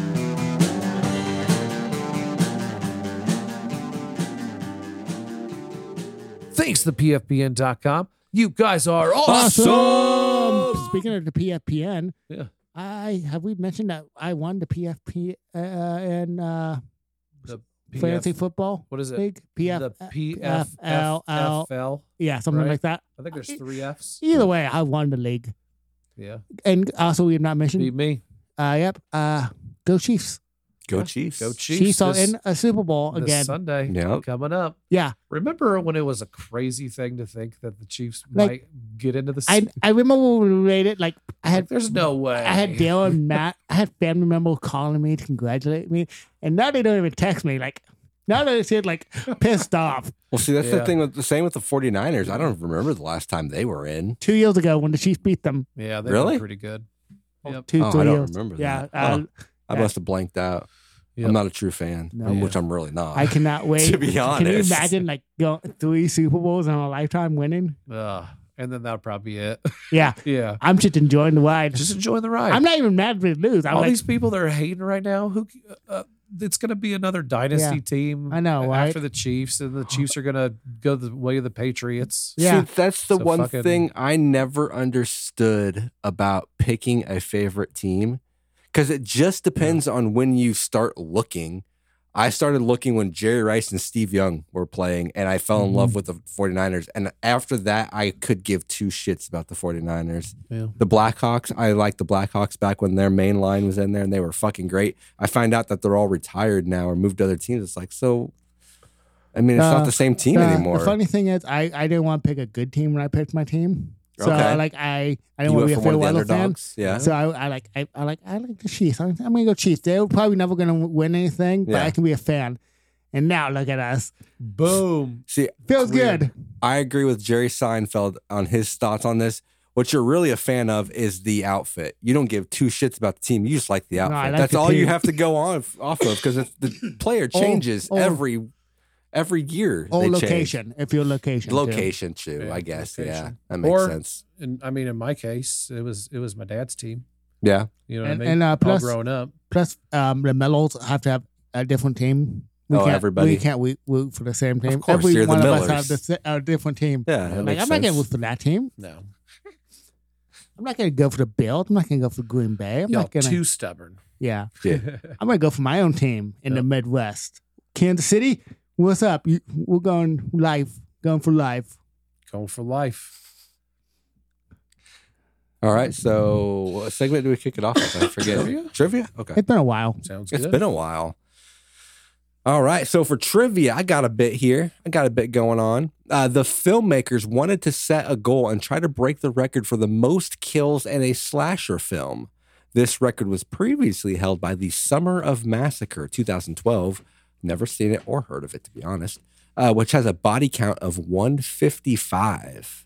[SPEAKER 3] Thanks, the PFPN.com. You guys are awesome.
[SPEAKER 1] Awesome. Um, Speaking of the PFPN,
[SPEAKER 3] Yeah.
[SPEAKER 1] I have we mentioned that I won the PFP uh, and uh, fantasy
[SPEAKER 3] PF
[SPEAKER 1] football
[SPEAKER 3] what is it?
[SPEAKER 1] league. PF,
[SPEAKER 3] the
[SPEAKER 1] PFL.
[SPEAKER 3] PFFL.
[SPEAKER 1] yeah, something
[SPEAKER 3] right?
[SPEAKER 1] like that.
[SPEAKER 3] I think there's three Fs.
[SPEAKER 1] Either way, I won the league,
[SPEAKER 3] Yeah.
[SPEAKER 1] and also we have not
[SPEAKER 3] Beat
[SPEAKER 1] mentioned.
[SPEAKER 3] me.
[SPEAKER 1] Uh, yep. Uh, go Chiefs.
[SPEAKER 2] Go Chiefs.
[SPEAKER 3] Go
[SPEAKER 1] Chiefs,
[SPEAKER 3] Chiefs.
[SPEAKER 1] are
[SPEAKER 3] this-
[SPEAKER 1] in a Super Bowl
[SPEAKER 3] this
[SPEAKER 1] again.
[SPEAKER 3] Sunday.
[SPEAKER 2] Yep.
[SPEAKER 3] Coming up.
[SPEAKER 1] Yeah,
[SPEAKER 3] Remember when it was a crazy thing to think that the Chiefs
[SPEAKER 1] Like,
[SPEAKER 3] might get into the
[SPEAKER 1] I
[SPEAKER 3] Super-
[SPEAKER 1] I remember when we made it. Like I
[SPEAKER 3] like,
[SPEAKER 1] had
[SPEAKER 3] there's no way.
[SPEAKER 1] I had Dale and Matt. I had family members calling me to congratulate me, and now they don't even text me. Like now they're just like pissed off.
[SPEAKER 2] Well, see, that's
[SPEAKER 3] Yeah.
[SPEAKER 2] the thing with the same with the 49ers. I don't remember the last time they were in.
[SPEAKER 1] Two years ago when the Chiefs beat them,
[SPEAKER 3] Yeah, they
[SPEAKER 2] Really?
[SPEAKER 3] were pretty good. Yep.
[SPEAKER 1] two
[SPEAKER 2] Oh, I
[SPEAKER 1] three
[SPEAKER 2] don't
[SPEAKER 1] years.
[SPEAKER 2] remember
[SPEAKER 1] Yeah, uh,
[SPEAKER 2] that. Oh. I
[SPEAKER 1] Yeah.
[SPEAKER 2] must have blanked out.
[SPEAKER 3] Yep.
[SPEAKER 2] I'm not a true fan,
[SPEAKER 1] No.
[SPEAKER 2] um, which I'm really not.
[SPEAKER 1] I cannot wait.
[SPEAKER 2] to be honest,
[SPEAKER 1] Can you imagine like going three Super Bowls in a lifetime winning?
[SPEAKER 3] Ugh. and then that'll probably be it.
[SPEAKER 1] Yeah,
[SPEAKER 3] yeah.
[SPEAKER 1] I'm just enjoying the ride.
[SPEAKER 3] Just enjoy the ride.
[SPEAKER 1] I'm not even mad if we lose. I'm
[SPEAKER 3] All
[SPEAKER 1] like,
[SPEAKER 3] these people that are hating right now, who uh, it's going to be another dynasty
[SPEAKER 1] Yeah.
[SPEAKER 3] team.
[SPEAKER 1] I know, right?
[SPEAKER 3] After the Chiefs, and the Chiefs are going to go the way of the Patriots.
[SPEAKER 1] yeah,
[SPEAKER 2] See, that's the
[SPEAKER 3] So
[SPEAKER 2] one
[SPEAKER 3] fucking-
[SPEAKER 2] thing I never understood about picking a favorite team because it just depends on when you start looking. I started looking when Jerry Rice and Steve Young were playing, and I fell in
[SPEAKER 3] Mm-hmm.
[SPEAKER 2] love with the 49ers. And after that, I could give two shits about the 49ers.
[SPEAKER 3] Yeah.
[SPEAKER 2] The Blackhawks, I liked the Blackhawks back when their main line was in there and they were fucking great. I find out that they're all retired now or moved to other teams. It's like, so, I mean, it's
[SPEAKER 1] Uh,
[SPEAKER 2] not the same team
[SPEAKER 1] the,
[SPEAKER 2] anymore.
[SPEAKER 1] the funny thing is, I I didn't want to pick a good team when I picked my team. So
[SPEAKER 2] Okay.
[SPEAKER 1] like I, I
[SPEAKER 2] You
[SPEAKER 1] didn't want
[SPEAKER 2] went
[SPEAKER 1] to
[SPEAKER 2] from
[SPEAKER 1] be a
[SPEAKER 2] one
[SPEAKER 1] Fairweather
[SPEAKER 2] of the
[SPEAKER 1] fan.
[SPEAKER 2] underdogs. Yeah.
[SPEAKER 1] So I, I like I, I like I like the Chiefs. I'm, I'm gonna go Chiefs. They're probably never gonna win anything, but
[SPEAKER 2] Yeah.
[SPEAKER 1] I can be a fan. And now look at us.
[SPEAKER 3] Boom.
[SPEAKER 2] See,
[SPEAKER 1] Feels
[SPEAKER 3] Weird.
[SPEAKER 1] good.
[SPEAKER 2] I agree with Jerry Seinfeld on his thoughts on this. What you're really a fan of is the outfit. You don't give two shits about the team. You just like the
[SPEAKER 1] No, I
[SPEAKER 2] outfit.
[SPEAKER 1] like
[SPEAKER 2] That's
[SPEAKER 1] the
[SPEAKER 2] all you
[SPEAKER 1] team.
[SPEAKER 2] have to go on off of because the player
[SPEAKER 1] Oh,
[SPEAKER 2] changes
[SPEAKER 1] oh.
[SPEAKER 2] every every year.
[SPEAKER 1] Oh,
[SPEAKER 2] they change.
[SPEAKER 1] location. If your location. too.
[SPEAKER 2] Location too,
[SPEAKER 3] Yeah,
[SPEAKER 2] I guess. Yeah,
[SPEAKER 3] location.
[SPEAKER 2] that makes
[SPEAKER 3] Or-
[SPEAKER 2] sense.
[SPEAKER 3] And I mean, in my case, it was it was my dad's team.
[SPEAKER 2] Yeah,
[SPEAKER 3] You know what
[SPEAKER 1] And-
[SPEAKER 3] I mean?
[SPEAKER 1] and, uh, plus-
[SPEAKER 3] All grown up.
[SPEAKER 1] Plus, um, the Mellows have to have a different team. We
[SPEAKER 2] Oh,
[SPEAKER 1] can't,
[SPEAKER 2] everybody.
[SPEAKER 1] We can't we, root for the same team.
[SPEAKER 2] course,
[SPEAKER 1] Every
[SPEAKER 2] you're the
[SPEAKER 1] one of us have
[SPEAKER 2] Millers.
[SPEAKER 1] the, sa- a different team.
[SPEAKER 2] yeah. that
[SPEAKER 1] Like,
[SPEAKER 2] makes
[SPEAKER 1] I'm not gonna
[SPEAKER 2] sense.
[SPEAKER 1] root for that team.
[SPEAKER 3] No,
[SPEAKER 1] I'm not gonna go for the Bills. I'm not gonna go for Green Bay. I'm
[SPEAKER 3] y'all
[SPEAKER 1] not gonna.
[SPEAKER 3] too stubborn.
[SPEAKER 1] yeah,
[SPEAKER 2] Yeah.
[SPEAKER 1] I'm gonna go for my own team in the
[SPEAKER 3] Yep.
[SPEAKER 1] Midwest. Kansas City, what's up? You, we're going live. Going for life.
[SPEAKER 3] Going for life.
[SPEAKER 2] All right, so what segment do we kick it off with? I forget.
[SPEAKER 3] Trivia?
[SPEAKER 2] Trivia? Okay.
[SPEAKER 1] It's been a while.
[SPEAKER 3] Sounds
[SPEAKER 2] It's
[SPEAKER 3] good.
[SPEAKER 2] been a while. All right. So for trivia, I got a bit here. I got a bit going on. Uh, the filmmakers wanted to set a goal and try to break the record for the most kills in a slasher film. This record was previously held by the Summer of Massacre 2012. Never seen it or heard of it, to be honest, uh, which has a body count of 155.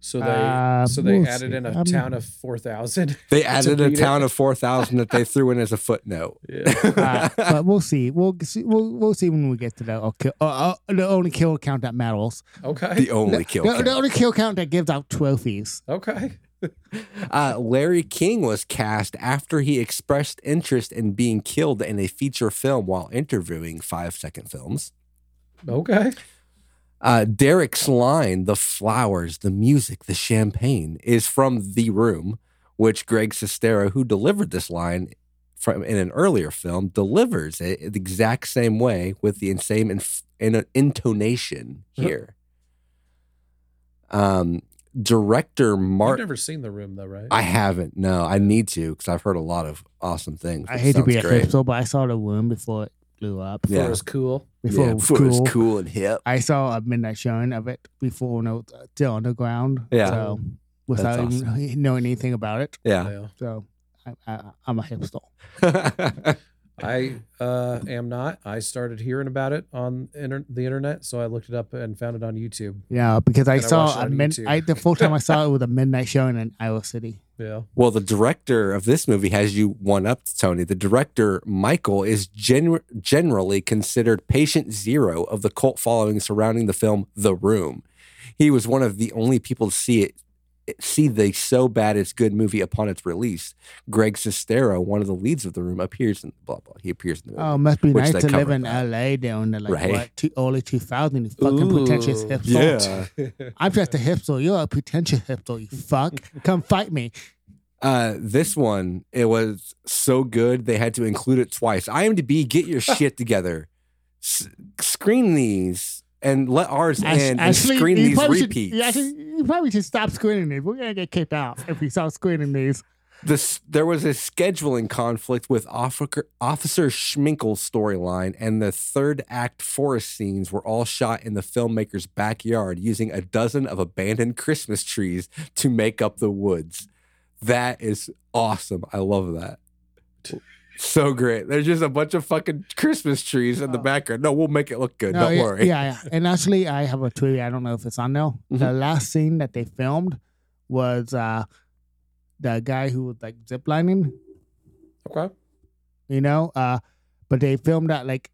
[SPEAKER 3] so they
[SPEAKER 1] Uh,
[SPEAKER 3] so they
[SPEAKER 1] we'll
[SPEAKER 3] added
[SPEAKER 1] see.
[SPEAKER 3] in a
[SPEAKER 1] Um,
[SPEAKER 3] town of four thousand.
[SPEAKER 2] They
[SPEAKER 3] To
[SPEAKER 2] added a
[SPEAKER 3] beat it.
[SPEAKER 2] town of 4,000 that they threw in as a footnote.
[SPEAKER 3] Yeah.
[SPEAKER 1] Uh, but we'll see. We'll see. We'll, we'll see when we get to the oh, kill, uh, uh, the only kill count that matters.
[SPEAKER 3] Okay.
[SPEAKER 2] The only kill.
[SPEAKER 1] The,
[SPEAKER 2] count.
[SPEAKER 1] the only kill count that gives out trophies.
[SPEAKER 3] Okay.
[SPEAKER 2] Uh, Larry King was cast after he expressed interest in being killed in a feature film while interviewing Five Second Films.
[SPEAKER 3] Okay.
[SPEAKER 2] Uh, Derek's line, the flowers, the music, the champagne, is from The Room, which Greg Sestero, who delivered this line from in an earlier film, delivers it the exact same way with the same inf- in- intonation here. Um, director
[SPEAKER 3] I've
[SPEAKER 2] Mark.
[SPEAKER 3] never seen the room though, right?
[SPEAKER 2] I haven't. No, I need to because I've heard a lot of awesome things.
[SPEAKER 1] I
[SPEAKER 2] It
[SPEAKER 1] hate to be a
[SPEAKER 2] sounds great.
[SPEAKER 1] hipster, but I saw the room before it blew up.
[SPEAKER 3] Thought
[SPEAKER 2] yeah.
[SPEAKER 3] it was cool.
[SPEAKER 1] Before,
[SPEAKER 2] yeah,
[SPEAKER 1] it, was
[SPEAKER 2] before
[SPEAKER 1] cool.
[SPEAKER 2] cool and hip.
[SPEAKER 1] I saw a midnight showing of it before when it was uh, still underground.
[SPEAKER 2] Yeah.
[SPEAKER 1] So without
[SPEAKER 2] That's
[SPEAKER 1] even knowing anything about it,
[SPEAKER 2] Yeah.
[SPEAKER 3] Well,
[SPEAKER 1] so I, I, I'm a hipster.
[SPEAKER 3] I uh, am not. I started hearing about it on inter- the internet, so I looked it up and found it on YouTube.
[SPEAKER 1] Yeah, because I
[SPEAKER 3] And I watched
[SPEAKER 1] saw
[SPEAKER 3] it
[SPEAKER 1] a
[SPEAKER 3] on
[SPEAKER 1] mid,
[SPEAKER 3] YouTube.
[SPEAKER 1] I, the full time I saw it was a midnight showing in Iowa City.
[SPEAKER 3] Yeah.
[SPEAKER 2] well, the director of this movie has you one up, Tony. The director, Michael, is gen- generally considered patient zero of the cult following surrounding the film The Room. He was one of the only people to see it. See the so bad it's good movie upon its release. Greg Sestero, one of the leads of the room, appears in blah blah. He appears in the movie.
[SPEAKER 1] Oh, must be
[SPEAKER 2] Which they
[SPEAKER 1] nice to live
[SPEAKER 2] covered
[SPEAKER 1] in
[SPEAKER 2] that.
[SPEAKER 1] LA down the like
[SPEAKER 2] Right.
[SPEAKER 1] what, two, early 2000. You fucking pretentious
[SPEAKER 3] Ooh.
[SPEAKER 1] hipster.
[SPEAKER 2] yeah.
[SPEAKER 1] I'm just a hipster. You're a pretentious hipster. You fuck. Come fight me.
[SPEAKER 2] Uh, this one, it was so good they had to include it twice. IMDb, get your shit together. S- screen these and let ours
[SPEAKER 1] Ash-
[SPEAKER 2] in and screen
[SPEAKER 1] you
[SPEAKER 2] these
[SPEAKER 1] probably should-
[SPEAKER 2] repeats.
[SPEAKER 1] you, actually, you probably should stop screening these. We're gonna get kicked out if we stop screening these.
[SPEAKER 2] This there was a scheduling conflict with Officer Officer Schminkel's storyline, and the third act forest scenes were all shot in the filmmaker's backyard using a dozen of abandoned Christmas trees to make up the woods. That is awesome. I love that. So great. There's just a bunch of fucking Christmas trees in the
[SPEAKER 1] Oh.
[SPEAKER 2] background. No, we'll make it look good.
[SPEAKER 1] No,
[SPEAKER 2] Don't
[SPEAKER 1] yeah,
[SPEAKER 2] worry. Mm-hmm.
[SPEAKER 1] Yeah, yeah. And actually, I have a trivia. I don't know if it's on now. The last scene that they filmed was uh the guy who was like ziplining.
[SPEAKER 3] Okay.
[SPEAKER 1] You know, uh, but they filmed that like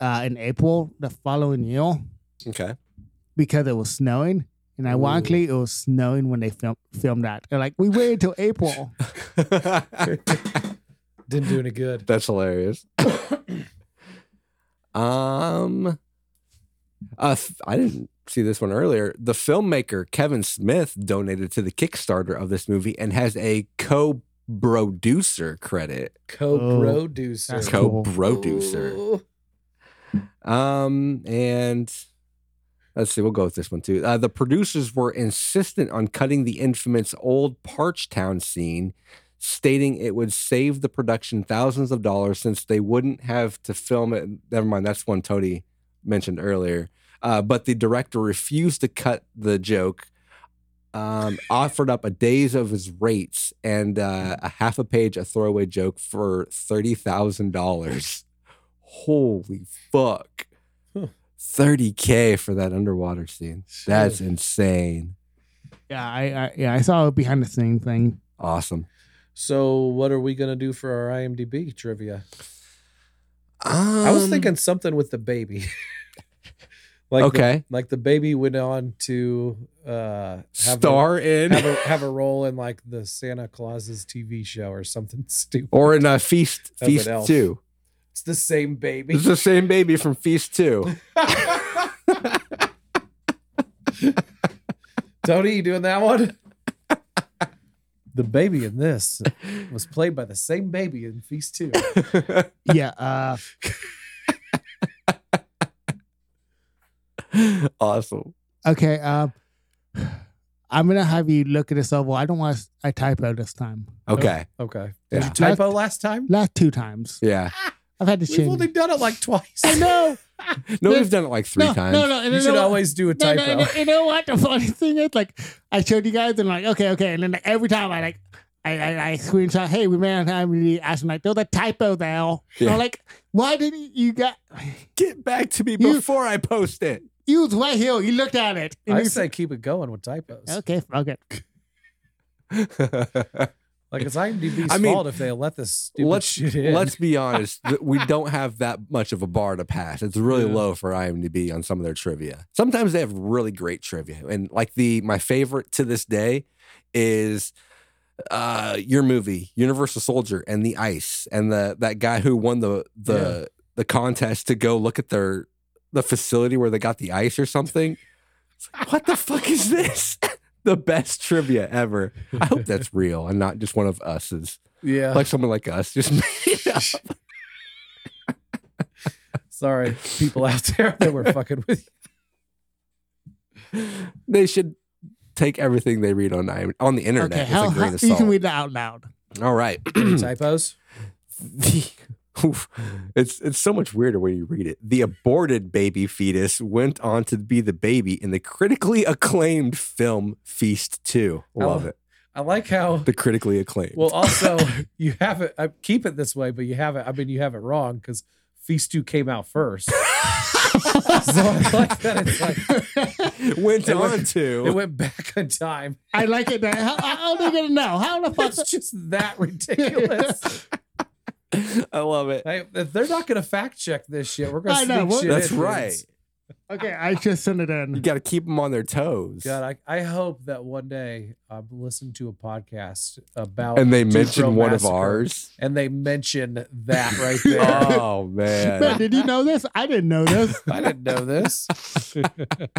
[SPEAKER 1] uh in April the following year
[SPEAKER 2] Okay.
[SPEAKER 1] because it was snowing. And ironically, it was snowing when they film, filmed that. They're like, we waited till April.
[SPEAKER 3] Didn't do any good.
[SPEAKER 2] That's hilarious. um, uh, f- I didn't see this one earlier. The filmmaker Kevin Smith donated to the Kickstarter of this movie and has a co-producer credit.
[SPEAKER 3] Co-producer.
[SPEAKER 1] That's cool.
[SPEAKER 2] Co-producer.
[SPEAKER 3] Ooh.
[SPEAKER 2] Um, and let's see, we'll go with this one too. Uh, the producers were insistent on cutting the infamous old Parch Town scene, stating it would save the production thousands of dollars since they wouldn't have to film it. Never mind, that's one Tony mentioned earlier. Uh, but the director refused to cut the joke um, offered up a days of his rates and uh,
[SPEAKER 3] Mm-hmm.
[SPEAKER 2] a half a page a throwaway joke for thirty thousand dollars. Holy fuck!
[SPEAKER 3] Huh.
[SPEAKER 2] Thirty k for that underwater scene. That's
[SPEAKER 3] Shit.
[SPEAKER 2] insane.
[SPEAKER 1] Yeah, I, I yeah, I saw a behind the scene thing.
[SPEAKER 2] Awesome.
[SPEAKER 3] So, what are we gonna do for our IMDb trivia? I was
[SPEAKER 2] Um,
[SPEAKER 3] thinking something with the baby. like the-
[SPEAKER 2] okay,
[SPEAKER 3] like the baby went on to uh, have
[SPEAKER 2] star
[SPEAKER 3] a,
[SPEAKER 2] in
[SPEAKER 3] have a have a role in like the Santa Claus's TV show or something stupid.
[SPEAKER 2] or in a feast
[SPEAKER 3] That's
[SPEAKER 2] feast
[SPEAKER 3] what else.
[SPEAKER 2] two.
[SPEAKER 3] It's the same baby.
[SPEAKER 2] It's the same baby from feast two.
[SPEAKER 3] Tony, you doing that one? the baby in this was played by the same baby in Feast Two.
[SPEAKER 1] Yeah, uh,
[SPEAKER 2] awesome.
[SPEAKER 1] okay. Um, I'm gonna have you look at this over. I don't want to, I typo this time.
[SPEAKER 2] Okay.
[SPEAKER 3] Okay. Did
[SPEAKER 2] Yeah.
[SPEAKER 3] you typo last time?
[SPEAKER 1] Last two times,
[SPEAKER 2] Yeah.
[SPEAKER 1] I've had to
[SPEAKER 3] We've
[SPEAKER 1] change.
[SPEAKER 3] only done it like twice.
[SPEAKER 1] I know.
[SPEAKER 2] No,
[SPEAKER 1] Yeah.
[SPEAKER 2] we've done it like three
[SPEAKER 1] no,
[SPEAKER 2] times.
[SPEAKER 1] No, no, and
[SPEAKER 3] You
[SPEAKER 1] I
[SPEAKER 3] should
[SPEAKER 1] know-
[SPEAKER 3] always do a
[SPEAKER 1] No,
[SPEAKER 3] typo.
[SPEAKER 1] no, no, you know what? The funny thing is, like, I showed you guys, and like, okay, okay, and then like, every time I like, I, I, I screenshot, hey, we ran out of time. We asked like, there's a typo there. And
[SPEAKER 2] Yeah.
[SPEAKER 1] I'm like, why didn't you got?
[SPEAKER 2] Get back to me
[SPEAKER 1] You-
[SPEAKER 2] before I post it.
[SPEAKER 1] You was right here. You looked at it. and
[SPEAKER 3] I
[SPEAKER 1] you
[SPEAKER 3] say keep it going with typos.
[SPEAKER 1] said, okay, fuck it.
[SPEAKER 3] Like it's IMDb's
[SPEAKER 2] I mean,
[SPEAKER 3] fault if they let this stupid
[SPEAKER 2] let's
[SPEAKER 3] shit in.
[SPEAKER 2] let's be honest. th- we don't have that much of a bar to pass. It's really
[SPEAKER 3] Yeah.
[SPEAKER 2] low for IMDb on some of their trivia. Sometimes they have really great trivia, and like the my favorite to this day is uh your movie Universal Soldier and the Ice and the that guy who won the the the contest to go look at their the facility where they got the ice or something. It's like, what the fuck is this? the best trivia ever. I hope that's real and not just one of us's.
[SPEAKER 3] yeah.
[SPEAKER 2] like someone like us just made up.
[SPEAKER 3] Sorry, people out there that were fucking with
[SPEAKER 2] they should take everything they read on I- on the internet
[SPEAKER 1] Okay,
[SPEAKER 2] as
[SPEAKER 1] how,
[SPEAKER 2] a
[SPEAKER 1] how,
[SPEAKER 2] grain of
[SPEAKER 1] you
[SPEAKER 2] salt.
[SPEAKER 1] can read that out loud.
[SPEAKER 2] All right.
[SPEAKER 3] you. Any typos.
[SPEAKER 2] The- oof. it's it's so much weirder when you read it. The aborted baby fetus went on to be the baby in the critically acclaimed film Feast 2. Love
[SPEAKER 3] Oh.
[SPEAKER 2] it.
[SPEAKER 3] I like how.
[SPEAKER 2] The critically acclaimed.
[SPEAKER 3] Well, also you have it. I keep it this way, but you have it. I mean, you have it wrong because Feast Two came out first. so I like that it's like
[SPEAKER 2] went
[SPEAKER 3] it went-
[SPEAKER 2] on to.
[SPEAKER 3] it went back in time.
[SPEAKER 1] I like it. That, how, how are they gonna know? How the fuck?
[SPEAKER 3] It's just that ridiculous.
[SPEAKER 2] I love it.
[SPEAKER 3] Like, if they're not going to fact check this shit. We're
[SPEAKER 1] I
[SPEAKER 3] going
[SPEAKER 1] know,
[SPEAKER 3] to
[SPEAKER 1] what-
[SPEAKER 3] sneak shit.
[SPEAKER 2] That's
[SPEAKER 3] in,
[SPEAKER 2] right.
[SPEAKER 3] dudes.
[SPEAKER 1] Okay, I just sent it
[SPEAKER 2] You
[SPEAKER 1] in.
[SPEAKER 2] got to keep them on their toes.
[SPEAKER 3] God, I, I hope that one day I'm listening to a podcast about
[SPEAKER 2] and they
[SPEAKER 3] Deep Throat
[SPEAKER 2] mentioned one of
[SPEAKER 3] Massacre,
[SPEAKER 2] ours.
[SPEAKER 3] and they mention that right there.
[SPEAKER 2] Oh
[SPEAKER 1] Man, did you know this? I didn't know this.
[SPEAKER 3] I didn't know this.
[SPEAKER 1] And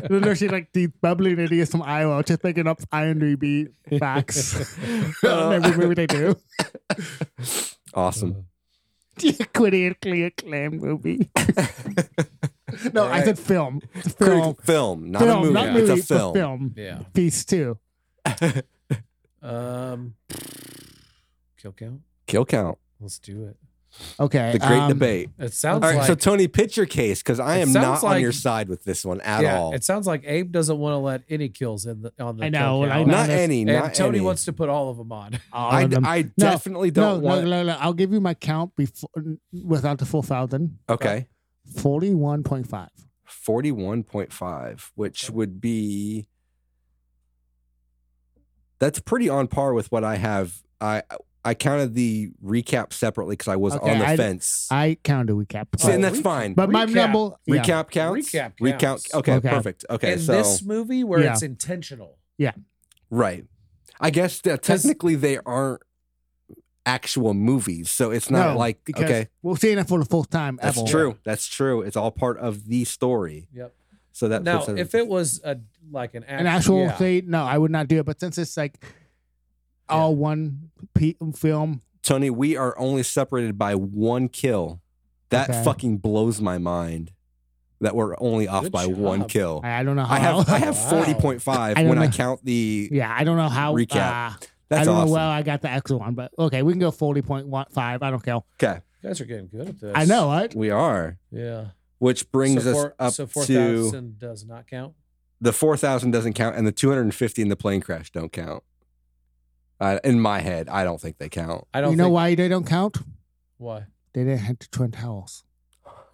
[SPEAKER 1] then there's like these bubbling idiots from Iowa just making up IMDb facts on
[SPEAKER 2] Uh,
[SPEAKER 1] every movie Oh, they do.
[SPEAKER 2] awesome.
[SPEAKER 1] critically acclaimed movie. no, I said film. It's a film.
[SPEAKER 2] Critic- film, not
[SPEAKER 1] film,
[SPEAKER 2] a movie.
[SPEAKER 1] not movie.
[SPEAKER 2] it's a
[SPEAKER 1] but
[SPEAKER 2] film.
[SPEAKER 1] film.
[SPEAKER 3] Yeah.
[SPEAKER 1] Piece two.
[SPEAKER 3] Um, kill count.
[SPEAKER 2] Kill count.
[SPEAKER 3] Let's do it.
[SPEAKER 1] Okay.
[SPEAKER 2] The great
[SPEAKER 1] um,
[SPEAKER 2] debate.
[SPEAKER 3] It
[SPEAKER 2] All
[SPEAKER 3] sounds
[SPEAKER 2] right,
[SPEAKER 3] like
[SPEAKER 2] so Tony, pitch your case because I
[SPEAKER 3] It
[SPEAKER 2] am
[SPEAKER 3] sounds
[SPEAKER 2] not on
[SPEAKER 3] like-
[SPEAKER 2] your side with this one at
[SPEAKER 3] yeah,
[SPEAKER 2] all.
[SPEAKER 3] It sounds like Abe doesn't want to let any kills in the on the.
[SPEAKER 1] I
[SPEAKER 3] kill
[SPEAKER 1] know, I
[SPEAKER 3] count.
[SPEAKER 1] know.
[SPEAKER 2] Not
[SPEAKER 1] no,
[SPEAKER 2] any.
[SPEAKER 3] And
[SPEAKER 2] Not
[SPEAKER 3] Tony
[SPEAKER 2] any.
[SPEAKER 3] wants to put all of them on.
[SPEAKER 1] All
[SPEAKER 2] I,
[SPEAKER 1] of them.
[SPEAKER 2] I definitely
[SPEAKER 1] no,
[SPEAKER 2] don't
[SPEAKER 1] no,
[SPEAKER 2] want.
[SPEAKER 1] no, no, I'll give you my count before without the full thousand.
[SPEAKER 2] Okay,
[SPEAKER 1] 41.5.
[SPEAKER 2] forty-one point five, which would be. That's pretty on par with what I have. I I counted the recap separately because I was
[SPEAKER 1] Okay,
[SPEAKER 2] on the
[SPEAKER 1] I-
[SPEAKER 2] fence.
[SPEAKER 1] I counted a recap.
[SPEAKER 2] See, and
[SPEAKER 3] Oh,
[SPEAKER 2] that's
[SPEAKER 3] recap.
[SPEAKER 2] fine.
[SPEAKER 1] but my
[SPEAKER 3] recap.
[SPEAKER 1] number. yeah.
[SPEAKER 2] recap counts.
[SPEAKER 3] Recap counts.
[SPEAKER 2] Recount. Okay,
[SPEAKER 1] Okay.
[SPEAKER 2] perfect. Okay,
[SPEAKER 3] in
[SPEAKER 2] so
[SPEAKER 3] this movie where
[SPEAKER 1] Yeah.
[SPEAKER 3] it's intentional.
[SPEAKER 2] Right. I guess that
[SPEAKER 3] 'Cause-
[SPEAKER 2] technically they aren't actual movies, so it's not
[SPEAKER 1] No,
[SPEAKER 2] like
[SPEAKER 1] because
[SPEAKER 2] okay,
[SPEAKER 1] We're seeing it for the first time
[SPEAKER 2] that's
[SPEAKER 1] ever.
[SPEAKER 2] true. That's true. It's all part of the story.
[SPEAKER 3] Yep.
[SPEAKER 2] So that
[SPEAKER 3] now,
[SPEAKER 2] puts it-
[SPEAKER 3] if it was a like an, act,
[SPEAKER 1] An actual
[SPEAKER 3] yeah.
[SPEAKER 1] thing, no, I would not do it. But since it's like all one pe- film,
[SPEAKER 2] Tony, we are only separated by one kill. That
[SPEAKER 1] Okay.
[SPEAKER 2] fucking blows my mind. That we're only off
[SPEAKER 3] Good
[SPEAKER 2] by one
[SPEAKER 3] job.
[SPEAKER 2] kill. I,
[SPEAKER 1] I, I don't know how.
[SPEAKER 2] have I have
[SPEAKER 3] Wow.
[SPEAKER 2] forty point five
[SPEAKER 1] I
[SPEAKER 2] when
[SPEAKER 1] don't
[SPEAKER 2] I
[SPEAKER 1] know.
[SPEAKER 2] count the.
[SPEAKER 1] Yeah, I don't know how.
[SPEAKER 2] Recap.
[SPEAKER 1] uh, I
[SPEAKER 2] That's
[SPEAKER 1] don't
[SPEAKER 2] awesome.
[SPEAKER 1] know where I got the extra one, but okay, we can go forty point one five. I don't care.
[SPEAKER 2] okay,
[SPEAKER 3] You guys are getting good at this.
[SPEAKER 1] I know, right?
[SPEAKER 2] we are.
[SPEAKER 3] Yeah.
[SPEAKER 2] Which brings
[SPEAKER 3] so
[SPEAKER 2] us
[SPEAKER 3] four,
[SPEAKER 2] up
[SPEAKER 3] so four
[SPEAKER 2] to
[SPEAKER 3] thousand does not count.
[SPEAKER 2] the 4,000 doesn't count, and the 250 in the plane crash don't count. Uh, in my head, I don't think they count.
[SPEAKER 3] I
[SPEAKER 1] You know
[SPEAKER 3] don't think,
[SPEAKER 1] why they don't count?
[SPEAKER 3] why.
[SPEAKER 1] They didn't hit the Twin Towers.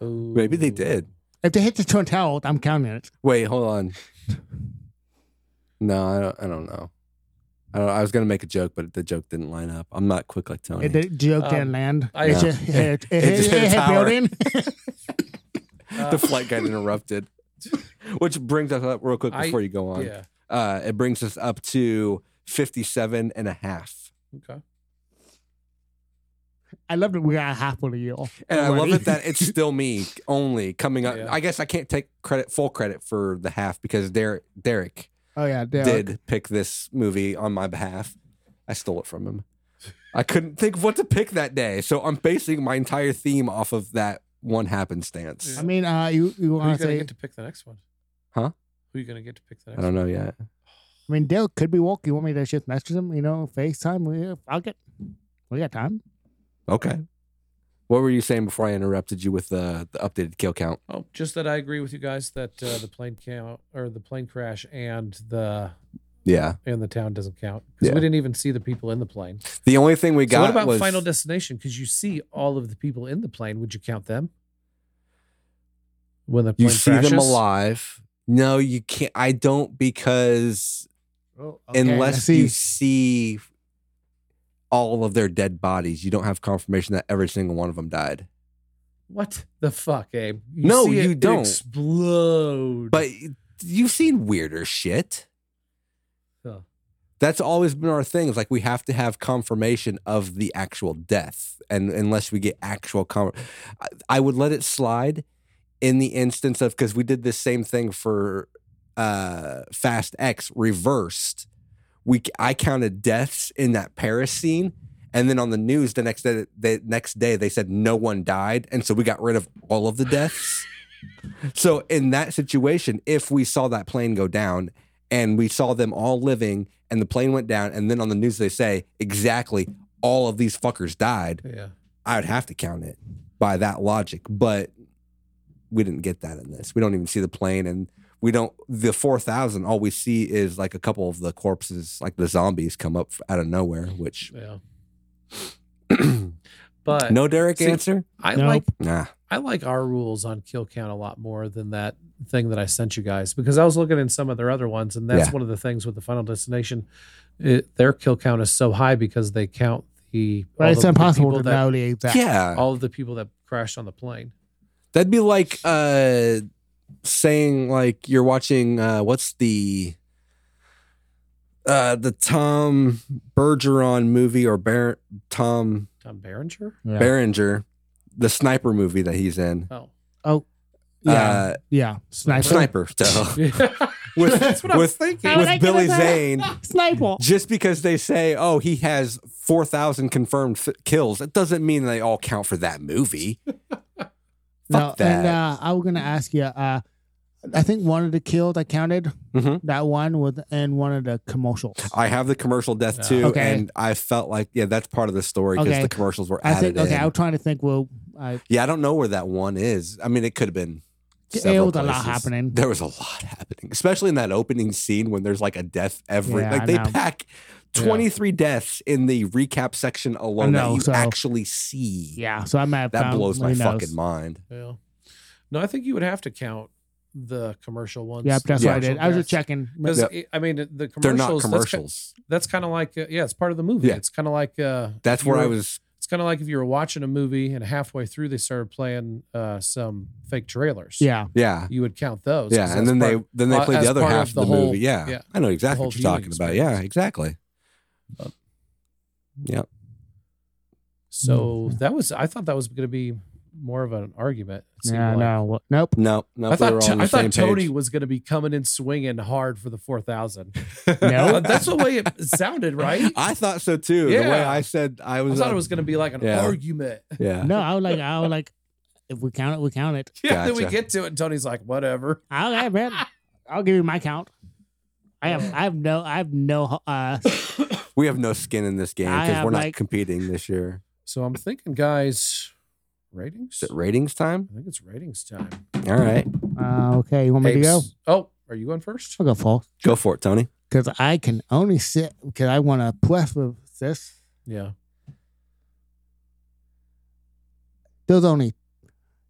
[SPEAKER 2] Maybe they
[SPEAKER 3] Ooh.
[SPEAKER 2] did.
[SPEAKER 1] If they hit the Twin Towers, I'm counting it.
[SPEAKER 2] Wait, hold on. No, I don't, I don't know. I, don't, I was going to make a joke, but the joke didn't line up. I'm not quick like Tony.
[SPEAKER 1] It did joke
[SPEAKER 3] Um,
[SPEAKER 1] didn't land.
[SPEAKER 3] I-
[SPEAKER 1] it
[SPEAKER 2] Yeah.
[SPEAKER 1] just hit, it, hit,
[SPEAKER 2] just hit a
[SPEAKER 1] it hit
[SPEAKER 2] tower.
[SPEAKER 1] building.
[SPEAKER 3] Uh,
[SPEAKER 2] the flight got interrupted. Which brings us up real quick
[SPEAKER 3] I-
[SPEAKER 2] before you go on.
[SPEAKER 3] Yeah.
[SPEAKER 2] Uh, it brings us up to 57 and a half.
[SPEAKER 3] Okay.
[SPEAKER 1] I love that we got a half of the year.
[SPEAKER 2] And I love
[SPEAKER 1] already.
[SPEAKER 2] it that it's still me only coming up.
[SPEAKER 3] Yeah.
[SPEAKER 2] I guess I can't take credit, full credit for the half because Derek, Derek
[SPEAKER 1] Oh yeah, Derek.
[SPEAKER 2] did pick this movie on my behalf. I stole it from him. I couldn't think of what to pick that day. So I'm basing my entire theme off of that one happenstance.
[SPEAKER 1] I mean, uh, you you
[SPEAKER 3] Who are you
[SPEAKER 1] want to
[SPEAKER 3] gonna
[SPEAKER 1] say?
[SPEAKER 3] get to pick the next one?
[SPEAKER 2] Huh?
[SPEAKER 3] Who are you gonna get to pick the next
[SPEAKER 2] I don't know yet.
[SPEAKER 1] I mean, Derek could be woke. You want me to just message him? You know, FaceTime. We I'll get. We got time.
[SPEAKER 2] Okay. What were you saying before I interrupted you with the, the updated kill count?
[SPEAKER 3] Oh, just that I agree with you guys that uh, the plane count or the plane crash and the
[SPEAKER 2] Yeah.
[SPEAKER 3] and the town doesn't count because
[SPEAKER 2] Yeah.
[SPEAKER 3] we didn't even see the people in the plane.
[SPEAKER 2] The only thing we got
[SPEAKER 3] So what about
[SPEAKER 2] was
[SPEAKER 3] Final Destination? Because you see all of the people in the plane. Would you count them when the plane
[SPEAKER 2] you see
[SPEAKER 3] crashes?
[SPEAKER 2] them alive. No, you can't. I don't because
[SPEAKER 1] Oh,
[SPEAKER 2] unless you see all of their dead bodies, you don't have confirmation that every single one of them died.
[SPEAKER 3] What the fuck, Abe?
[SPEAKER 2] No,
[SPEAKER 3] see
[SPEAKER 2] you
[SPEAKER 3] it
[SPEAKER 2] don't.
[SPEAKER 3] explode.
[SPEAKER 2] But you've seen weirder shit.
[SPEAKER 3] Huh.
[SPEAKER 2] That's always been our thing. Is like we have to have confirmation of the actual death, and unless we get actual, con- I, I would let it slide in the instance of because we did the same thing for uh, Fast X reversed. We c- I counted deaths in that Paris scene, and then on the news the next day, the next day they said no one died, and so we got rid of all of the deaths. so in that situation, if we saw that plane go down and we saw them all living, and the plane went down, and then on the news they say exactly all of these fuckers died,
[SPEAKER 3] yeah,
[SPEAKER 2] I would have to count it by that logic. But we didn't get that in this. We don't even see the plane, and we don't. The four thousand, all we see is like a couple of the corpses, like the zombies, come up out of nowhere. Which
[SPEAKER 3] yeah. but
[SPEAKER 2] no, Derek
[SPEAKER 3] See-
[SPEAKER 2] answer.
[SPEAKER 3] I
[SPEAKER 1] Nope.
[SPEAKER 3] like
[SPEAKER 2] Nah,
[SPEAKER 3] I like our rules on kill count a lot more than that thing that I sent you guys because I was looking in some of their other ones, and that's
[SPEAKER 2] Yeah.
[SPEAKER 3] one of the things with the Final Destination. It, their kill count is so high because they count the
[SPEAKER 1] but
[SPEAKER 3] all
[SPEAKER 1] it's
[SPEAKER 3] of the
[SPEAKER 1] impossible
[SPEAKER 3] people
[SPEAKER 1] to
[SPEAKER 3] that-
[SPEAKER 1] know the exact.
[SPEAKER 2] yeah,
[SPEAKER 3] all of the people that crashed on the plane.
[SPEAKER 2] that'd be like uh saying like you're watching uh what's the uh the Tom Bergeron movie or Bar- Tom
[SPEAKER 3] Tom Berenger.
[SPEAKER 1] Yeah.
[SPEAKER 2] Berenger, the sniper movie that he's in.
[SPEAKER 3] Oh,
[SPEAKER 1] yeah.
[SPEAKER 2] Uh,
[SPEAKER 1] yeah. Sniper.
[SPEAKER 2] sniper. so. with
[SPEAKER 3] That's what I was
[SPEAKER 2] with,
[SPEAKER 3] thinking.
[SPEAKER 1] How would I
[SPEAKER 2] with
[SPEAKER 1] get
[SPEAKER 2] Billy
[SPEAKER 1] it back?
[SPEAKER 2] Zane.
[SPEAKER 1] Sniper.
[SPEAKER 2] Just because they say, "Oh, he has four thousand confirmed f- kills," it doesn't mean they all count for that movie.
[SPEAKER 1] No,
[SPEAKER 2] that.
[SPEAKER 1] and uh, I was gonna ask you. Uh, I think one of the kills I counted.
[SPEAKER 2] Mhm.
[SPEAKER 1] That one was in one of the commercials.
[SPEAKER 2] I have the commercial death
[SPEAKER 3] Yeah.
[SPEAKER 2] too,
[SPEAKER 1] Okay.
[SPEAKER 2] and I felt like, yeah, that's part of the story because
[SPEAKER 1] Okay.
[SPEAKER 2] the commercials were
[SPEAKER 1] I
[SPEAKER 2] added
[SPEAKER 1] think. Okay,
[SPEAKER 2] in.
[SPEAKER 1] I was trying to think. Well, I,
[SPEAKER 2] yeah, I don't know where that one is. I mean, it could have been.
[SPEAKER 1] it
[SPEAKER 2] several
[SPEAKER 1] was a lot
[SPEAKER 2] places.
[SPEAKER 1] happening.
[SPEAKER 2] There was a lot happening, especially in that opening scene when there's like a death every.
[SPEAKER 1] Yeah,
[SPEAKER 2] like
[SPEAKER 1] I
[SPEAKER 2] they
[SPEAKER 1] know.
[SPEAKER 2] pack
[SPEAKER 3] Yeah.
[SPEAKER 2] twenty three deaths in the recap section alone
[SPEAKER 1] know,
[SPEAKER 2] that you
[SPEAKER 1] so-
[SPEAKER 2] actually see.
[SPEAKER 1] yeah, so I might have
[SPEAKER 2] That
[SPEAKER 1] found,
[SPEAKER 2] blows
[SPEAKER 1] who
[SPEAKER 2] my
[SPEAKER 1] knows.
[SPEAKER 2] fucking mind.
[SPEAKER 3] yeah. No, I think you would have to count the commercial ones.
[SPEAKER 1] Yep, that's what I
[SPEAKER 3] Commercial
[SPEAKER 1] did. I was just
[SPEAKER 3] deaths.
[SPEAKER 1] checking.
[SPEAKER 3] 'Cause
[SPEAKER 2] Yep.
[SPEAKER 3] it- I mean, the commercials.
[SPEAKER 2] They're not
[SPEAKER 3] that's ki-
[SPEAKER 2] commercials.
[SPEAKER 3] That's, kind of like, uh, yeah, it's part of the movie.
[SPEAKER 2] Yeah.
[SPEAKER 3] It's kind of like uh,
[SPEAKER 2] That's
[SPEAKER 3] if
[SPEAKER 2] where
[SPEAKER 3] you
[SPEAKER 2] I
[SPEAKER 3] were-
[SPEAKER 2] was.
[SPEAKER 3] It's kind of like if you were watching a movie and halfway through they started playing uh, some fake trailers.
[SPEAKER 1] Yeah,
[SPEAKER 2] Yeah,
[SPEAKER 3] you would count those. 'cause
[SPEAKER 2] yeah, and
[SPEAKER 3] that's
[SPEAKER 2] then
[SPEAKER 3] part
[SPEAKER 2] they
[SPEAKER 3] of
[SPEAKER 2] then they
[SPEAKER 3] uh,
[SPEAKER 2] play
[SPEAKER 3] as
[SPEAKER 2] the other
[SPEAKER 3] part
[SPEAKER 2] half
[SPEAKER 3] of
[SPEAKER 2] of
[SPEAKER 3] the
[SPEAKER 2] the,
[SPEAKER 3] whole-
[SPEAKER 2] movie. Yeah.
[SPEAKER 3] yeah,
[SPEAKER 2] I know exactly
[SPEAKER 3] whole
[SPEAKER 2] what you're talking
[SPEAKER 3] viewing
[SPEAKER 2] about.
[SPEAKER 3] experience.
[SPEAKER 2] Yeah, exactly.
[SPEAKER 3] But-
[SPEAKER 2] Yep.
[SPEAKER 1] Mm-hmm.
[SPEAKER 3] So that was. I thought that was going to be more of an argument. it seemed
[SPEAKER 1] yeah,
[SPEAKER 3] like.
[SPEAKER 1] no, well, nope.
[SPEAKER 2] No, no,
[SPEAKER 3] I
[SPEAKER 2] they
[SPEAKER 3] thought
[SPEAKER 2] were all on the
[SPEAKER 3] I
[SPEAKER 2] same
[SPEAKER 3] thought Tony
[SPEAKER 2] page.
[SPEAKER 3] was going to be coming in swinging hard for the four thousand.
[SPEAKER 1] No.
[SPEAKER 3] that's the way it sounded, right?
[SPEAKER 2] I thought so too. The way
[SPEAKER 3] Yeah.
[SPEAKER 2] I said I
[SPEAKER 3] I
[SPEAKER 2] was.
[SPEAKER 3] thought
[SPEAKER 2] on-
[SPEAKER 3] it was going to be like an
[SPEAKER 2] Yeah.
[SPEAKER 3] argument.
[SPEAKER 2] Yeah.
[SPEAKER 1] No, I was like, I was like, if we count it, we count it.
[SPEAKER 3] Yeah, then we
[SPEAKER 2] Gotcha.
[SPEAKER 3] get to it, and Tony's like, "Whatever."
[SPEAKER 1] Okay, man. I'll give you my count. I have, I have no, I have no. Uh,
[SPEAKER 2] We have no skin in this game
[SPEAKER 1] I
[SPEAKER 2] because
[SPEAKER 1] am
[SPEAKER 2] we're not
[SPEAKER 1] like-
[SPEAKER 2] competing this year.
[SPEAKER 3] So I'm thinking, guys, ratings.
[SPEAKER 2] Is it ratings time?
[SPEAKER 3] I think it's ratings time.
[SPEAKER 2] All right.
[SPEAKER 1] uh, okay, you want me to go?
[SPEAKER 3] Apes- Oh, Are you going first?
[SPEAKER 1] I'll go false
[SPEAKER 2] Go for it, Tony.
[SPEAKER 1] because I can only sit because I want a plethora of this.
[SPEAKER 3] Yeah.
[SPEAKER 1] There's only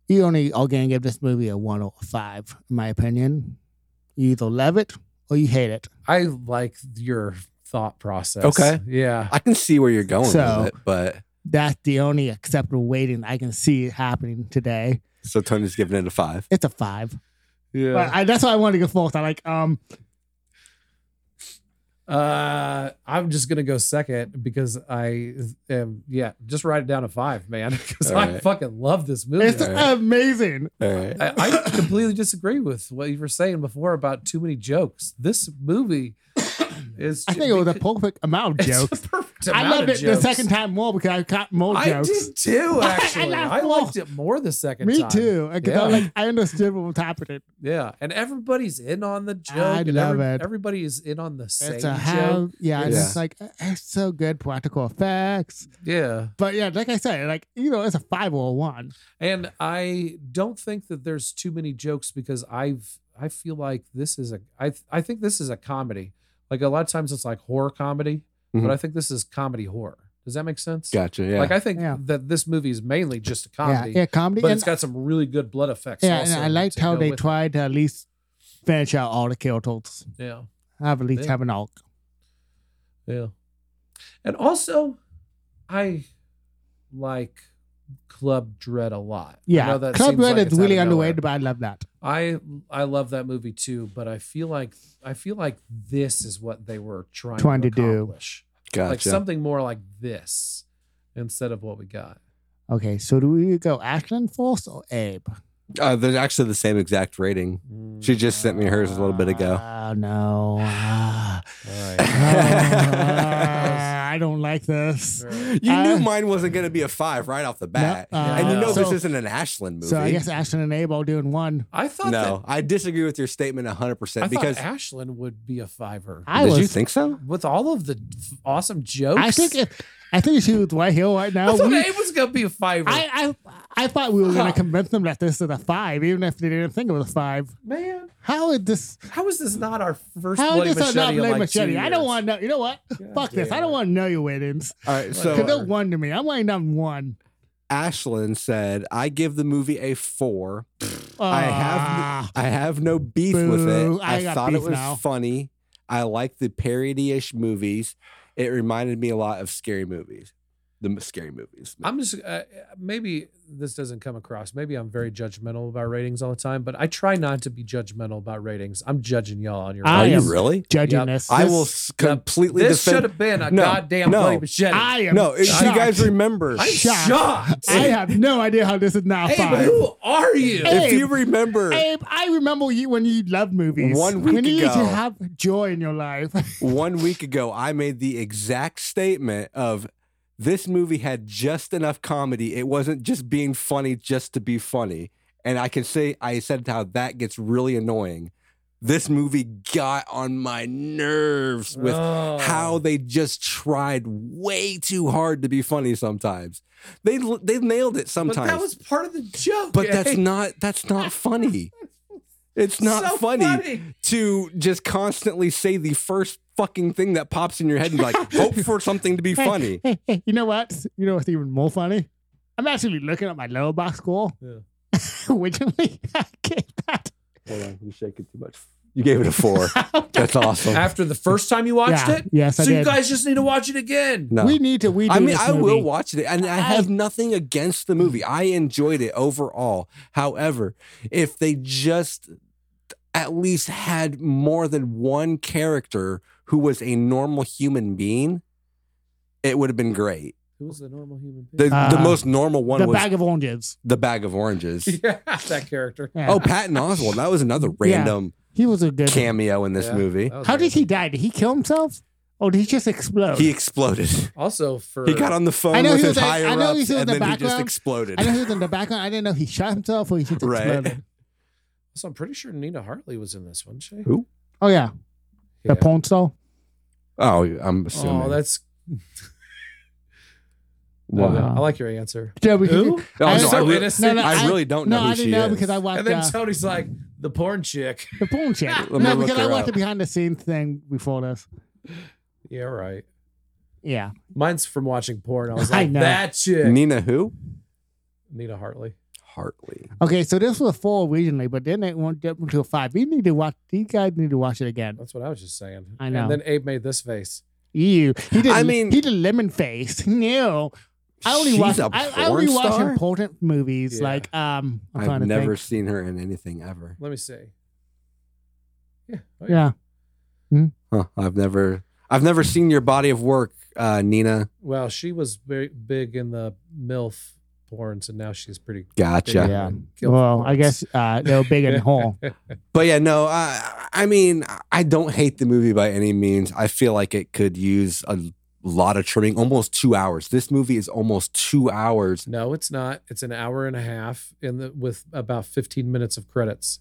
[SPEAKER 1] you only are gonna give this movie a one or a five, in my opinion. You either love it or you hate it.
[SPEAKER 3] I like your thought process.
[SPEAKER 2] Okay.
[SPEAKER 3] Yeah.
[SPEAKER 2] I can see where you're going
[SPEAKER 1] So-
[SPEAKER 2] with it, but
[SPEAKER 1] That's the only acceptable rating I can see it happening today.
[SPEAKER 2] so Tony's giving it a five.
[SPEAKER 1] It's a five. But
[SPEAKER 3] Yeah.
[SPEAKER 1] I, that's why I wanted to go false. I like um
[SPEAKER 3] Uh, I'm just gonna go second because I am. Yeah, just write it down to five, man. Because
[SPEAKER 2] All
[SPEAKER 3] I
[SPEAKER 2] right.
[SPEAKER 3] fucking love this movie.
[SPEAKER 1] it's
[SPEAKER 2] All right.
[SPEAKER 1] amazing.
[SPEAKER 2] All right.
[SPEAKER 3] I, I completely disagree with what you were saying before about too many jokes. This movie is.
[SPEAKER 1] I think it was a perfect amount of
[SPEAKER 3] it's a
[SPEAKER 1] jokes.
[SPEAKER 3] perfect
[SPEAKER 1] I
[SPEAKER 3] amount
[SPEAKER 1] loved
[SPEAKER 3] of
[SPEAKER 1] it
[SPEAKER 3] jokes.
[SPEAKER 1] the second time more because I caught more
[SPEAKER 3] I
[SPEAKER 1] jokes.
[SPEAKER 3] did too.
[SPEAKER 1] I
[SPEAKER 3] Actually, I,
[SPEAKER 1] laughed more.
[SPEAKER 3] liked it more the second
[SPEAKER 1] Me
[SPEAKER 3] time.
[SPEAKER 1] too. Because I
[SPEAKER 3] Yeah.
[SPEAKER 1] like I understood what was happening.
[SPEAKER 3] Yeah, and everybody's in on the joke.
[SPEAKER 1] I
[SPEAKER 3] and
[SPEAKER 1] love
[SPEAKER 3] every-
[SPEAKER 1] it.
[SPEAKER 3] Everybody is in on the same
[SPEAKER 1] It's a
[SPEAKER 3] joke.
[SPEAKER 1] how yeah, it's
[SPEAKER 2] Yeah.
[SPEAKER 1] just like it's so good practical effects.
[SPEAKER 3] Yeah,
[SPEAKER 1] But yeah, like I said, like you know, it's a five or a one.
[SPEAKER 3] and I don't think that there's too many jokes because I've I feel like this is a I I think this is a comedy. Like a lot of times it's like horror comedy,
[SPEAKER 2] Mhm.
[SPEAKER 3] but I think this is comedy horror. Does that make sense?
[SPEAKER 2] Gotcha. Yeah.
[SPEAKER 3] Like I think
[SPEAKER 1] Yeah.
[SPEAKER 3] that this movie is mainly just a comedy,
[SPEAKER 1] Yeah, yeah, comedy.
[SPEAKER 3] but
[SPEAKER 1] and-
[SPEAKER 3] it's got some really good blood effects.
[SPEAKER 1] yeah,
[SPEAKER 3] also
[SPEAKER 1] and I liked
[SPEAKER 3] to
[SPEAKER 1] how
[SPEAKER 3] go
[SPEAKER 1] they
[SPEAKER 3] with it.
[SPEAKER 1] tried to at least finish out all the characters.
[SPEAKER 3] Yeah.
[SPEAKER 1] Have at least
[SPEAKER 3] Yeah.
[SPEAKER 1] have an arc.
[SPEAKER 3] Yeah. And also, I like Club Dread a lot. I
[SPEAKER 1] Yeah,
[SPEAKER 3] know that
[SPEAKER 1] Club
[SPEAKER 3] seems
[SPEAKER 1] Red
[SPEAKER 3] like it's
[SPEAKER 1] is
[SPEAKER 3] out
[SPEAKER 1] really
[SPEAKER 3] of nowhere.
[SPEAKER 1] underrated, but I love that.
[SPEAKER 3] I I love that movie too, but I feel like I feel like this is what they were trying,
[SPEAKER 1] Trying
[SPEAKER 3] to,
[SPEAKER 1] to do.
[SPEAKER 3] accomplish.
[SPEAKER 2] gotcha.
[SPEAKER 3] Like something more like this instead of what we got.
[SPEAKER 1] Okay, so do we go Ashland Force or Abe?
[SPEAKER 2] uh, they're actually the same exact rating.
[SPEAKER 3] Mm.
[SPEAKER 2] She just sent me hers a little bit ago.
[SPEAKER 1] Oh no. Ah.
[SPEAKER 3] All
[SPEAKER 1] Ah,
[SPEAKER 3] right.
[SPEAKER 1] I don't like this.
[SPEAKER 3] All right.
[SPEAKER 2] You
[SPEAKER 1] Uh,
[SPEAKER 2] knew mine wasn't going to be a five right off the bat,
[SPEAKER 1] uh,
[SPEAKER 2] and you know
[SPEAKER 1] so-
[SPEAKER 2] this isn't an Ashland movie.
[SPEAKER 1] So I guess Ashland and Abe all doing one.
[SPEAKER 3] I thought
[SPEAKER 2] no, I disagree with your statement hundred
[SPEAKER 3] that I
[SPEAKER 2] percent because
[SPEAKER 3] thought Ashlyn would be a fiver.
[SPEAKER 1] I
[SPEAKER 2] did
[SPEAKER 1] was
[SPEAKER 2] you think so?
[SPEAKER 3] with all of the f- awesome jokes.
[SPEAKER 1] I think if I think if she was right here right
[SPEAKER 3] I
[SPEAKER 1] now.
[SPEAKER 3] thought
[SPEAKER 1] we-
[SPEAKER 3] Abe was gonna be a fiver.
[SPEAKER 1] I, I I thought we were going
[SPEAKER 3] Huh.
[SPEAKER 1] to convince them that this is a five, even if they didn't think it was a five.
[SPEAKER 3] Man,
[SPEAKER 1] How is this?
[SPEAKER 3] How is this not our first
[SPEAKER 1] How
[SPEAKER 3] bloody
[SPEAKER 1] is this
[SPEAKER 3] machete?
[SPEAKER 1] not
[SPEAKER 3] in,
[SPEAKER 1] Blade
[SPEAKER 3] like,
[SPEAKER 1] Machete?
[SPEAKER 3] two
[SPEAKER 1] I don't
[SPEAKER 3] years?
[SPEAKER 1] want to know. You know what?
[SPEAKER 3] God
[SPEAKER 1] Fuck this. I
[SPEAKER 3] damn
[SPEAKER 1] don't
[SPEAKER 3] it.
[SPEAKER 1] want to know your ratings.
[SPEAKER 2] All right,
[SPEAKER 3] so-
[SPEAKER 1] Because
[SPEAKER 2] so
[SPEAKER 1] they're one to me. I'm only not one.
[SPEAKER 2] Ashlyn said, "I give the movie a four. I
[SPEAKER 1] Ah,
[SPEAKER 2] have I have no beef with
[SPEAKER 1] Boo,
[SPEAKER 2] it.
[SPEAKER 1] I
[SPEAKER 2] I,
[SPEAKER 1] got
[SPEAKER 2] thought it
[SPEAKER 1] beef
[SPEAKER 2] was
[SPEAKER 1] now.
[SPEAKER 2] funny. I like the parody-ish movies. It reminded me a lot of scary movies, the m- scary movies.
[SPEAKER 3] I'm just uh, maybe this doesn't come across. Maybe I'm very judgmental about ratings all the time, but I try not to be judgmental about ratings. I'm judging y'all on your.
[SPEAKER 1] I
[SPEAKER 2] Are
[SPEAKER 3] ratings.
[SPEAKER 2] you
[SPEAKER 1] am-
[SPEAKER 2] really?
[SPEAKER 1] judging
[SPEAKER 3] Yep.
[SPEAKER 1] this.
[SPEAKER 2] I
[SPEAKER 1] This-
[SPEAKER 2] will s- completely
[SPEAKER 3] This should
[SPEAKER 2] defend.
[SPEAKER 3] have been a
[SPEAKER 2] No,
[SPEAKER 3] goddamn
[SPEAKER 2] no.
[SPEAKER 3] bloody machete.
[SPEAKER 1] I am.
[SPEAKER 2] No, if you
[SPEAKER 1] shocked.
[SPEAKER 2] guys remember,
[SPEAKER 3] I'm
[SPEAKER 1] shocked.
[SPEAKER 3] shocked.
[SPEAKER 1] I have no idea how this is now
[SPEAKER 3] Abe,
[SPEAKER 1] five.
[SPEAKER 3] who are you?
[SPEAKER 1] Hey.
[SPEAKER 2] if you remember,
[SPEAKER 1] Abe, I remember you when you loved movies.
[SPEAKER 2] One week
[SPEAKER 1] when you need
[SPEAKER 2] ago.
[SPEAKER 1] to have joy in your life.
[SPEAKER 2] one week ago, I made the exact statement of this movie had just enough comedy. It wasn't just being funny just to be funny. And I can say, I said how that gets really annoying. This movie got on my nerves with
[SPEAKER 3] Oh.
[SPEAKER 2] how they just tried way too hard to be funny sometimes. They they nailed it
[SPEAKER 3] But
[SPEAKER 2] sometimes.
[SPEAKER 3] that was part of the joke.
[SPEAKER 2] But that's
[SPEAKER 3] Abe.
[SPEAKER 2] not that's not funny. It's not
[SPEAKER 3] So
[SPEAKER 2] funny, to just constantly say the first fucking thing that pops in your head and be like hope for something to be funny.
[SPEAKER 1] Hey, hey, you know what? You know what's even more funny? I'm actually looking at my lower box score.
[SPEAKER 3] Yeah.
[SPEAKER 1] Originally, I gave that.
[SPEAKER 2] Hold on, you shake it too much. You gave it a four. That's awesome.
[SPEAKER 3] After the first time you watched
[SPEAKER 1] Oh. Yeah,
[SPEAKER 3] it,
[SPEAKER 1] Yes, I
[SPEAKER 3] so you
[SPEAKER 1] did.
[SPEAKER 3] guys just need to watch it again.
[SPEAKER 2] No.
[SPEAKER 1] We need to. We. Do
[SPEAKER 2] I mean,
[SPEAKER 1] this
[SPEAKER 2] I
[SPEAKER 1] movie.
[SPEAKER 2] will watch it, and I have
[SPEAKER 1] I-
[SPEAKER 2] nothing against the movie. I enjoyed it overall. However, if they just at least had more than one character who was a normal human being, it would have been great.
[SPEAKER 3] Who was the normal human
[SPEAKER 2] The,
[SPEAKER 3] being?
[SPEAKER 2] the
[SPEAKER 1] Uh,
[SPEAKER 2] most normal one
[SPEAKER 1] the
[SPEAKER 2] was
[SPEAKER 1] bag of oranges.
[SPEAKER 2] the bag of oranges.
[SPEAKER 3] yeah, that character.
[SPEAKER 1] Yeah.
[SPEAKER 2] Oh, Patton Oswald. That was another random
[SPEAKER 1] he was a good.
[SPEAKER 2] cameo in this
[SPEAKER 3] Yeah,
[SPEAKER 2] movie.
[SPEAKER 3] that was
[SPEAKER 1] How did he
[SPEAKER 3] amazing.
[SPEAKER 1] die? Did he kill himself, or did he just explode?
[SPEAKER 2] He exploded.
[SPEAKER 3] Also, for
[SPEAKER 2] He got on the phone
[SPEAKER 1] I know
[SPEAKER 2] with
[SPEAKER 1] he
[SPEAKER 2] his
[SPEAKER 1] was like- I
[SPEAKER 2] higher
[SPEAKER 1] know he
[SPEAKER 2] ups,
[SPEAKER 1] was in
[SPEAKER 2] and
[SPEAKER 1] the
[SPEAKER 2] then he just
[SPEAKER 1] background.
[SPEAKER 2] exploded.
[SPEAKER 1] I know he was in the background. I didn't know if he shot himself or he just
[SPEAKER 2] Right.
[SPEAKER 1] exploded.
[SPEAKER 3] So I'm pretty sure Nina Hartley was in this one. She?
[SPEAKER 2] Who?
[SPEAKER 1] Oh yeah,
[SPEAKER 3] Yeah.
[SPEAKER 1] the porn star.
[SPEAKER 2] Oh, I'm assuming.
[SPEAKER 3] Oh, that's.
[SPEAKER 2] Wow.
[SPEAKER 3] I don't know. I like your answer.
[SPEAKER 1] Yeah, because-
[SPEAKER 3] Who?
[SPEAKER 2] Oh,
[SPEAKER 1] I-
[SPEAKER 2] no,
[SPEAKER 3] so
[SPEAKER 2] I, really,
[SPEAKER 3] innocent.
[SPEAKER 1] No, no,
[SPEAKER 2] I really don't know
[SPEAKER 1] No,
[SPEAKER 2] who
[SPEAKER 1] I didn't
[SPEAKER 2] she
[SPEAKER 1] know
[SPEAKER 2] is.
[SPEAKER 1] because I watched.
[SPEAKER 3] and then
[SPEAKER 1] uh,
[SPEAKER 3] Tony's like,
[SPEAKER 5] the porn chick.
[SPEAKER 1] The porn chick.
[SPEAKER 2] Let me
[SPEAKER 1] no,
[SPEAKER 2] look
[SPEAKER 1] because I
[SPEAKER 2] her
[SPEAKER 1] watched
[SPEAKER 2] up.
[SPEAKER 1] the behind the scenes thing before this.
[SPEAKER 3] Yeah, right.
[SPEAKER 1] Yeah.
[SPEAKER 3] Mine's from watching porn. I was
[SPEAKER 1] I
[SPEAKER 3] like,
[SPEAKER 1] know.
[SPEAKER 5] That chick.
[SPEAKER 2] Nina who?
[SPEAKER 3] Nina Hartley.
[SPEAKER 2] Hartley.
[SPEAKER 1] Okay, so this was four originally, but then it went up until five. You need to watch. These guys need to watch it again.
[SPEAKER 3] That's what I was just saying.
[SPEAKER 1] I know.
[SPEAKER 3] And then Abe made this face.
[SPEAKER 1] Ew. He did.
[SPEAKER 2] I mean-
[SPEAKER 1] he did lemon face. No, I only
[SPEAKER 2] She's
[SPEAKER 1] watch.
[SPEAKER 2] a
[SPEAKER 1] I, I
[SPEAKER 2] porn
[SPEAKER 1] only watch
[SPEAKER 2] star?
[SPEAKER 1] important movies.
[SPEAKER 3] Yeah.
[SPEAKER 1] Like um, I'm trying
[SPEAKER 2] I've
[SPEAKER 1] to
[SPEAKER 2] never
[SPEAKER 1] think.
[SPEAKER 2] seen her in anything ever.
[SPEAKER 3] Let me see. Yeah. oh
[SPEAKER 1] Yeah.
[SPEAKER 2] Huh. I've never I've never seen your body of work, uh, Nina.
[SPEAKER 3] Well, she was very big in the MILF porns, and now she's pretty.
[SPEAKER 2] Gotcha.
[SPEAKER 3] Yeah.
[SPEAKER 1] Yeah.
[SPEAKER 3] Kill
[SPEAKER 1] well,
[SPEAKER 3] porns.
[SPEAKER 1] I guess uh, they were big and whole.
[SPEAKER 2] But yeah, no, I I mean I don't hate the movie by any means. I feel like it could use a lot of trimming, almost two hours. This movie is almost two hours.
[SPEAKER 3] No, it's not. It's an hour and a half in the with about 15 minutes of credits.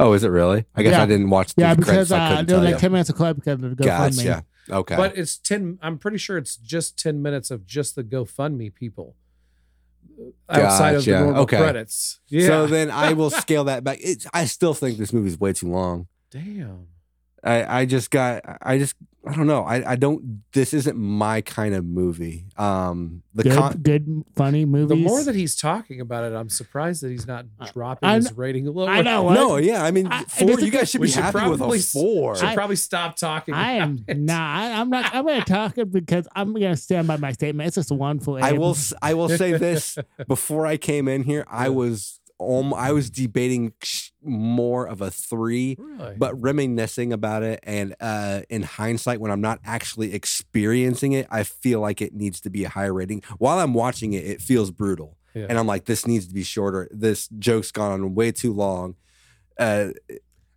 [SPEAKER 2] Oh, is it really? I guess
[SPEAKER 1] Yeah.
[SPEAKER 2] I didn't watch the
[SPEAKER 1] Yeah,
[SPEAKER 2] credits.
[SPEAKER 1] because
[SPEAKER 2] I
[SPEAKER 1] uh,
[SPEAKER 2] couldn't
[SPEAKER 1] they were
[SPEAKER 2] tell
[SPEAKER 1] like
[SPEAKER 2] you.
[SPEAKER 1] ten minutes of clip because of the GoFundMe.
[SPEAKER 2] Gotcha. Okay.
[SPEAKER 3] But it's 10 I'm pretty sure it's just 10 minutes of just the GoFundMe people uh, outside of the
[SPEAKER 2] Gotcha.
[SPEAKER 3] normal
[SPEAKER 2] Okay.
[SPEAKER 3] credits. Yeah.
[SPEAKER 2] So then I will scale that back. It's, I still think this movie's way too long.
[SPEAKER 3] Damn.
[SPEAKER 2] I, I just got I just I don't know. I, I don't this isn't my kind of movie. Um the
[SPEAKER 1] Good,
[SPEAKER 2] con
[SPEAKER 1] good, funny movies.
[SPEAKER 3] The more that he's talking about it, I'm surprised that he's not
[SPEAKER 1] I-
[SPEAKER 3] dropping
[SPEAKER 1] I
[SPEAKER 3] his rating lower.
[SPEAKER 1] I know. What?
[SPEAKER 2] No, yeah, I mean
[SPEAKER 1] I- it
[SPEAKER 2] four
[SPEAKER 1] doesn't
[SPEAKER 2] you guys should
[SPEAKER 3] we
[SPEAKER 2] be
[SPEAKER 3] should
[SPEAKER 2] happy
[SPEAKER 3] probably
[SPEAKER 2] with a
[SPEAKER 3] s-
[SPEAKER 2] four.
[SPEAKER 3] Should
[SPEAKER 1] I-
[SPEAKER 3] probably stop talking.
[SPEAKER 1] I am
[SPEAKER 3] about it.
[SPEAKER 1] not. I'm not. I'm going to talk it because I'm going to stand by my statement. It's just one for.
[SPEAKER 2] I will s- I will say this before I came in here, I was um, I was debating more of a three
[SPEAKER 3] Really?
[SPEAKER 2] but reminiscing about it and uh, in hindsight when i'm not actually experiencing it i feel like it needs to be a higher rating while i'm watching it it feels brutal
[SPEAKER 3] Yeah.
[SPEAKER 2] and i'm like this needs to be shorter this joke's gone on way too long uh,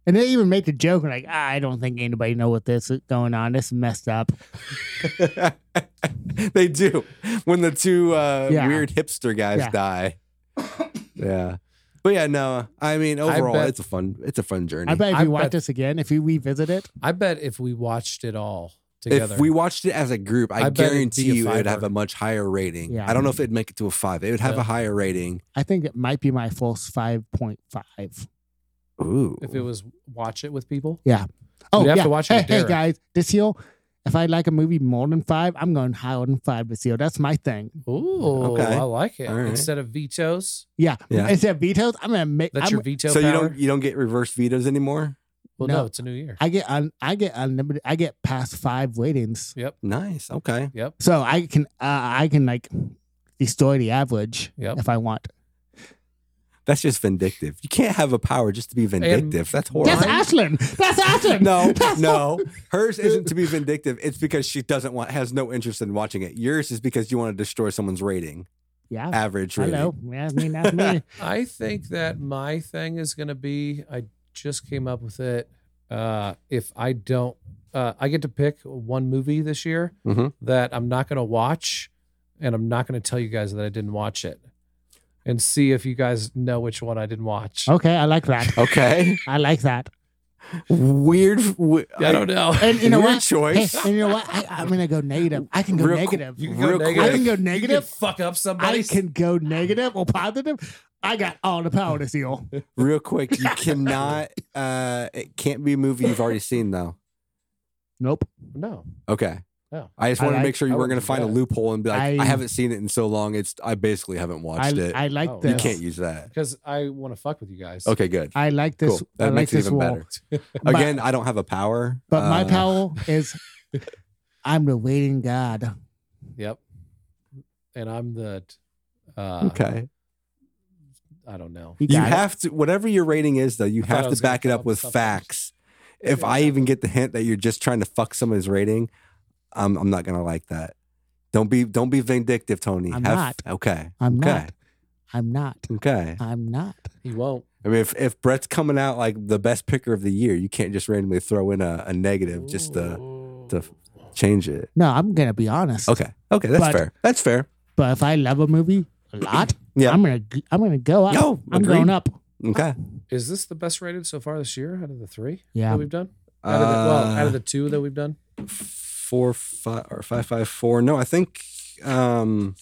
[SPEAKER 1] And they even make the joke like, "Ah, I don't think anybody know what this is going on. This is messed up.
[SPEAKER 2] they do when the two uh,
[SPEAKER 1] Yeah.
[SPEAKER 2] weird hipster guys
[SPEAKER 1] Yeah.
[SPEAKER 2] die yeah but yeah no i mean overall
[SPEAKER 3] bet-
[SPEAKER 2] it's a fun it's a fun journey
[SPEAKER 1] I bet if
[SPEAKER 3] I
[SPEAKER 1] you watch
[SPEAKER 3] bet-
[SPEAKER 1] this again, if you revisit it,
[SPEAKER 3] I bet if we watched it all together,
[SPEAKER 2] if we watched it as a group, I,
[SPEAKER 3] I bet it'd
[SPEAKER 2] guarantee
[SPEAKER 3] be a
[SPEAKER 2] you it would
[SPEAKER 3] fiver.
[SPEAKER 2] have a much higher rating.
[SPEAKER 1] Yeah.
[SPEAKER 2] I don't know if it'd make it to a five. It would have
[SPEAKER 3] Yeah.
[SPEAKER 2] a higher rating.
[SPEAKER 1] I think it might be my false five point five.
[SPEAKER 2] Ooh.
[SPEAKER 3] if it was watch it with people,
[SPEAKER 1] Oh
[SPEAKER 3] You'd have
[SPEAKER 1] yeah.
[SPEAKER 3] to watch it
[SPEAKER 1] hey,
[SPEAKER 3] with
[SPEAKER 1] hey
[SPEAKER 3] Derek.
[SPEAKER 1] guys, this year, if I like a movie more than five, I'm going higher than five this year. That's my thing.
[SPEAKER 3] ooh,
[SPEAKER 2] Okay.
[SPEAKER 3] I like it.
[SPEAKER 2] All right.
[SPEAKER 3] Instead of vetoes,
[SPEAKER 1] Yeah.
[SPEAKER 2] Yeah.
[SPEAKER 1] Instead of vetoes, I'm gonna make.
[SPEAKER 3] that's
[SPEAKER 1] I'm,
[SPEAKER 3] your veto
[SPEAKER 2] so you
[SPEAKER 3] power?
[SPEAKER 2] don't you don't get reverse vetoes anymore?
[SPEAKER 3] well, no.
[SPEAKER 1] No.
[SPEAKER 3] it's a new year.
[SPEAKER 1] I get. Un, I get unlimited. I get past five ratings,
[SPEAKER 3] yep,
[SPEAKER 2] Nice. Okay.
[SPEAKER 3] yep,
[SPEAKER 1] so I can. Uh, I can like destroy the average
[SPEAKER 3] yep.
[SPEAKER 1] if I want.
[SPEAKER 2] That's just vindictive. You can't have a power just to be vindictive. That's horrible.
[SPEAKER 1] That's Ashlyn. That's Ashlyn.
[SPEAKER 2] no,
[SPEAKER 1] That's
[SPEAKER 2] no. Hers isn't to be vindictive. It's because she doesn't want has no interest in watching it. Yours is because you want to destroy someone's rating,
[SPEAKER 1] Yeah.
[SPEAKER 2] average rating.
[SPEAKER 1] Uh, Hello. Yeah, I mean that's me.
[SPEAKER 3] I think that my thing is going to be I just came up with it. Uh, if I don't, uh, I get to pick one movie this year
[SPEAKER 2] Mhm.
[SPEAKER 3] that I'm not going to watch, and I'm not going to tell you guys that I didn't watch it, and see if you guys know which one I didn't watch.
[SPEAKER 1] Okay, I like that.
[SPEAKER 2] Okay.
[SPEAKER 1] I like that.
[SPEAKER 2] Weird. w-
[SPEAKER 3] I don't know.
[SPEAKER 1] And you know
[SPEAKER 2] weird
[SPEAKER 1] what? Hey,
[SPEAKER 2] choice.
[SPEAKER 1] and you know what? I, I'm gonna go negative. I can go
[SPEAKER 2] Real qu-
[SPEAKER 1] negative.
[SPEAKER 3] You can
[SPEAKER 2] Real
[SPEAKER 3] go
[SPEAKER 2] quick.
[SPEAKER 3] negative.
[SPEAKER 1] I can go
[SPEAKER 3] You
[SPEAKER 1] negative.
[SPEAKER 3] fuck up
[SPEAKER 1] I
[SPEAKER 3] somebody.
[SPEAKER 1] can go negative or positive. I got all the power to seal.
[SPEAKER 2] Real quick, you cannot. Uh, it can't be a movie you've already seen though.
[SPEAKER 1] Nope.
[SPEAKER 3] No.
[SPEAKER 2] Okay.
[SPEAKER 3] No.
[SPEAKER 2] I just
[SPEAKER 1] Oh, I
[SPEAKER 2] wanted to
[SPEAKER 1] like-
[SPEAKER 2] make sure you
[SPEAKER 3] I
[SPEAKER 2] weren't going
[SPEAKER 3] wouldn't
[SPEAKER 2] to
[SPEAKER 3] do
[SPEAKER 2] find a
[SPEAKER 3] that.
[SPEAKER 2] loophole and be like, I,
[SPEAKER 1] I-
[SPEAKER 2] haven't seen it in so long. It's I basically haven't watched
[SPEAKER 1] I,
[SPEAKER 2] it.
[SPEAKER 1] I like
[SPEAKER 3] Oh,
[SPEAKER 1] this.
[SPEAKER 2] you can't use that.
[SPEAKER 3] Because I want to fuck with you guys.
[SPEAKER 2] Okay, good.
[SPEAKER 1] I like this.
[SPEAKER 2] cool. That
[SPEAKER 1] I like
[SPEAKER 2] makes it
[SPEAKER 1] this
[SPEAKER 2] even
[SPEAKER 1] wall.
[SPEAKER 2] better.
[SPEAKER 1] But-
[SPEAKER 2] Again, I don't have a power,
[SPEAKER 1] But my
[SPEAKER 2] Uh,
[SPEAKER 1] power is I'm the waiting god.
[SPEAKER 3] Yep. And I'm the. Uh,
[SPEAKER 2] Okay,
[SPEAKER 3] I don't know.
[SPEAKER 1] You
[SPEAKER 2] you
[SPEAKER 1] got it.
[SPEAKER 2] have to whatever your rating is though. You
[SPEAKER 3] I thought I
[SPEAKER 2] have
[SPEAKER 3] was
[SPEAKER 2] to
[SPEAKER 3] gonna
[SPEAKER 2] back it
[SPEAKER 3] come
[SPEAKER 2] up
[SPEAKER 3] up
[SPEAKER 2] with
[SPEAKER 3] with something.
[SPEAKER 2] facts. If
[SPEAKER 3] Yeah.
[SPEAKER 2] I even get the hint that you're just trying to fuck somebody's rating, I'm I'm not going to like that. Don't be don't be vindictive, Tony.
[SPEAKER 1] I'm not.
[SPEAKER 2] Okay.
[SPEAKER 1] I'm
[SPEAKER 2] okay.
[SPEAKER 1] not. Uh, I'm not.
[SPEAKER 2] Okay.
[SPEAKER 1] I'm not.
[SPEAKER 3] He won't.
[SPEAKER 2] I mean, if, if Brett's coming out like the best picker of the year, you can't just randomly throw in a, a negative just to to change it.
[SPEAKER 1] No, I'm gonna be honest.
[SPEAKER 2] Okay. Okay. That's
[SPEAKER 1] But-
[SPEAKER 2] fair. That's fair.
[SPEAKER 1] But if I love a movie a lot,
[SPEAKER 2] Yeah.
[SPEAKER 1] I'm gonna g- I'm gonna go up.
[SPEAKER 2] No,
[SPEAKER 1] I'm
[SPEAKER 2] agreed.
[SPEAKER 1] going up.
[SPEAKER 2] Okay.
[SPEAKER 3] Is this the best rated so far this year out of the three
[SPEAKER 1] Yeah.
[SPEAKER 3] that we've done? Out of the, well, out
[SPEAKER 2] Uh,
[SPEAKER 3] of the two that we've done.
[SPEAKER 2] four, five, or five, five, four. No, I think um,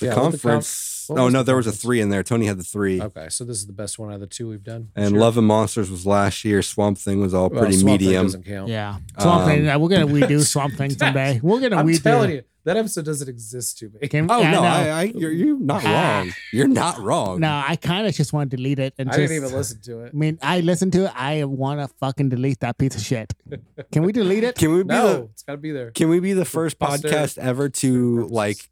[SPEAKER 2] the
[SPEAKER 3] Yeah, with the conf-
[SPEAKER 2] conference
[SPEAKER 3] What
[SPEAKER 2] oh
[SPEAKER 3] was
[SPEAKER 2] no,
[SPEAKER 3] the
[SPEAKER 2] there was a
[SPEAKER 3] preference?
[SPEAKER 2] three in there. Tony had the three,
[SPEAKER 3] Okay, so this is the best one out of the two we've done.
[SPEAKER 2] and
[SPEAKER 3] Sure.
[SPEAKER 2] Love and Monsters was last year. Swamp Thing was all
[SPEAKER 3] Well,
[SPEAKER 2] pretty
[SPEAKER 3] Swamp Thing
[SPEAKER 2] medium.
[SPEAKER 3] doesn't count.
[SPEAKER 1] Yeah. Swamp Thing.
[SPEAKER 2] Um,
[SPEAKER 1] uh, We're gonna redo Swamp Thing someday. We're gonna
[SPEAKER 3] I'm
[SPEAKER 1] redo.
[SPEAKER 3] telling you, that episode doesn't exist to me.
[SPEAKER 1] Can-
[SPEAKER 2] Oh
[SPEAKER 1] yeah,
[SPEAKER 2] no,
[SPEAKER 1] no,
[SPEAKER 2] I, I, you're, you're not
[SPEAKER 1] Ah.
[SPEAKER 2] wrong. You're not wrong.
[SPEAKER 1] No, I kind of just want to delete it. And
[SPEAKER 3] I
[SPEAKER 1] just,
[SPEAKER 3] didn't even listen to it.
[SPEAKER 1] I mean, I listened to it. I want to fucking delete that piece of shit. Can we delete it?
[SPEAKER 2] Can we be
[SPEAKER 3] No,
[SPEAKER 2] the
[SPEAKER 3] it's got to be there.
[SPEAKER 2] Can we be the first
[SPEAKER 3] posterity.
[SPEAKER 2] podcast ever to like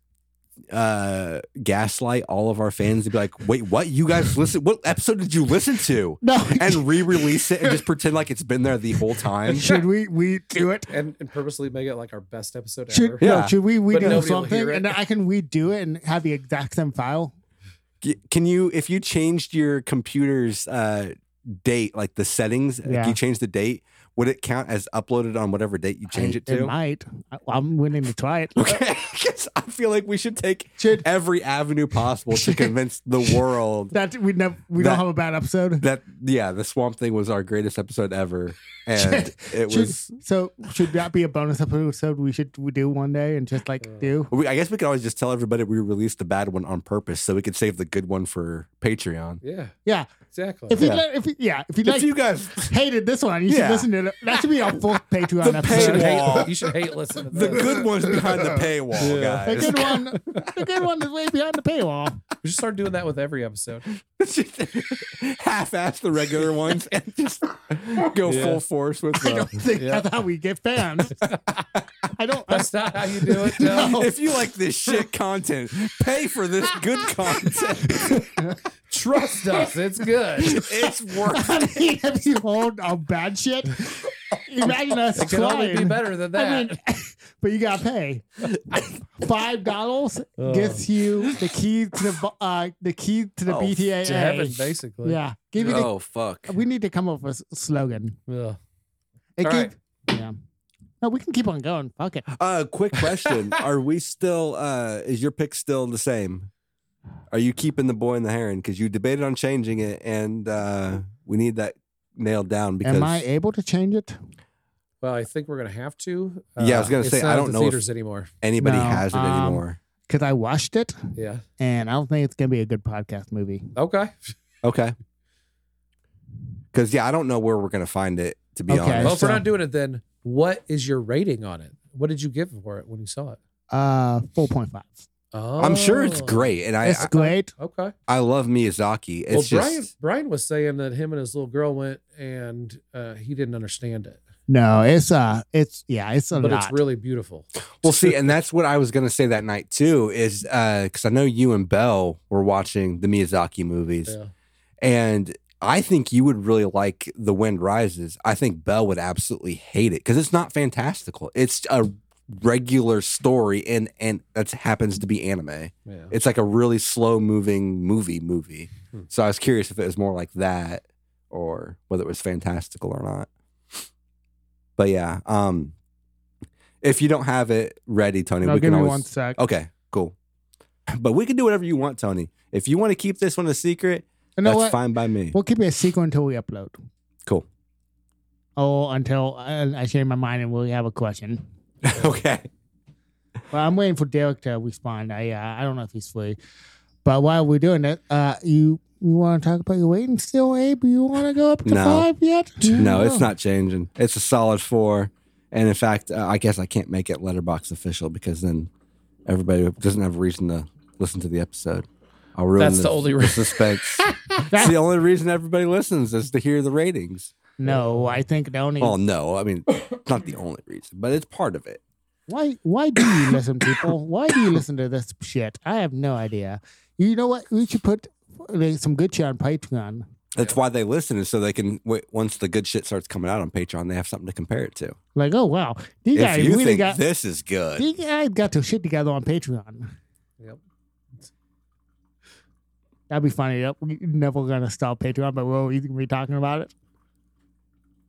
[SPEAKER 2] uh gaslight all of our fans and be like, "Wait, what? You guys listen? What episode did you listen to?"
[SPEAKER 1] No.
[SPEAKER 2] And re-release it and just pretend like it's been there the whole time.
[SPEAKER 1] should we we do it?
[SPEAKER 3] And, and purposely make it like our best episode
[SPEAKER 1] Should,
[SPEAKER 3] ever.
[SPEAKER 1] no,
[SPEAKER 2] Yeah.
[SPEAKER 1] should we
[SPEAKER 3] nobody will
[SPEAKER 1] redo
[SPEAKER 3] hear
[SPEAKER 1] something?
[SPEAKER 3] it.
[SPEAKER 1] And I can redo it and have the exact same file.
[SPEAKER 2] G- Can you, if you changed your computer's uh date, like the settings, if
[SPEAKER 1] Yeah.
[SPEAKER 2] you change the date, would it count as uploaded on whatever date you change
[SPEAKER 1] I-
[SPEAKER 2] it to?
[SPEAKER 1] might. I, I'm willing to try it.
[SPEAKER 2] Okay, 'Cause I feel like we should take
[SPEAKER 1] Should
[SPEAKER 2] every avenue possible to convince the world
[SPEAKER 1] that we never we
[SPEAKER 2] That-
[SPEAKER 1] don't have a bad episode.
[SPEAKER 2] that yeah, the Swamp Thing was our greatest episode ever, and it
[SPEAKER 1] Should-
[SPEAKER 2] was.
[SPEAKER 1] so should that be a bonus episode we should we do one day and just like do?
[SPEAKER 2] We, I guess we could always just tell everybody we released the bad one on purpose, so we could save the good one for Patreon.
[SPEAKER 3] Yeah.
[SPEAKER 1] Yeah.
[SPEAKER 3] Exactly.
[SPEAKER 1] If you
[SPEAKER 2] Yeah.
[SPEAKER 1] like, if you, yeah, if you
[SPEAKER 2] if
[SPEAKER 1] like
[SPEAKER 2] you guys,
[SPEAKER 1] hated this one, you
[SPEAKER 2] Yeah.
[SPEAKER 1] should listen to it. That should be our fourth Patreon
[SPEAKER 2] The
[SPEAKER 3] you,
[SPEAKER 1] episode.
[SPEAKER 3] should
[SPEAKER 2] paywall.
[SPEAKER 3] hate, you should hate listening to
[SPEAKER 2] the
[SPEAKER 3] this.
[SPEAKER 2] good one's behind the paywall,
[SPEAKER 3] Yeah.
[SPEAKER 1] The
[SPEAKER 2] guys.
[SPEAKER 1] good one, the good one is way behind the paywall.
[SPEAKER 3] We should start doing that with every episode.
[SPEAKER 2] half-ass the regular ones and just go
[SPEAKER 3] Yeah.
[SPEAKER 2] full force with
[SPEAKER 1] I
[SPEAKER 2] them.
[SPEAKER 1] don't think
[SPEAKER 3] Yeah.
[SPEAKER 1] that's how we get fans. I don't. I,
[SPEAKER 3] That's not how you do it, Joe.
[SPEAKER 2] If you like this shit content, pay for this good content.
[SPEAKER 3] Trust us, it's good.
[SPEAKER 2] It's worth
[SPEAKER 1] I mean, if you hold on bad shit, imagine us
[SPEAKER 3] It can only be
[SPEAKER 1] crying.
[SPEAKER 3] better than that.
[SPEAKER 1] I mean, but you gotta pay five dollars gets you the key to the bu- uh, the key to the
[SPEAKER 2] Oh,
[SPEAKER 1] BTA.
[SPEAKER 3] to heaven, basically.
[SPEAKER 1] Yeah, give you the,
[SPEAKER 2] fuck!
[SPEAKER 1] we need to come up with a s- slogan.
[SPEAKER 3] Ugh.
[SPEAKER 1] It
[SPEAKER 3] All right.
[SPEAKER 1] Yeah. No, we can keep on going. Fuck it.
[SPEAKER 2] Uh, quick question: Are we still? Uh, is your pick still the same? Are you keeping the boy and the heron? Because you debated on changing it, and uh, we need that nailed down. Because
[SPEAKER 1] Am I able to change it?
[SPEAKER 3] Well, I think we're gonna have to. Uh,
[SPEAKER 2] Yeah, I was gonna
[SPEAKER 3] it's
[SPEAKER 2] say,
[SPEAKER 3] not
[SPEAKER 2] I
[SPEAKER 3] at
[SPEAKER 2] don't
[SPEAKER 3] the
[SPEAKER 2] know if-
[SPEAKER 3] theaters anymore.
[SPEAKER 2] anybody
[SPEAKER 1] No,
[SPEAKER 2] has it
[SPEAKER 1] um,
[SPEAKER 2] anymore?
[SPEAKER 1] Because I watched it,
[SPEAKER 3] Yeah.
[SPEAKER 1] and I don't think it's gonna be a good podcast movie.
[SPEAKER 3] Okay.
[SPEAKER 2] Okay. Because yeah, I don't know where we're gonna find it. To be
[SPEAKER 1] Okay.
[SPEAKER 3] Well,
[SPEAKER 2] honest,
[SPEAKER 3] if we're
[SPEAKER 1] so-
[SPEAKER 3] not doing it, then what is your rating on it? What did you give for it when you saw it?
[SPEAKER 1] Uh, four point five.
[SPEAKER 3] Oh,
[SPEAKER 2] I'm sure it's great, and I
[SPEAKER 1] It's great.
[SPEAKER 3] Okay.
[SPEAKER 2] I, I love Miyazaki. It's
[SPEAKER 3] well,
[SPEAKER 2] just
[SPEAKER 3] Brian Brian was saying that him and his little girl went and uh, he didn't understand it,
[SPEAKER 1] No, it's uh, it's yeah, it's a
[SPEAKER 3] but
[SPEAKER 1] lot.
[SPEAKER 3] it's really beautiful.
[SPEAKER 2] Well, see, and that's what I was going to say that night too, is because I know you and Belle were watching the Miyazaki movies,
[SPEAKER 3] Yeah.
[SPEAKER 2] and I think you would really like The Wind Rises. I think Belle would absolutely hate it because it's not fantastical. It's a regular story, and and that happens to be anime.
[SPEAKER 3] Yeah.
[SPEAKER 2] It's like a really slow moving movie movie.
[SPEAKER 3] Hmm.
[SPEAKER 2] So I was curious if it was more like that or whether it was fantastical or not. But yeah, um if you don't have it ready, Tony,
[SPEAKER 1] no,
[SPEAKER 2] we
[SPEAKER 1] give
[SPEAKER 2] can
[SPEAKER 1] me
[SPEAKER 2] always
[SPEAKER 1] one sec.
[SPEAKER 2] Okay, cool. But we can do whatever you want, Tony. If you want to keep this one a secret,
[SPEAKER 1] you know
[SPEAKER 2] that's
[SPEAKER 1] what?
[SPEAKER 2] fine by me.
[SPEAKER 1] We'll keep it a secret until we upload.
[SPEAKER 2] Cool.
[SPEAKER 1] Oh, until uh, I change my mind and we have a question.
[SPEAKER 2] okay.
[SPEAKER 1] Well, I'm waiting for Derek to respond. I uh, I don't know if he's free, but while we're doing it, uh, you you want to talk about your waiting still, Abe? You want to go up to
[SPEAKER 2] No.
[SPEAKER 1] five yet?
[SPEAKER 2] No,
[SPEAKER 3] Oh.
[SPEAKER 2] it's not changing. It's a solid four. And in fact, uh, I guess I can't make it letterbox official because then everybody doesn't have a reason to listen to the episode. I'll ruin
[SPEAKER 3] That's the only reason.
[SPEAKER 2] suspense. That's the only reason everybody listens is to hear the ratings.
[SPEAKER 1] No, I think the only
[SPEAKER 2] Well, no, I mean, it's not the only reason, but it's part of it.
[SPEAKER 1] Why why do you listen, people? Why do you listen to this shit? I have no idea. You know what? We should put like, some good shit on Patreon.
[SPEAKER 2] That's why they listen, is so they can w- once the good shit starts coming out on Patreon, they have something to compare it to.
[SPEAKER 1] Like, oh wow, these guys
[SPEAKER 2] if you
[SPEAKER 1] really
[SPEAKER 2] think
[SPEAKER 1] got
[SPEAKER 2] this is good,
[SPEAKER 1] these guys got their shit together on Patreon.
[SPEAKER 3] Yep.
[SPEAKER 1] That'd be funny. Yep, We're never gonna stop Patreon, but we're always gonna be talking about it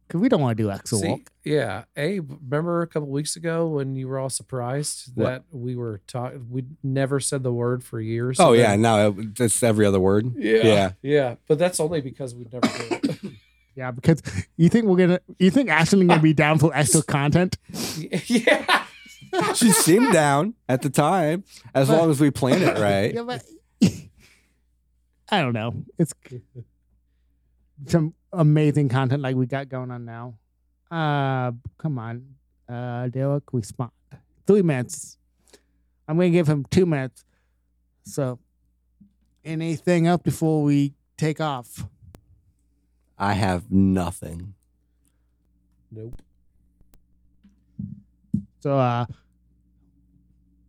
[SPEAKER 1] because we don't want to do extra
[SPEAKER 3] See,
[SPEAKER 1] work.
[SPEAKER 3] yeah. Abe, remember a couple weeks ago when you were all surprised
[SPEAKER 2] What?
[SPEAKER 3] that we were talking, we never said the word for years.
[SPEAKER 2] oh
[SPEAKER 3] and
[SPEAKER 2] yeah,
[SPEAKER 3] then-
[SPEAKER 2] no, it- that's every other word.
[SPEAKER 3] Yeah.
[SPEAKER 2] Yeah.
[SPEAKER 3] Yeah. But that's only because we'd never done it.
[SPEAKER 1] Yeah, because you think we're gonna, you think Ashley gonna be down for extra content?
[SPEAKER 3] yeah.
[SPEAKER 2] she seemed down at the time, as long as we plan it right.
[SPEAKER 1] Yeah, but I don't know. It's c- some amazing content like we got going on now. Uh, come on, uh, Derek, respond. Three minutes. I'm gonna give him two minutes. So, anything up before we take off?
[SPEAKER 2] I have nothing.
[SPEAKER 3] Nope.
[SPEAKER 1] So, uh,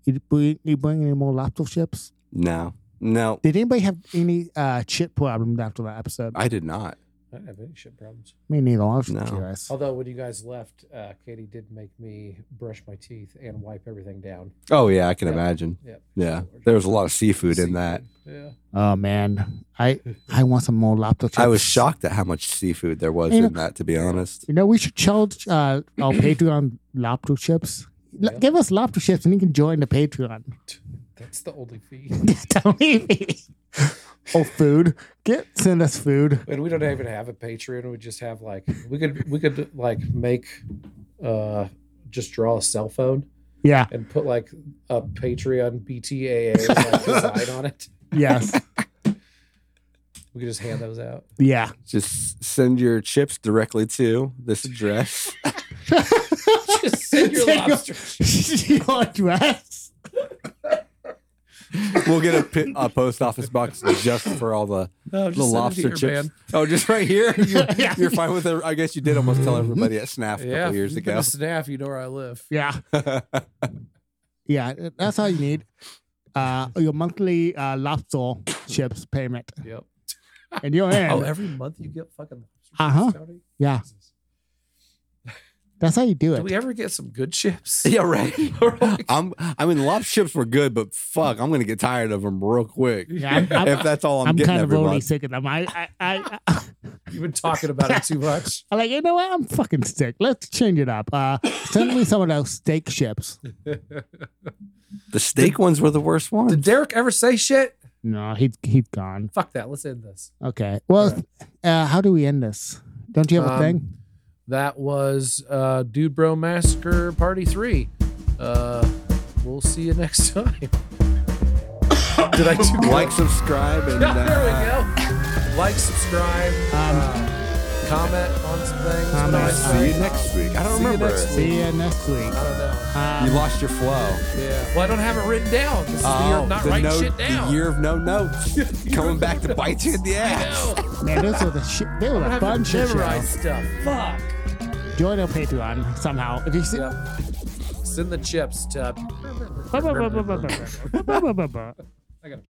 [SPEAKER 1] you bring, you bring any more laptop chips?
[SPEAKER 2] No, no,
[SPEAKER 1] Did anybody have any uh chip problems after that episode?
[SPEAKER 2] I did not.
[SPEAKER 3] I didn't have any shit problems.
[SPEAKER 1] Me neither. I was
[SPEAKER 2] No.
[SPEAKER 1] curious.
[SPEAKER 3] Although when you guys left, uh, Katie did make me brush my teeth and wipe everything down.
[SPEAKER 2] Oh yeah, I can
[SPEAKER 3] Yeah.
[SPEAKER 2] imagine.
[SPEAKER 3] Yeah.
[SPEAKER 2] Yeah, there was a lot of seafood in that.
[SPEAKER 3] Yeah.
[SPEAKER 1] Oh man, I I want some more laptop chips.
[SPEAKER 2] I was shocked at how much seafood there was
[SPEAKER 1] You know-
[SPEAKER 2] in that. To be honest,
[SPEAKER 1] You know, we should charge uh, our Patreon laptop chips. L-
[SPEAKER 3] Yeah.
[SPEAKER 1] Give us laptop chips and you can join the Patreon.
[SPEAKER 3] That's the only fee.
[SPEAKER 1] Tell me. oh, food. Get send us food.
[SPEAKER 3] And we don't even have a Patreon. We just have like we could we could like make uh just draw a cell phone
[SPEAKER 1] Yeah.
[SPEAKER 3] and put like a Patreon BTAA like, design on it.
[SPEAKER 1] Yes.
[SPEAKER 3] We could just hand those out.
[SPEAKER 1] Yeah.
[SPEAKER 2] just send your chips directly to this address.
[SPEAKER 3] Just send your
[SPEAKER 1] Take a-
[SPEAKER 3] lobster.
[SPEAKER 1] Your dress.
[SPEAKER 2] we'll get a, pi- a post office box just for all the
[SPEAKER 3] No,
[SPEAKER 2] the lobster chips. Oh, just right here. You,
[SPEAKER 1] Yeah.
[SPEAKER 2] You're fine with it. I guess you did almost tell everybody at SNAF a
[SPEAKER 3] Yeah,
[SPEAKER 2] couple years
[SPEAKER 3] you've been
[SPEAKER 2] ago.
[SPEAKER 3] to Snaf, you know where I live.
[SPEAKER 1] Yeah. Yeah. That's all you need. Uh, your monthly uh, lobster chips payment,
[SPEAKER 3] Yep.
[SPEAKER 1] and you're in.
[SPEAKER 3] Oh, every month you get fucking lobster
[SPEAKER 1] Uh-huh.
[SPEAKER 3] chips, Tony?
[SPEAKER 1] yeah,
[SPEAKER 3] Jesus.
[SPEAKER 1] that's how you do
[SPEAKER 3] Do
[SPEAKER 1] it.
[SPEAKER 3] we ever get some good chips?
[SPEAKER 2] yeah, right.
[SPEAKER 3] Or, like-
[SPEAKER 2] I'm. I mean, lobster chips were good, but fuck, I'm gonna get tired of them real quick.
[SPEAKER 1] Yeah, I'm, I'm,
[SPEAKER 2] if that's all I'm,
[SPEAKER 1] I'm
[SPEAKER 2] getting
[SPEAKER 1] kind of
[SPEAKER 2] every
[SPEAKER 1] already
[SPEAKER 2] month.
[SPEAKER 1] sick of them. I, I, I, I
[SPEAKER 3] You've been talking about it too much.
[SPEAKER 1] I'm like, you know what? I'm fucking sick. Let's change it up. Uh, send me some of those steak chips.
[SPEAKER 2] The steak ones were the worst ones.
[SPEAKER 3] Did Derek ever say shit?
[SPEAKER 1] No, he's he's gone.
[SPEAKER 3] Fuck that. Let's end this.
[SPEAKER 1] Okay. Well, uh, how do we end this? Don't you have a
[SPEAKER 3] Um,
[SPEAKER 1] thing?
[SPEAKER 3] That was uh, Dude Bro Massacre Party 3. Uh, we'll see you next time. Did I do good?
[SPEAKER 2] like, subscribe, and
[SPEAKER 3] Yeah,
[SPEAKER 2] uh,
[SPEAKER 3] there we go. Like, subscribe,
[SPEAKER 1] Um,
[SPEAKER 3] uh, comment on some things. What do I
[SPEAKER 1] comment,
[SPEAKER 3] say?
[SPEAKER 2] see you next week. I don't
[SPEAKER 3] See you
[SPEAKER 2] remember.
[SPEAKER 3] next
[SPEAKER 1] see you next week.
[SPEAKER 3] I don't know.
[SPEAKER 2] You
[SPEAKER 1] Um,
[SPEAKER 2] lost your flow.
[SPEAKER 3] Yeah. Well, I don't have it written down. This is the year of not
[SPEAKER 2] Oh, the
[SPEAKER 3] writing
[SPEAKER 2] no-
[SPEAKER 3] shit down.
[SPEAKER 2] The year of no notes. Coming back to bite you in the ass.
[SPEAKER 1] man, those are the shit. They were
[SPEAKER 3] I
[SPEAKER 1] a
[SPEAKER 3] have
[SPEAKER 1] fun
[SPEAKER 3] to
[SPEAKER 1] shit
[SPEAKER 3] memorize
[SPEAKER 1] show.
[SPEAKER 3] stuff. Fuck.
[SPEAKER 1] Join our Patreon somehow. If you see,
[SPEAKER 3] Yeah. Send the chips to.
[SPEAKER 1] I
[SPEAKER 3] I got